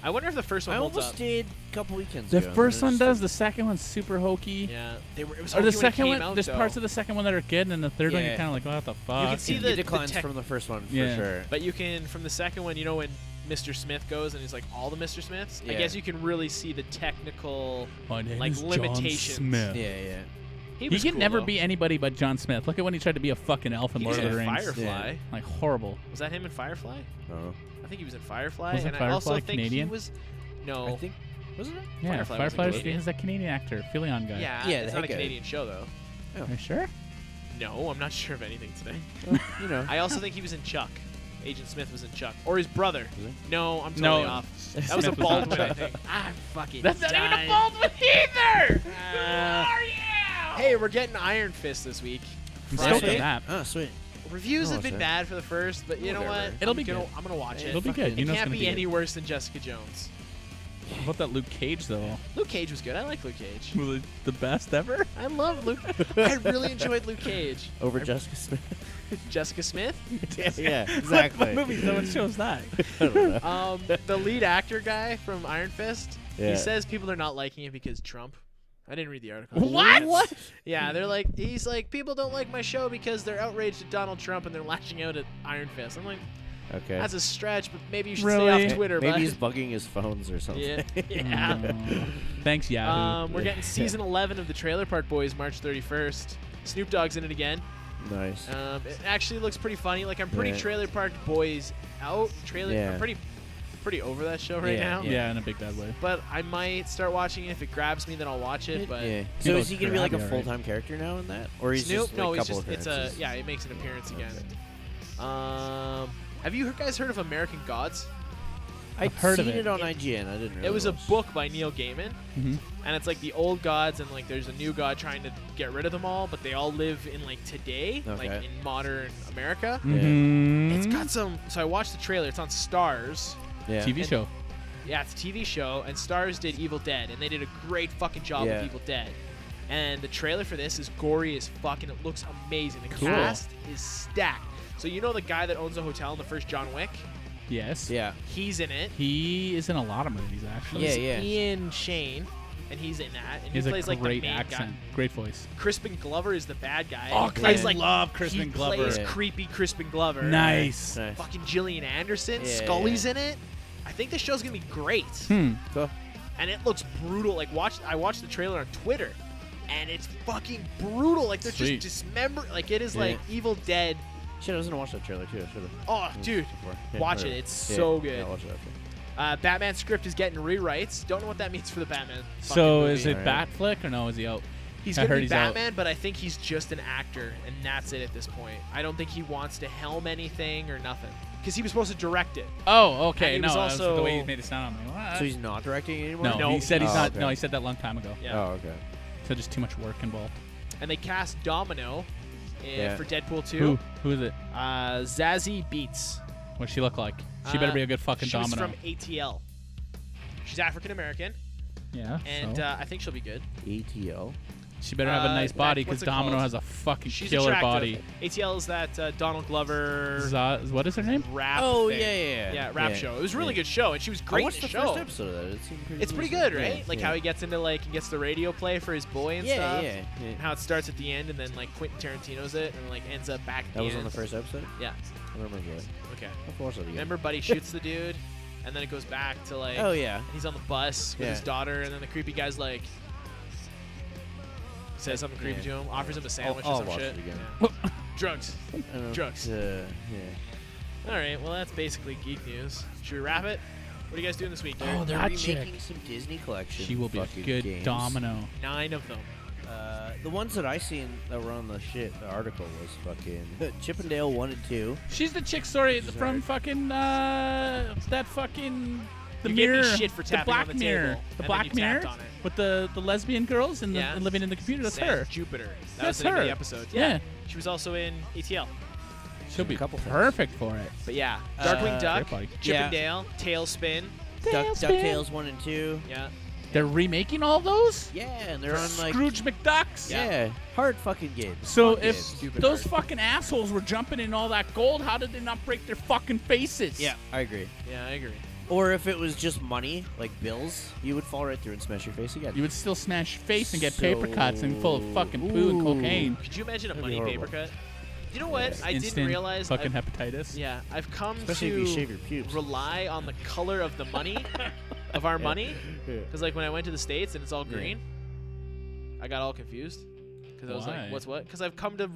Speaker 2: I wonder if the first one
Speaker 5: I
Speaker 2: holds
Speaker 5: almost
Speaker 2: up.
Speaker 5: did a couple weekends
Speaker 1: The
Speaker 5: ago. and
Speaker 1: first
Speaker 5: then
Speaker 1: one
Speaker 5: it's
Speaker 1: does. The second one's super hokey.
Speaker 2: Yeah, they were. It was
Speaker 1: Or the
Speaker 2: hokey when it
Speaker 1: second
Speaker 2: came
Speaker 1: one,
Speaker 2: out,
Speaker 1: there's
Speaker 2: though.
Speaker 1: parts of the second one that are good, and then the third one
Speaker 5: Yeah.
Speaker 1: you're kind of like, what the fuck?
Speaker 2: can see
Speaker 5: it
Speaker 2: the- the
Speaker 5: declines
Speaker 2: tech-
Speaker 5: from the first one for
Speaker 1: Yeah.
Speaker 5: sure.
Speaker 2: But you can, from the second one, you know when Mr. Smith goes and he's like all the Mr. Smiths. I
Speaker 5: Yeah.
Speaker 2: guess you can really see the technical
Speaker 1: My name
Speaker 2: like
Speaker 1: is John
Speaker 2: limitations.
Speaker 1: Smith.
Speaker 5: Yeah, yeah.
Speaker 2: He,
Speaker 1: He
Speaker 2: was
Speaker 1: can
Speaker 2: cool,
Speaker 1: never
Speaker 2: though.
Speaker 1: be anybody but John Smith. Look at when he tried to be a fucking elf in
Speaker 2: He
Speaker 1: Lord
Speaker 2: was
Speaker 1: of the
Speaker 2: in
Speaker 1: Rings.
Speaker 2: Firefly.
Speaker 1: Like horrible.
Speaker 2: Was that him in Firefly?
Speaker 5: I don't know.
Speaker 2: I think he was in Firefly,
Speaker 1: Wasn't
Speaker 2: and I also
Speaker 1: Firefly
Speaker 2: think
Speaker 1: Canadian?
Speaker 2: he was. No.
Speaker 5: I think wasn't it?
Speaker 1: Yeah,
Speaker 2: Firefly
Speaker 1: Firefly,
Speaker 2: was a
Speaker 1: was
Speaker 2: Canadian.
Speaker 1: is that Canadian actor, Filion guy.
Speaker 2: yeah,
Speaker 5: Yeah,
Speaker 2: it's
Speaker 5: the
Speaker 2: not a
Speaker 5: head guy.
Speaker 2: Canadian show though.
Speaker 1: Are you sure?
Speaker 2: No, I'm not sure of anything today.
Speaker 5: you know.
Speaker 2: I also think he was in Chuck. Agent Smith was in Chuck, or his brother.
Speaker 5: Was he?
Speaker 2: No, I'm
Speaker 1: No.
Speaker 2: totally off. That was a
Speaker 1: Smith was not
Speaker 2: Baldwin, I
Speaker 1: Chuck.
Speaker 2: think. Ah, I'm fucking.
Speaker 1: That's not even a
Speaker 2: dying.
Speaker 1: Baldwin either. Who
Speaker 2: Uh,
Speaker 5: Ah,
Speaker 1: are you?
Speaker 2: Hey, we're getting Iron Fist this week.
Speaker 1: I'm
Speaker 2: Friday.
Speaker 1: stoked on that.
Speaker 5: Oh, sweet.
Speaker 2: Reviews
Speaker 5: Oh,
Speaker 2: have been
Speaker 5: shit.
Speaker 2: bad for the first, but you know what?
Speaker 5: Whatever.
Speaker 1: It'll be
Speaker 2: I'm gonna,
Speaker 1: good.
Speaker 2: I'm gonna watch it.
Speaker 1: It'll be good.
Speaker 2: It
Speaker 1: You know it's
Speaker 2: can't
Speaker 1: gonna be
Speaker 2: be,
Speaker 1: good.
Speaker 2: any worse than Jessica Jones.
Speaker 1: What about that Luke Cage though?
Speaker 2: Luke Cage was good. I like Luke Cage.
Speaker 1: Was it the best ever?
Speaker 2: I love Luke. I really enjoyed Luke Cage.
Speaker 5: Over Jessica Smith.
Speaker 2: Jessica Smith.
Speaker 5: yeah,
Speaker 1: What-
Speaker 5: exactly.
Speaker 1: What movies though? It shows that.
Speaker 5: I don't know.
Speaker 2: Um, the lead actor guy from Iron Fist.
Speaker 5: Yeah.
Speaker 2: He says people are not liking it because Trump. I didn't read the article.
Speaker 1: What?
Speaker 5: What?
Speaker 2: Yeah, they're like, he's like, people don't like my show because they're outraged at Donald Trump and they're lashing out at Iron Fist. I'm like,
Speaker 5: Okay.
Speaker 2: that's a stretch, but maybe you should
Speaker 1: Really?
Speaker 2: stay off Twitter.
Speaker 5: Maybe
Speaker 2: bud.
Speaker 5: he's bugging his phones or something.
Speaker 2: yeah, yeah.
Speaker 1: Mm. Thanks, Yahoo.
Speaker 2: Um, we're getting season 11 of the Trailer Park Boys March 31st. Snoop Dogg's in it again.
Speaker 5: nice.
Speaker 2: Um, it actually looks pretty funny. Like I'm pretty
Speaker 5: Yeah.
Speaker 2: Trailer Park Boys out. Trailer,
Speaker 5: Yeah.
Speaker 2: I'm pretty, pretty over that show right
Speaker 5: Yeah,
Speaker 2: now.
Speaker 1: yeah. in a big bad way.
Speaker 2: But I might start watching it if it grabs me. Then I'll watch it. But
Speaker 5: yeah.
Speaker 1: You
Speaker 5: So
Speaker 1: know,
Speaker 5: is he gonna be like a
Speaker 1: Scrappy,
Speaker 5: full time character now in that, or he's
Speaker 2: Snoop,
Speaker 5: just
Speaker 2: no,
Speaker 5: like,
Speaker 2: it's
Speaker 5: a couple
Speaker 2: just it's a
Speaker 5: appearances?
Speaker 2: yeah. It makes an appearance again.
Speaker 5: Okay.
Speaker 2: Um, have you guys heard of American Gods?
Speaker 5: I'd
Speaker 1: I've heard of
Speaker 5: seen
Speaker 1: it.
Speaker 5: it. on IGN. I didn't. Really
Speaker 2: It was a
Speaker 5: watch.
Speaker 2: book by Neil Gaiman,
Speaker 1: Mhm.
Speaker 2: and it's like the old gods, and like there's a new god trying to get rid of them all, but they all live in like today, like
Speaker 5: Okay.
Speaker 2: in modern America.
Speaker 1: Mhm.
Speaker 2: It's got some. So I watched the trailer. It's on Stars.
Speaker 5: Yeah.
Speaker 1: TV
Speaker 2: and-
Speaker 1: show.
Speaker 2: Yeah, it's a TV show, and Stars did Evil Dead, and they did a great fucking job
Speaker 5: Yeah.
Speaker 2: with Evil Dead. And the trailer for this is gory as fuck, and it looks amazing. The
Speaker 5: Cool.
Speaker 2: cast is stacked. So you know the guy that owns the hotel in the first John Wick?
Speaker 1: Yes.
Speaker 5: Yeah.
Speaker 2: He's in it.
Speaker 1: He is in a lot of movies actually.
Speaker 5: Yeah,
Speaker 2: He's
Speaker 5: yeah.
Speaker 2: Ian Shane, and he's in that. And
Speaker 1: He has
Speaker 2: he
Speaker 1: a
Speaker 2: plays
Speaker 1: great
Speaker 2: like the main
Speaker 1: accent,
Speaker 2: guy.
Speaker 1: great voice.
Speaker 2: Crispin Glover is the bad guy.
Speaker 1: Oh,
Speaker 2: and he plays
Speaker 5: I
Speaker 2: like
Speaker 1: love Crispin
Speaker 2: he
Speaker 1: Glover.
Speaker 2: plays
Speaker 5: Yeah.
Speaker 2: creepy Crispin Glover.
Speaker 1: Nice.
Speaker 5: Nice.
Speaker 2: Fucking Gillian Anderson.
Speaker 5: Yeah,
Speaker 2: Scully's
Speaker 5: yeah.
Speaker 2: in it. I think the show's gonna be great.
Speaker 1: Hmm.
Speaker 5: Cool.
Speaker 2: and it looks brutal. Like watch, I watched the trailer on Twitter, and it's fucking brutal. Like they're
Speaker 1: Sweet.
Speaker 2: just dismember. Like it is
Speaker 5: Yeah.
Speaker 2: like Evil Dead.
Speaker 5: Shit, I was gonna watch that trailer too. I should have.
Speaker 2: Oh, dude, watch it. It's so good.
Speaker 5: watch it after.
Speaker 2: Uh, Batman script is getting rewrites. Don't know what that means for the Batman. fucking
Speaker 1: So
Speaker 2: movie.
Speaker 1: is it
Speaker 5: Alright.
Speaker 1: bat flick or no? Is he out?
Speaker 2: He's
Speaker 1: I
Speaker 2: gonna
Speaker 1: heard
Speaker 2: be
Speaker 1: he's out.
Speaker 2: Batman, but I think he's just an actor, and that's it at this point. I don't think he wants to helm anything or nothing, because he was supposed to direct it.
Speaker 1: Oh,
Speaker 2: And
Speaker 1: okay.
Speaker 2: he
Speaker 1: no,
Speaker 2: was
Speaker 1: that's the
Speaker 2: also-
Speaker 1: way he made it sound. I'm like, what?
Speaker 5: So he's not directing anymore.
Speaker 1: no,
Speaker 2: Uh, No.
Speaker 1: he said he's
Speaker 5: Oh,
Speaker 1: not.
Speaker 5: okay.
Speaker 1: No, he said that a long time ago.
Speaker 2: Yeah.
Speaker 5: Oh, okay.
Speaker 1: So just too much work involved.
Speaker 2: And they cast Domino in,
Speaker 5: Yeah.
Speaker 2: for Deadpool 2.
Speaker 1: Who? Who is it?
Speaker 2: Uh, Zazie Beats.
Speaker 1: What's she look like? She better
Speaker 2: Uh,
Speaker 1: be a good fucking
Speaker 2: She was
Speaker 1: domino.
Speaker 2: from ATL. She's African American,
Speaker 1: yeah.
Speaker 2: and
Speaker 1: so.
Speaker 2: uh, I think she'll be good.
Speaker 5: ATL.
Speaker 1: she better have a
Speaker 2: uh,
Speaker 1: nice
Speaker 2: what-
Speaker 1: body
Speaker 2: what's
Speaker 1: because
Speaker 2: it
Speaker 1: Domino
Speaker 2: called?
Speaker 1: has a fucking
Speaker 2: She's
Speaker 1: killer
Speaker 2: attractive.
Speaker 1: body.
Speaker 2: ATL is that uh, Donald Glover
Speaker 1: Za- what is her name?
Speaker 2: rap.
Speaker 5: Oh
Speaker 2: thing.
Speaker 5: yeah, yeah, yeah.
Speaker 2: Yeah, rap show. It was a really good show, and she was
Speaker 1: Oh,
Speaker 5: I
Speaker 2: great in
Speaker 5: watched
Speaker 2: the,
Speaker 5: the
Speaker 2: show.
Speaker 5: first episode of that. It seemed pretty.
Speaker 2: It's pretty
Speaker 5: decent.
Speaker 2: good, right?
Speaker 5: Yeah,
Speaker 2: Like
Speaker 5: yeah.
Speaker 2: how he gets into like and gets the radio play for his boy and
Speaker 5: Yeah,
Speaker 2: stuff.
Speaker 5: yeah, yeah.
Speaker 2: And how it starts at the end, and then like Quentin Tarantino's it, and like ends up back. at
Speaker 5: That was on
Speaker 2: end.
Speaker 5: the first episode.
Speaker 2: Yeah.
Speaker 5: I don't remember that.
Speaker 2: Okay.
Speaker 5: I have to watch that again.
Speaker 2: Remember, Buddy shoots the dude, and then it goes back to like.
Speaker 5: Oh yeah.
Speaker 2: And he's on the bus with
Speaker 5: Yeah.
Speaker 2: his daughter, and then the creepy guy's like says something creepy to
Speaker 5: Yeah.
Speaker 2: him, offers him a sandwich
Speaker 5: I'll
Speaker 2: or some
Speaker 5: watch
Speaker 2: shit.
Speaker 5: it again.
Speaker 2: Yeah. Drugs.
Speaker 5: I don't know.
Speaker 2: Drugs.
Speaker 5: Uh, yeah.
Speaker 2: All right, well that's basically geek news. Should we wrap it? What are you guys doing this week? Derek?
Speaker 1: Oh, they're
Speaker 5: They're
Speaker 1: chick.
Speaker 5: remaking some Disney collection.
Speaker 1: She will be a
Speaker 5: fucking
Speaker 1: good
Speaker 5: games.
Speaker 1: domino.
Speaker 2: nine of them.
Speaker 5: Uh, the ones that I seen that were on the shit the article was fucking Chippendale one and two.
Speaker 1: She's the chick, sorry,
Speaker 5: She's
Speaker 1: from
Speaker 5: alright.
Speaker 1: fucking uh, that fucking the
Speaker 2: You gave me
Speaker 1: mirror,
Speaker 2: shit for
Speaker 1: the
Speaker 2: tapping on
Speaker 1: black
Speaker 2: the table,
Speaker 1: mirror,
Speaker 2: and
Speaker 1: the
Speaker 2: then
Speaker 1: black
Speaker 2: you
Speaker 1: mirror
Speaker 2: tapped on it.
Speaker 1: with the the lesbian girls and,
Speaker 2: Yeah.
Speaker 1: the, and living in the computer. That's
Speaker 2: Sans
Speaker 1: her.
Speaker 2: Jupiter. That
Speaker 1: That's
Speaker 2: was the name of
Speaker 1: her.
Speaker 2: the episode.
Speaker 1: Yeah.
Speaker 2: She was also in ETL.
Speaker 1: She'll be
Speaker 5: couple things.
Speaker 1: perfect for it.
Speaker 2: But yeah,
Speaker 5: Uh,
Speaker 2: Darkwing Duck,
Speaker 1: Great body.
Speaker 2: Chip
Speaker 5: Yeah.
Speaker 2: and Dale, Tailspin.
Speaker 5: Duck,
Speaker 1: Tailspin.
Speaker 5: Ducktales one and two.
Speaker 2: Yeah.
Speaker 1: They're remaking all those.
Speaker 5: Yeah, and they're on like
Speaker 1: Scrooge McDucks.
Speaker 5: yeah, hard fucking games.
Speaker 1: So
Speaker 5: Fucking
Speaker 1: if
Speaker 5: stupid
Speaker 1: those
Speaker 5: hard.
Speaker 1: fucking assholes were jumping in all that gold, how did they not break their fucking faces?
Speaker 5: yeah, I agree.
Speaker 2: Yeah, I agree.
Speaker 5: Or if it was just money, like bills, you would fall right through and smash your face again.
Speaker 1: You would still smash your face and get paper
Speaker 5: So-
Speaker 1: cuts and full of fucking poo and
Speaker 5: Ooh.
Speaker 1: cocaine.
Speaker 2: Could you imagine a
Speaker 5: That'd
Speaker 2: money
Speaker 5: be horrible.
Speaker 2: paper cut? You know what? I didn't
Speaker 1: Instant
Speaker 2: realize.
Speaker 1: fucking
Speaker 2: I've,
Speaker 1: hepatitis.
Speaker 2: yeah, I've come
Speaker 5: Especially
Speaker 2: to
Speaker 5: if you shave your pubes.
Speaker 2: rely on the color of the money of our money
Speaker 5: Yeah.
Speaker 2: because like when i went to the states and it's all green i got all confused because I was
Speaker 1: Why?
Speaker 2: like, what's what? Because I've come to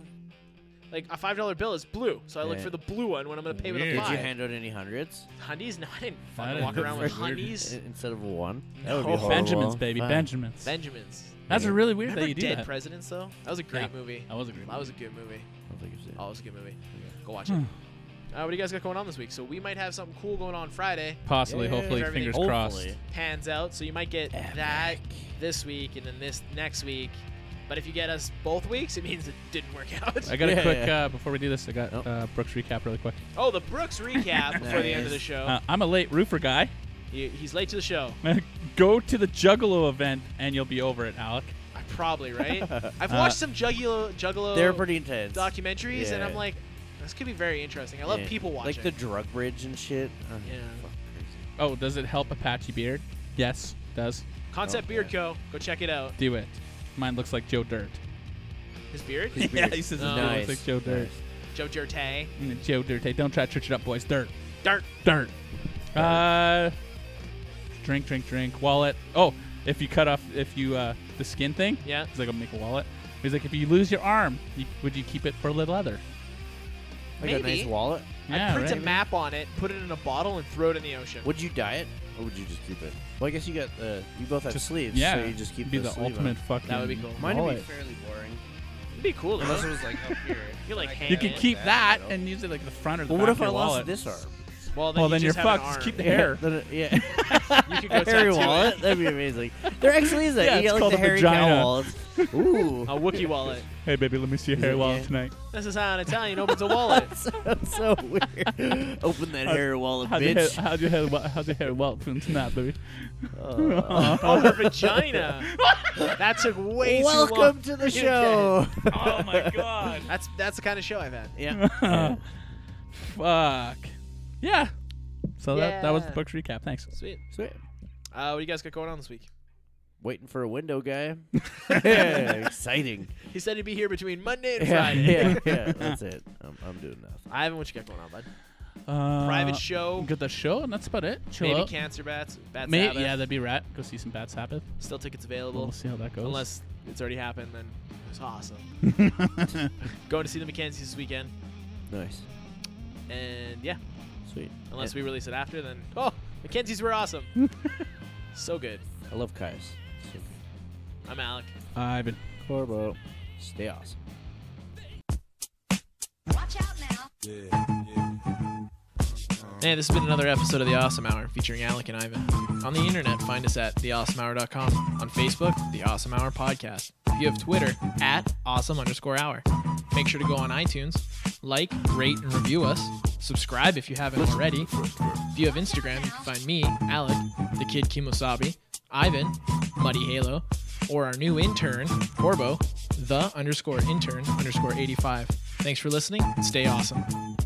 Speaker 2: like a five dollar bill is blue, so I look
Speaker 5: Yeah.
Speaker 2: for the blue one when I'm gonna pay with
Speaker 1: Weird.
Speaker 2: a
Speaker 5: Did you
Speaker 2: five.
Speaker 5: hand out any hundreds
Speaker 2: Hundies? No, I didn't
Speaker 1: That
Speaker 2: fucking
Speaker 1: is
Speaker 2: walk around with
Speaker 1: weird.
Speaker 2: hundies.
Speaker 5: I- instead of a one? That
Speaker 2: No.
Speaker 5: horrible.
Speaker 1: Oh, Benjamins, baby,
Speaker 5: Fine.
Speaker 1: Benjamins.
Speaker 2: Benjamins.
Speaker 1: That's really weird
Speaker 2: Remember
Speaker 1: that you do
Speaker 2: Dead
Speaker 1: that.
Speaker 2: Presidents though? That was a great
Speaker 1: Yeah.
Speaker 2: movie.
Speaker 1: That was a great.
Speaker 2: That was a good movie.
Speaker 5: I don't think it's it.
Speaker 2: Oh, it was a good movie. Go watch it. Uh, what do you guys got going on this week? So we might have something cool going on Friday.
Speaker 1: Possibly,
Speaker 5: Yeah,
Speaker 1: hopefully,
Speaker 2: if everything-
Speaker 1: fingers crossed.
Speaker 5: Hopefully.
Speaker 2: Pans out, so you might get that this week and then this next week. But if you get us both weeks, it means it didn't work out.
Speaker 1: I got a
Speaker 5: Yeah,
Speaker 1: quick
Speaker 5: yeah.
Speaker 1: uh, before we do this. I got
Speaker 5: Nope.
Speaker 1: uh, Brooks recap really quick.
Speaker 2: Oh, the Brooks recap before the end of the
Speaker 5: Nice.
Speaker 2: show.
Speaker 1: Uh, I'm a late roofer guy.
Speaker 2: He, he's late to the show.
Speaker 1: Go to the Juggalo event and you'll be over it, Alec.
Speaker 2: I Probably right. I've watched some Juggalo Juggalo
Speaker 5: They're pretty intense.
Speaker 2: documentaries, and I'm
Speaker 5: Yeah.
Speaker 2: like, this could be very interesting. I love
Speaker 5: Yeah.
Speaker 2: people watching.
Speaker 5: Like the drug bridge and shit. Oh,
Speaker 2: Yeah.
Speaker 5: fuck, crazy.
Speaker 1: Oh, does it help Apache Beard? Yes, does.
Speaker 2: Concept
Speaker 5: Oh,
Speaker 2: Beard
Speaker 5: yeah.
Speaker 2: Co. Go check it out.
Speaker 1: Do it. Mine looks like Joe Dirt.
Speaker 2: His beard,
Speaker 1: yeah, he says
Speaker 5: Oh.
Speaker 2: No.
Speaker 1: his beard looks like Joe Dirt.
Speaker 5: Nice.
Speaker 2: Joe Dirt.
Speaker 1: Mm, Joe Dirt. Hey, don't try to church it up, boys. Dirt.
Speaker 2: Dirt.
Speaker 1: Dirt. Uh, drink, drink, drink. Wallet. Oh, if you cut off, if you uh, the skin thing.
Speaker 2: Yeah.
Speaker 1: He's like, I'll make a wallet. He's like, if you lose your arm, you, would you keep it for the leather?
Speaker 5: I got a nice
Speaker 2: Maybe.
Speaker 5: wallet.
Speaker 1: Yeah,
Speaker 2: Print
Speaker 1: right?
Speaker 2: a map on it, put it in a bottle, and throw it in the ocean.
Speaker 5: Would you dye it, or would you just keep it? Well, I guess you got uh, you both have
Speaker 1: Just-
Speaker 5: sleeves,
Speaker 1: yeah,
Speaker 5: so you just keep
Speaker 1: be
Speaker 5: the,
Speaker 1: the
Speaker 5: sleeve on.
Speaker 1: ultimate fucking.
Speaker 2: That would be cool.
Speaker 5: Mine would be
Speaker 1: wallet.
Speaker 7: fairly boring.
Speaker 2: It'd be cool.
Speaker 7: Unless
Speaker 2: though.
Speaker 7: it was like up here.
Speaker 2: You're like
Speaker 7: I
Speaker 2: hanging
Speaker 1: You
Speaker 7: can't
Speaker 1: could
Speaker 7: do
Speaker 1: keep that
Speaker 7: you know?
Speaker 1: and use it like the front or the
Speaker 5: But
Speaker 1: back
Speaker 5: what if
Speaker 1: of
Speaker 5: I
Speaker 1: your
Speaker 5: lost
Speaker 1: wallet.
Speaker 5: this arm?
Speaker 2: well, then
Speaker 1: Well,
Speaker 2: you
Speaker 1: then
Speaker 2: just
Speaker 1: you're
Speaker 2: have an
Speaker 1: fucked. Just
Speaker 2: arm.
Speaker 1: keep the hair.
Speaker 5: Then it- yeah.
Speaker 2: You could go
Speaker 5: Harry
Speaker 2: tattoo it.
Speaker 5: wallet? That'd be amazing. There actually is that.
Speaker 1: Yeah,
Speaker 5: you
Speaker 1: it's
Speaker 5: got like
Speaker 1: called
Speaker 5: the
Speaker 1: a
Speaker 5: Harry
Speaker 1: vagina.
Speaker 5: cow wallets. Ooh.
Speaker 2: A Wookiee wallet.
Speaker 1: Hey, baby, let me see your hair
Speaker 5: Yeah.
Speaker 1: wallet tonight.
Speaker 2: This is how an Italian opens a wallet.
Speaker 5: That's so weird. Open that Harry wallet,
Speaker 1: How's your hair?
Speaker 5: bitch.
Speaker 1: How's your hair? wa- How's your hair wallet from tonight, baby?
Speaker 5: Uh,
Speaker 2: Oh, her vagina. That took way too long.
Speaker 5: welcome to the
Speaker 2: Okay.
Speaker 5: show.
Speaker 1: oh my god.
Speaker 2: That's that's the kind of show I've had.
Speaker 5: yeah.
Speaker 1: Fuck. Yeah. So that that was the
Speaker 2: Yeah.
Speaker 1: book's recap. Thanks.
Speaker 2: Sweet.
Speaker 5: Sweet.
Speaker 2: Uh, what do you guys got going on this week?
Speaker 5: Waiting for a window guy. yeah, exciting.
Speaker 2: He said he'd be here between Monday and
Speaker 5: Yeah,
Speaker 2: Friday.
Speaker 5: yeah, yeah, that's it. I'm, I'm doing nothing.
Speaker 2: I haven't. What you got going on, bud?
Speaker 1: Uh,
Speaker 2: Private show.
Speaker 1: Got the show, and that's about it. Chill
Speaker 2: Maybe
Speaker 1: out.
Speaker 2: Cancer Bats. Bats
Speaker 1: May-
Speaker 2: Sabbath.
Speaker 1: yeah, that'd be right. Go see some Bad Sabbath.
Speaker 2: Still tickets
Speaker 1: We'll
Speaker 2: available.
Speaker 1: see how that goes.
Speaker 2: Unless it's already happened, then it's awesome. Going to see the Mackenzies this weekend,
Speaker 5: Nice.
Speaker 2: and yeah,
Speaker 5: Sweet.
Speaker 2: unless we release it after, then oh, Mackenzies were awesome. so good.
Speaker 5: I love Kai's.
Speaker 2: I'm Alec.
Speaker 1: Ivan.
Speaker 5: Corbo. Stay awesome.
Speaker 3: Watch out now.
Speaker 2: Hey, this has been another episode of The Awesome Hour featuring Alec and Ivan. On the internet, find us at theawesomehour.com. On Facebook, The Awesome Hour Podcast. If you have Twitter, at awesome underscore hour. Make sure to go on iTunes, like, rate, and review us. Subscribe if you haven't already. If you have Instagram, you can find me, Alec, the kid Kimosabi, Ivan, Muddy Halo, or our new intern, Corbo, the underscore intern underscore 85. Thanks for listening and stay awesome.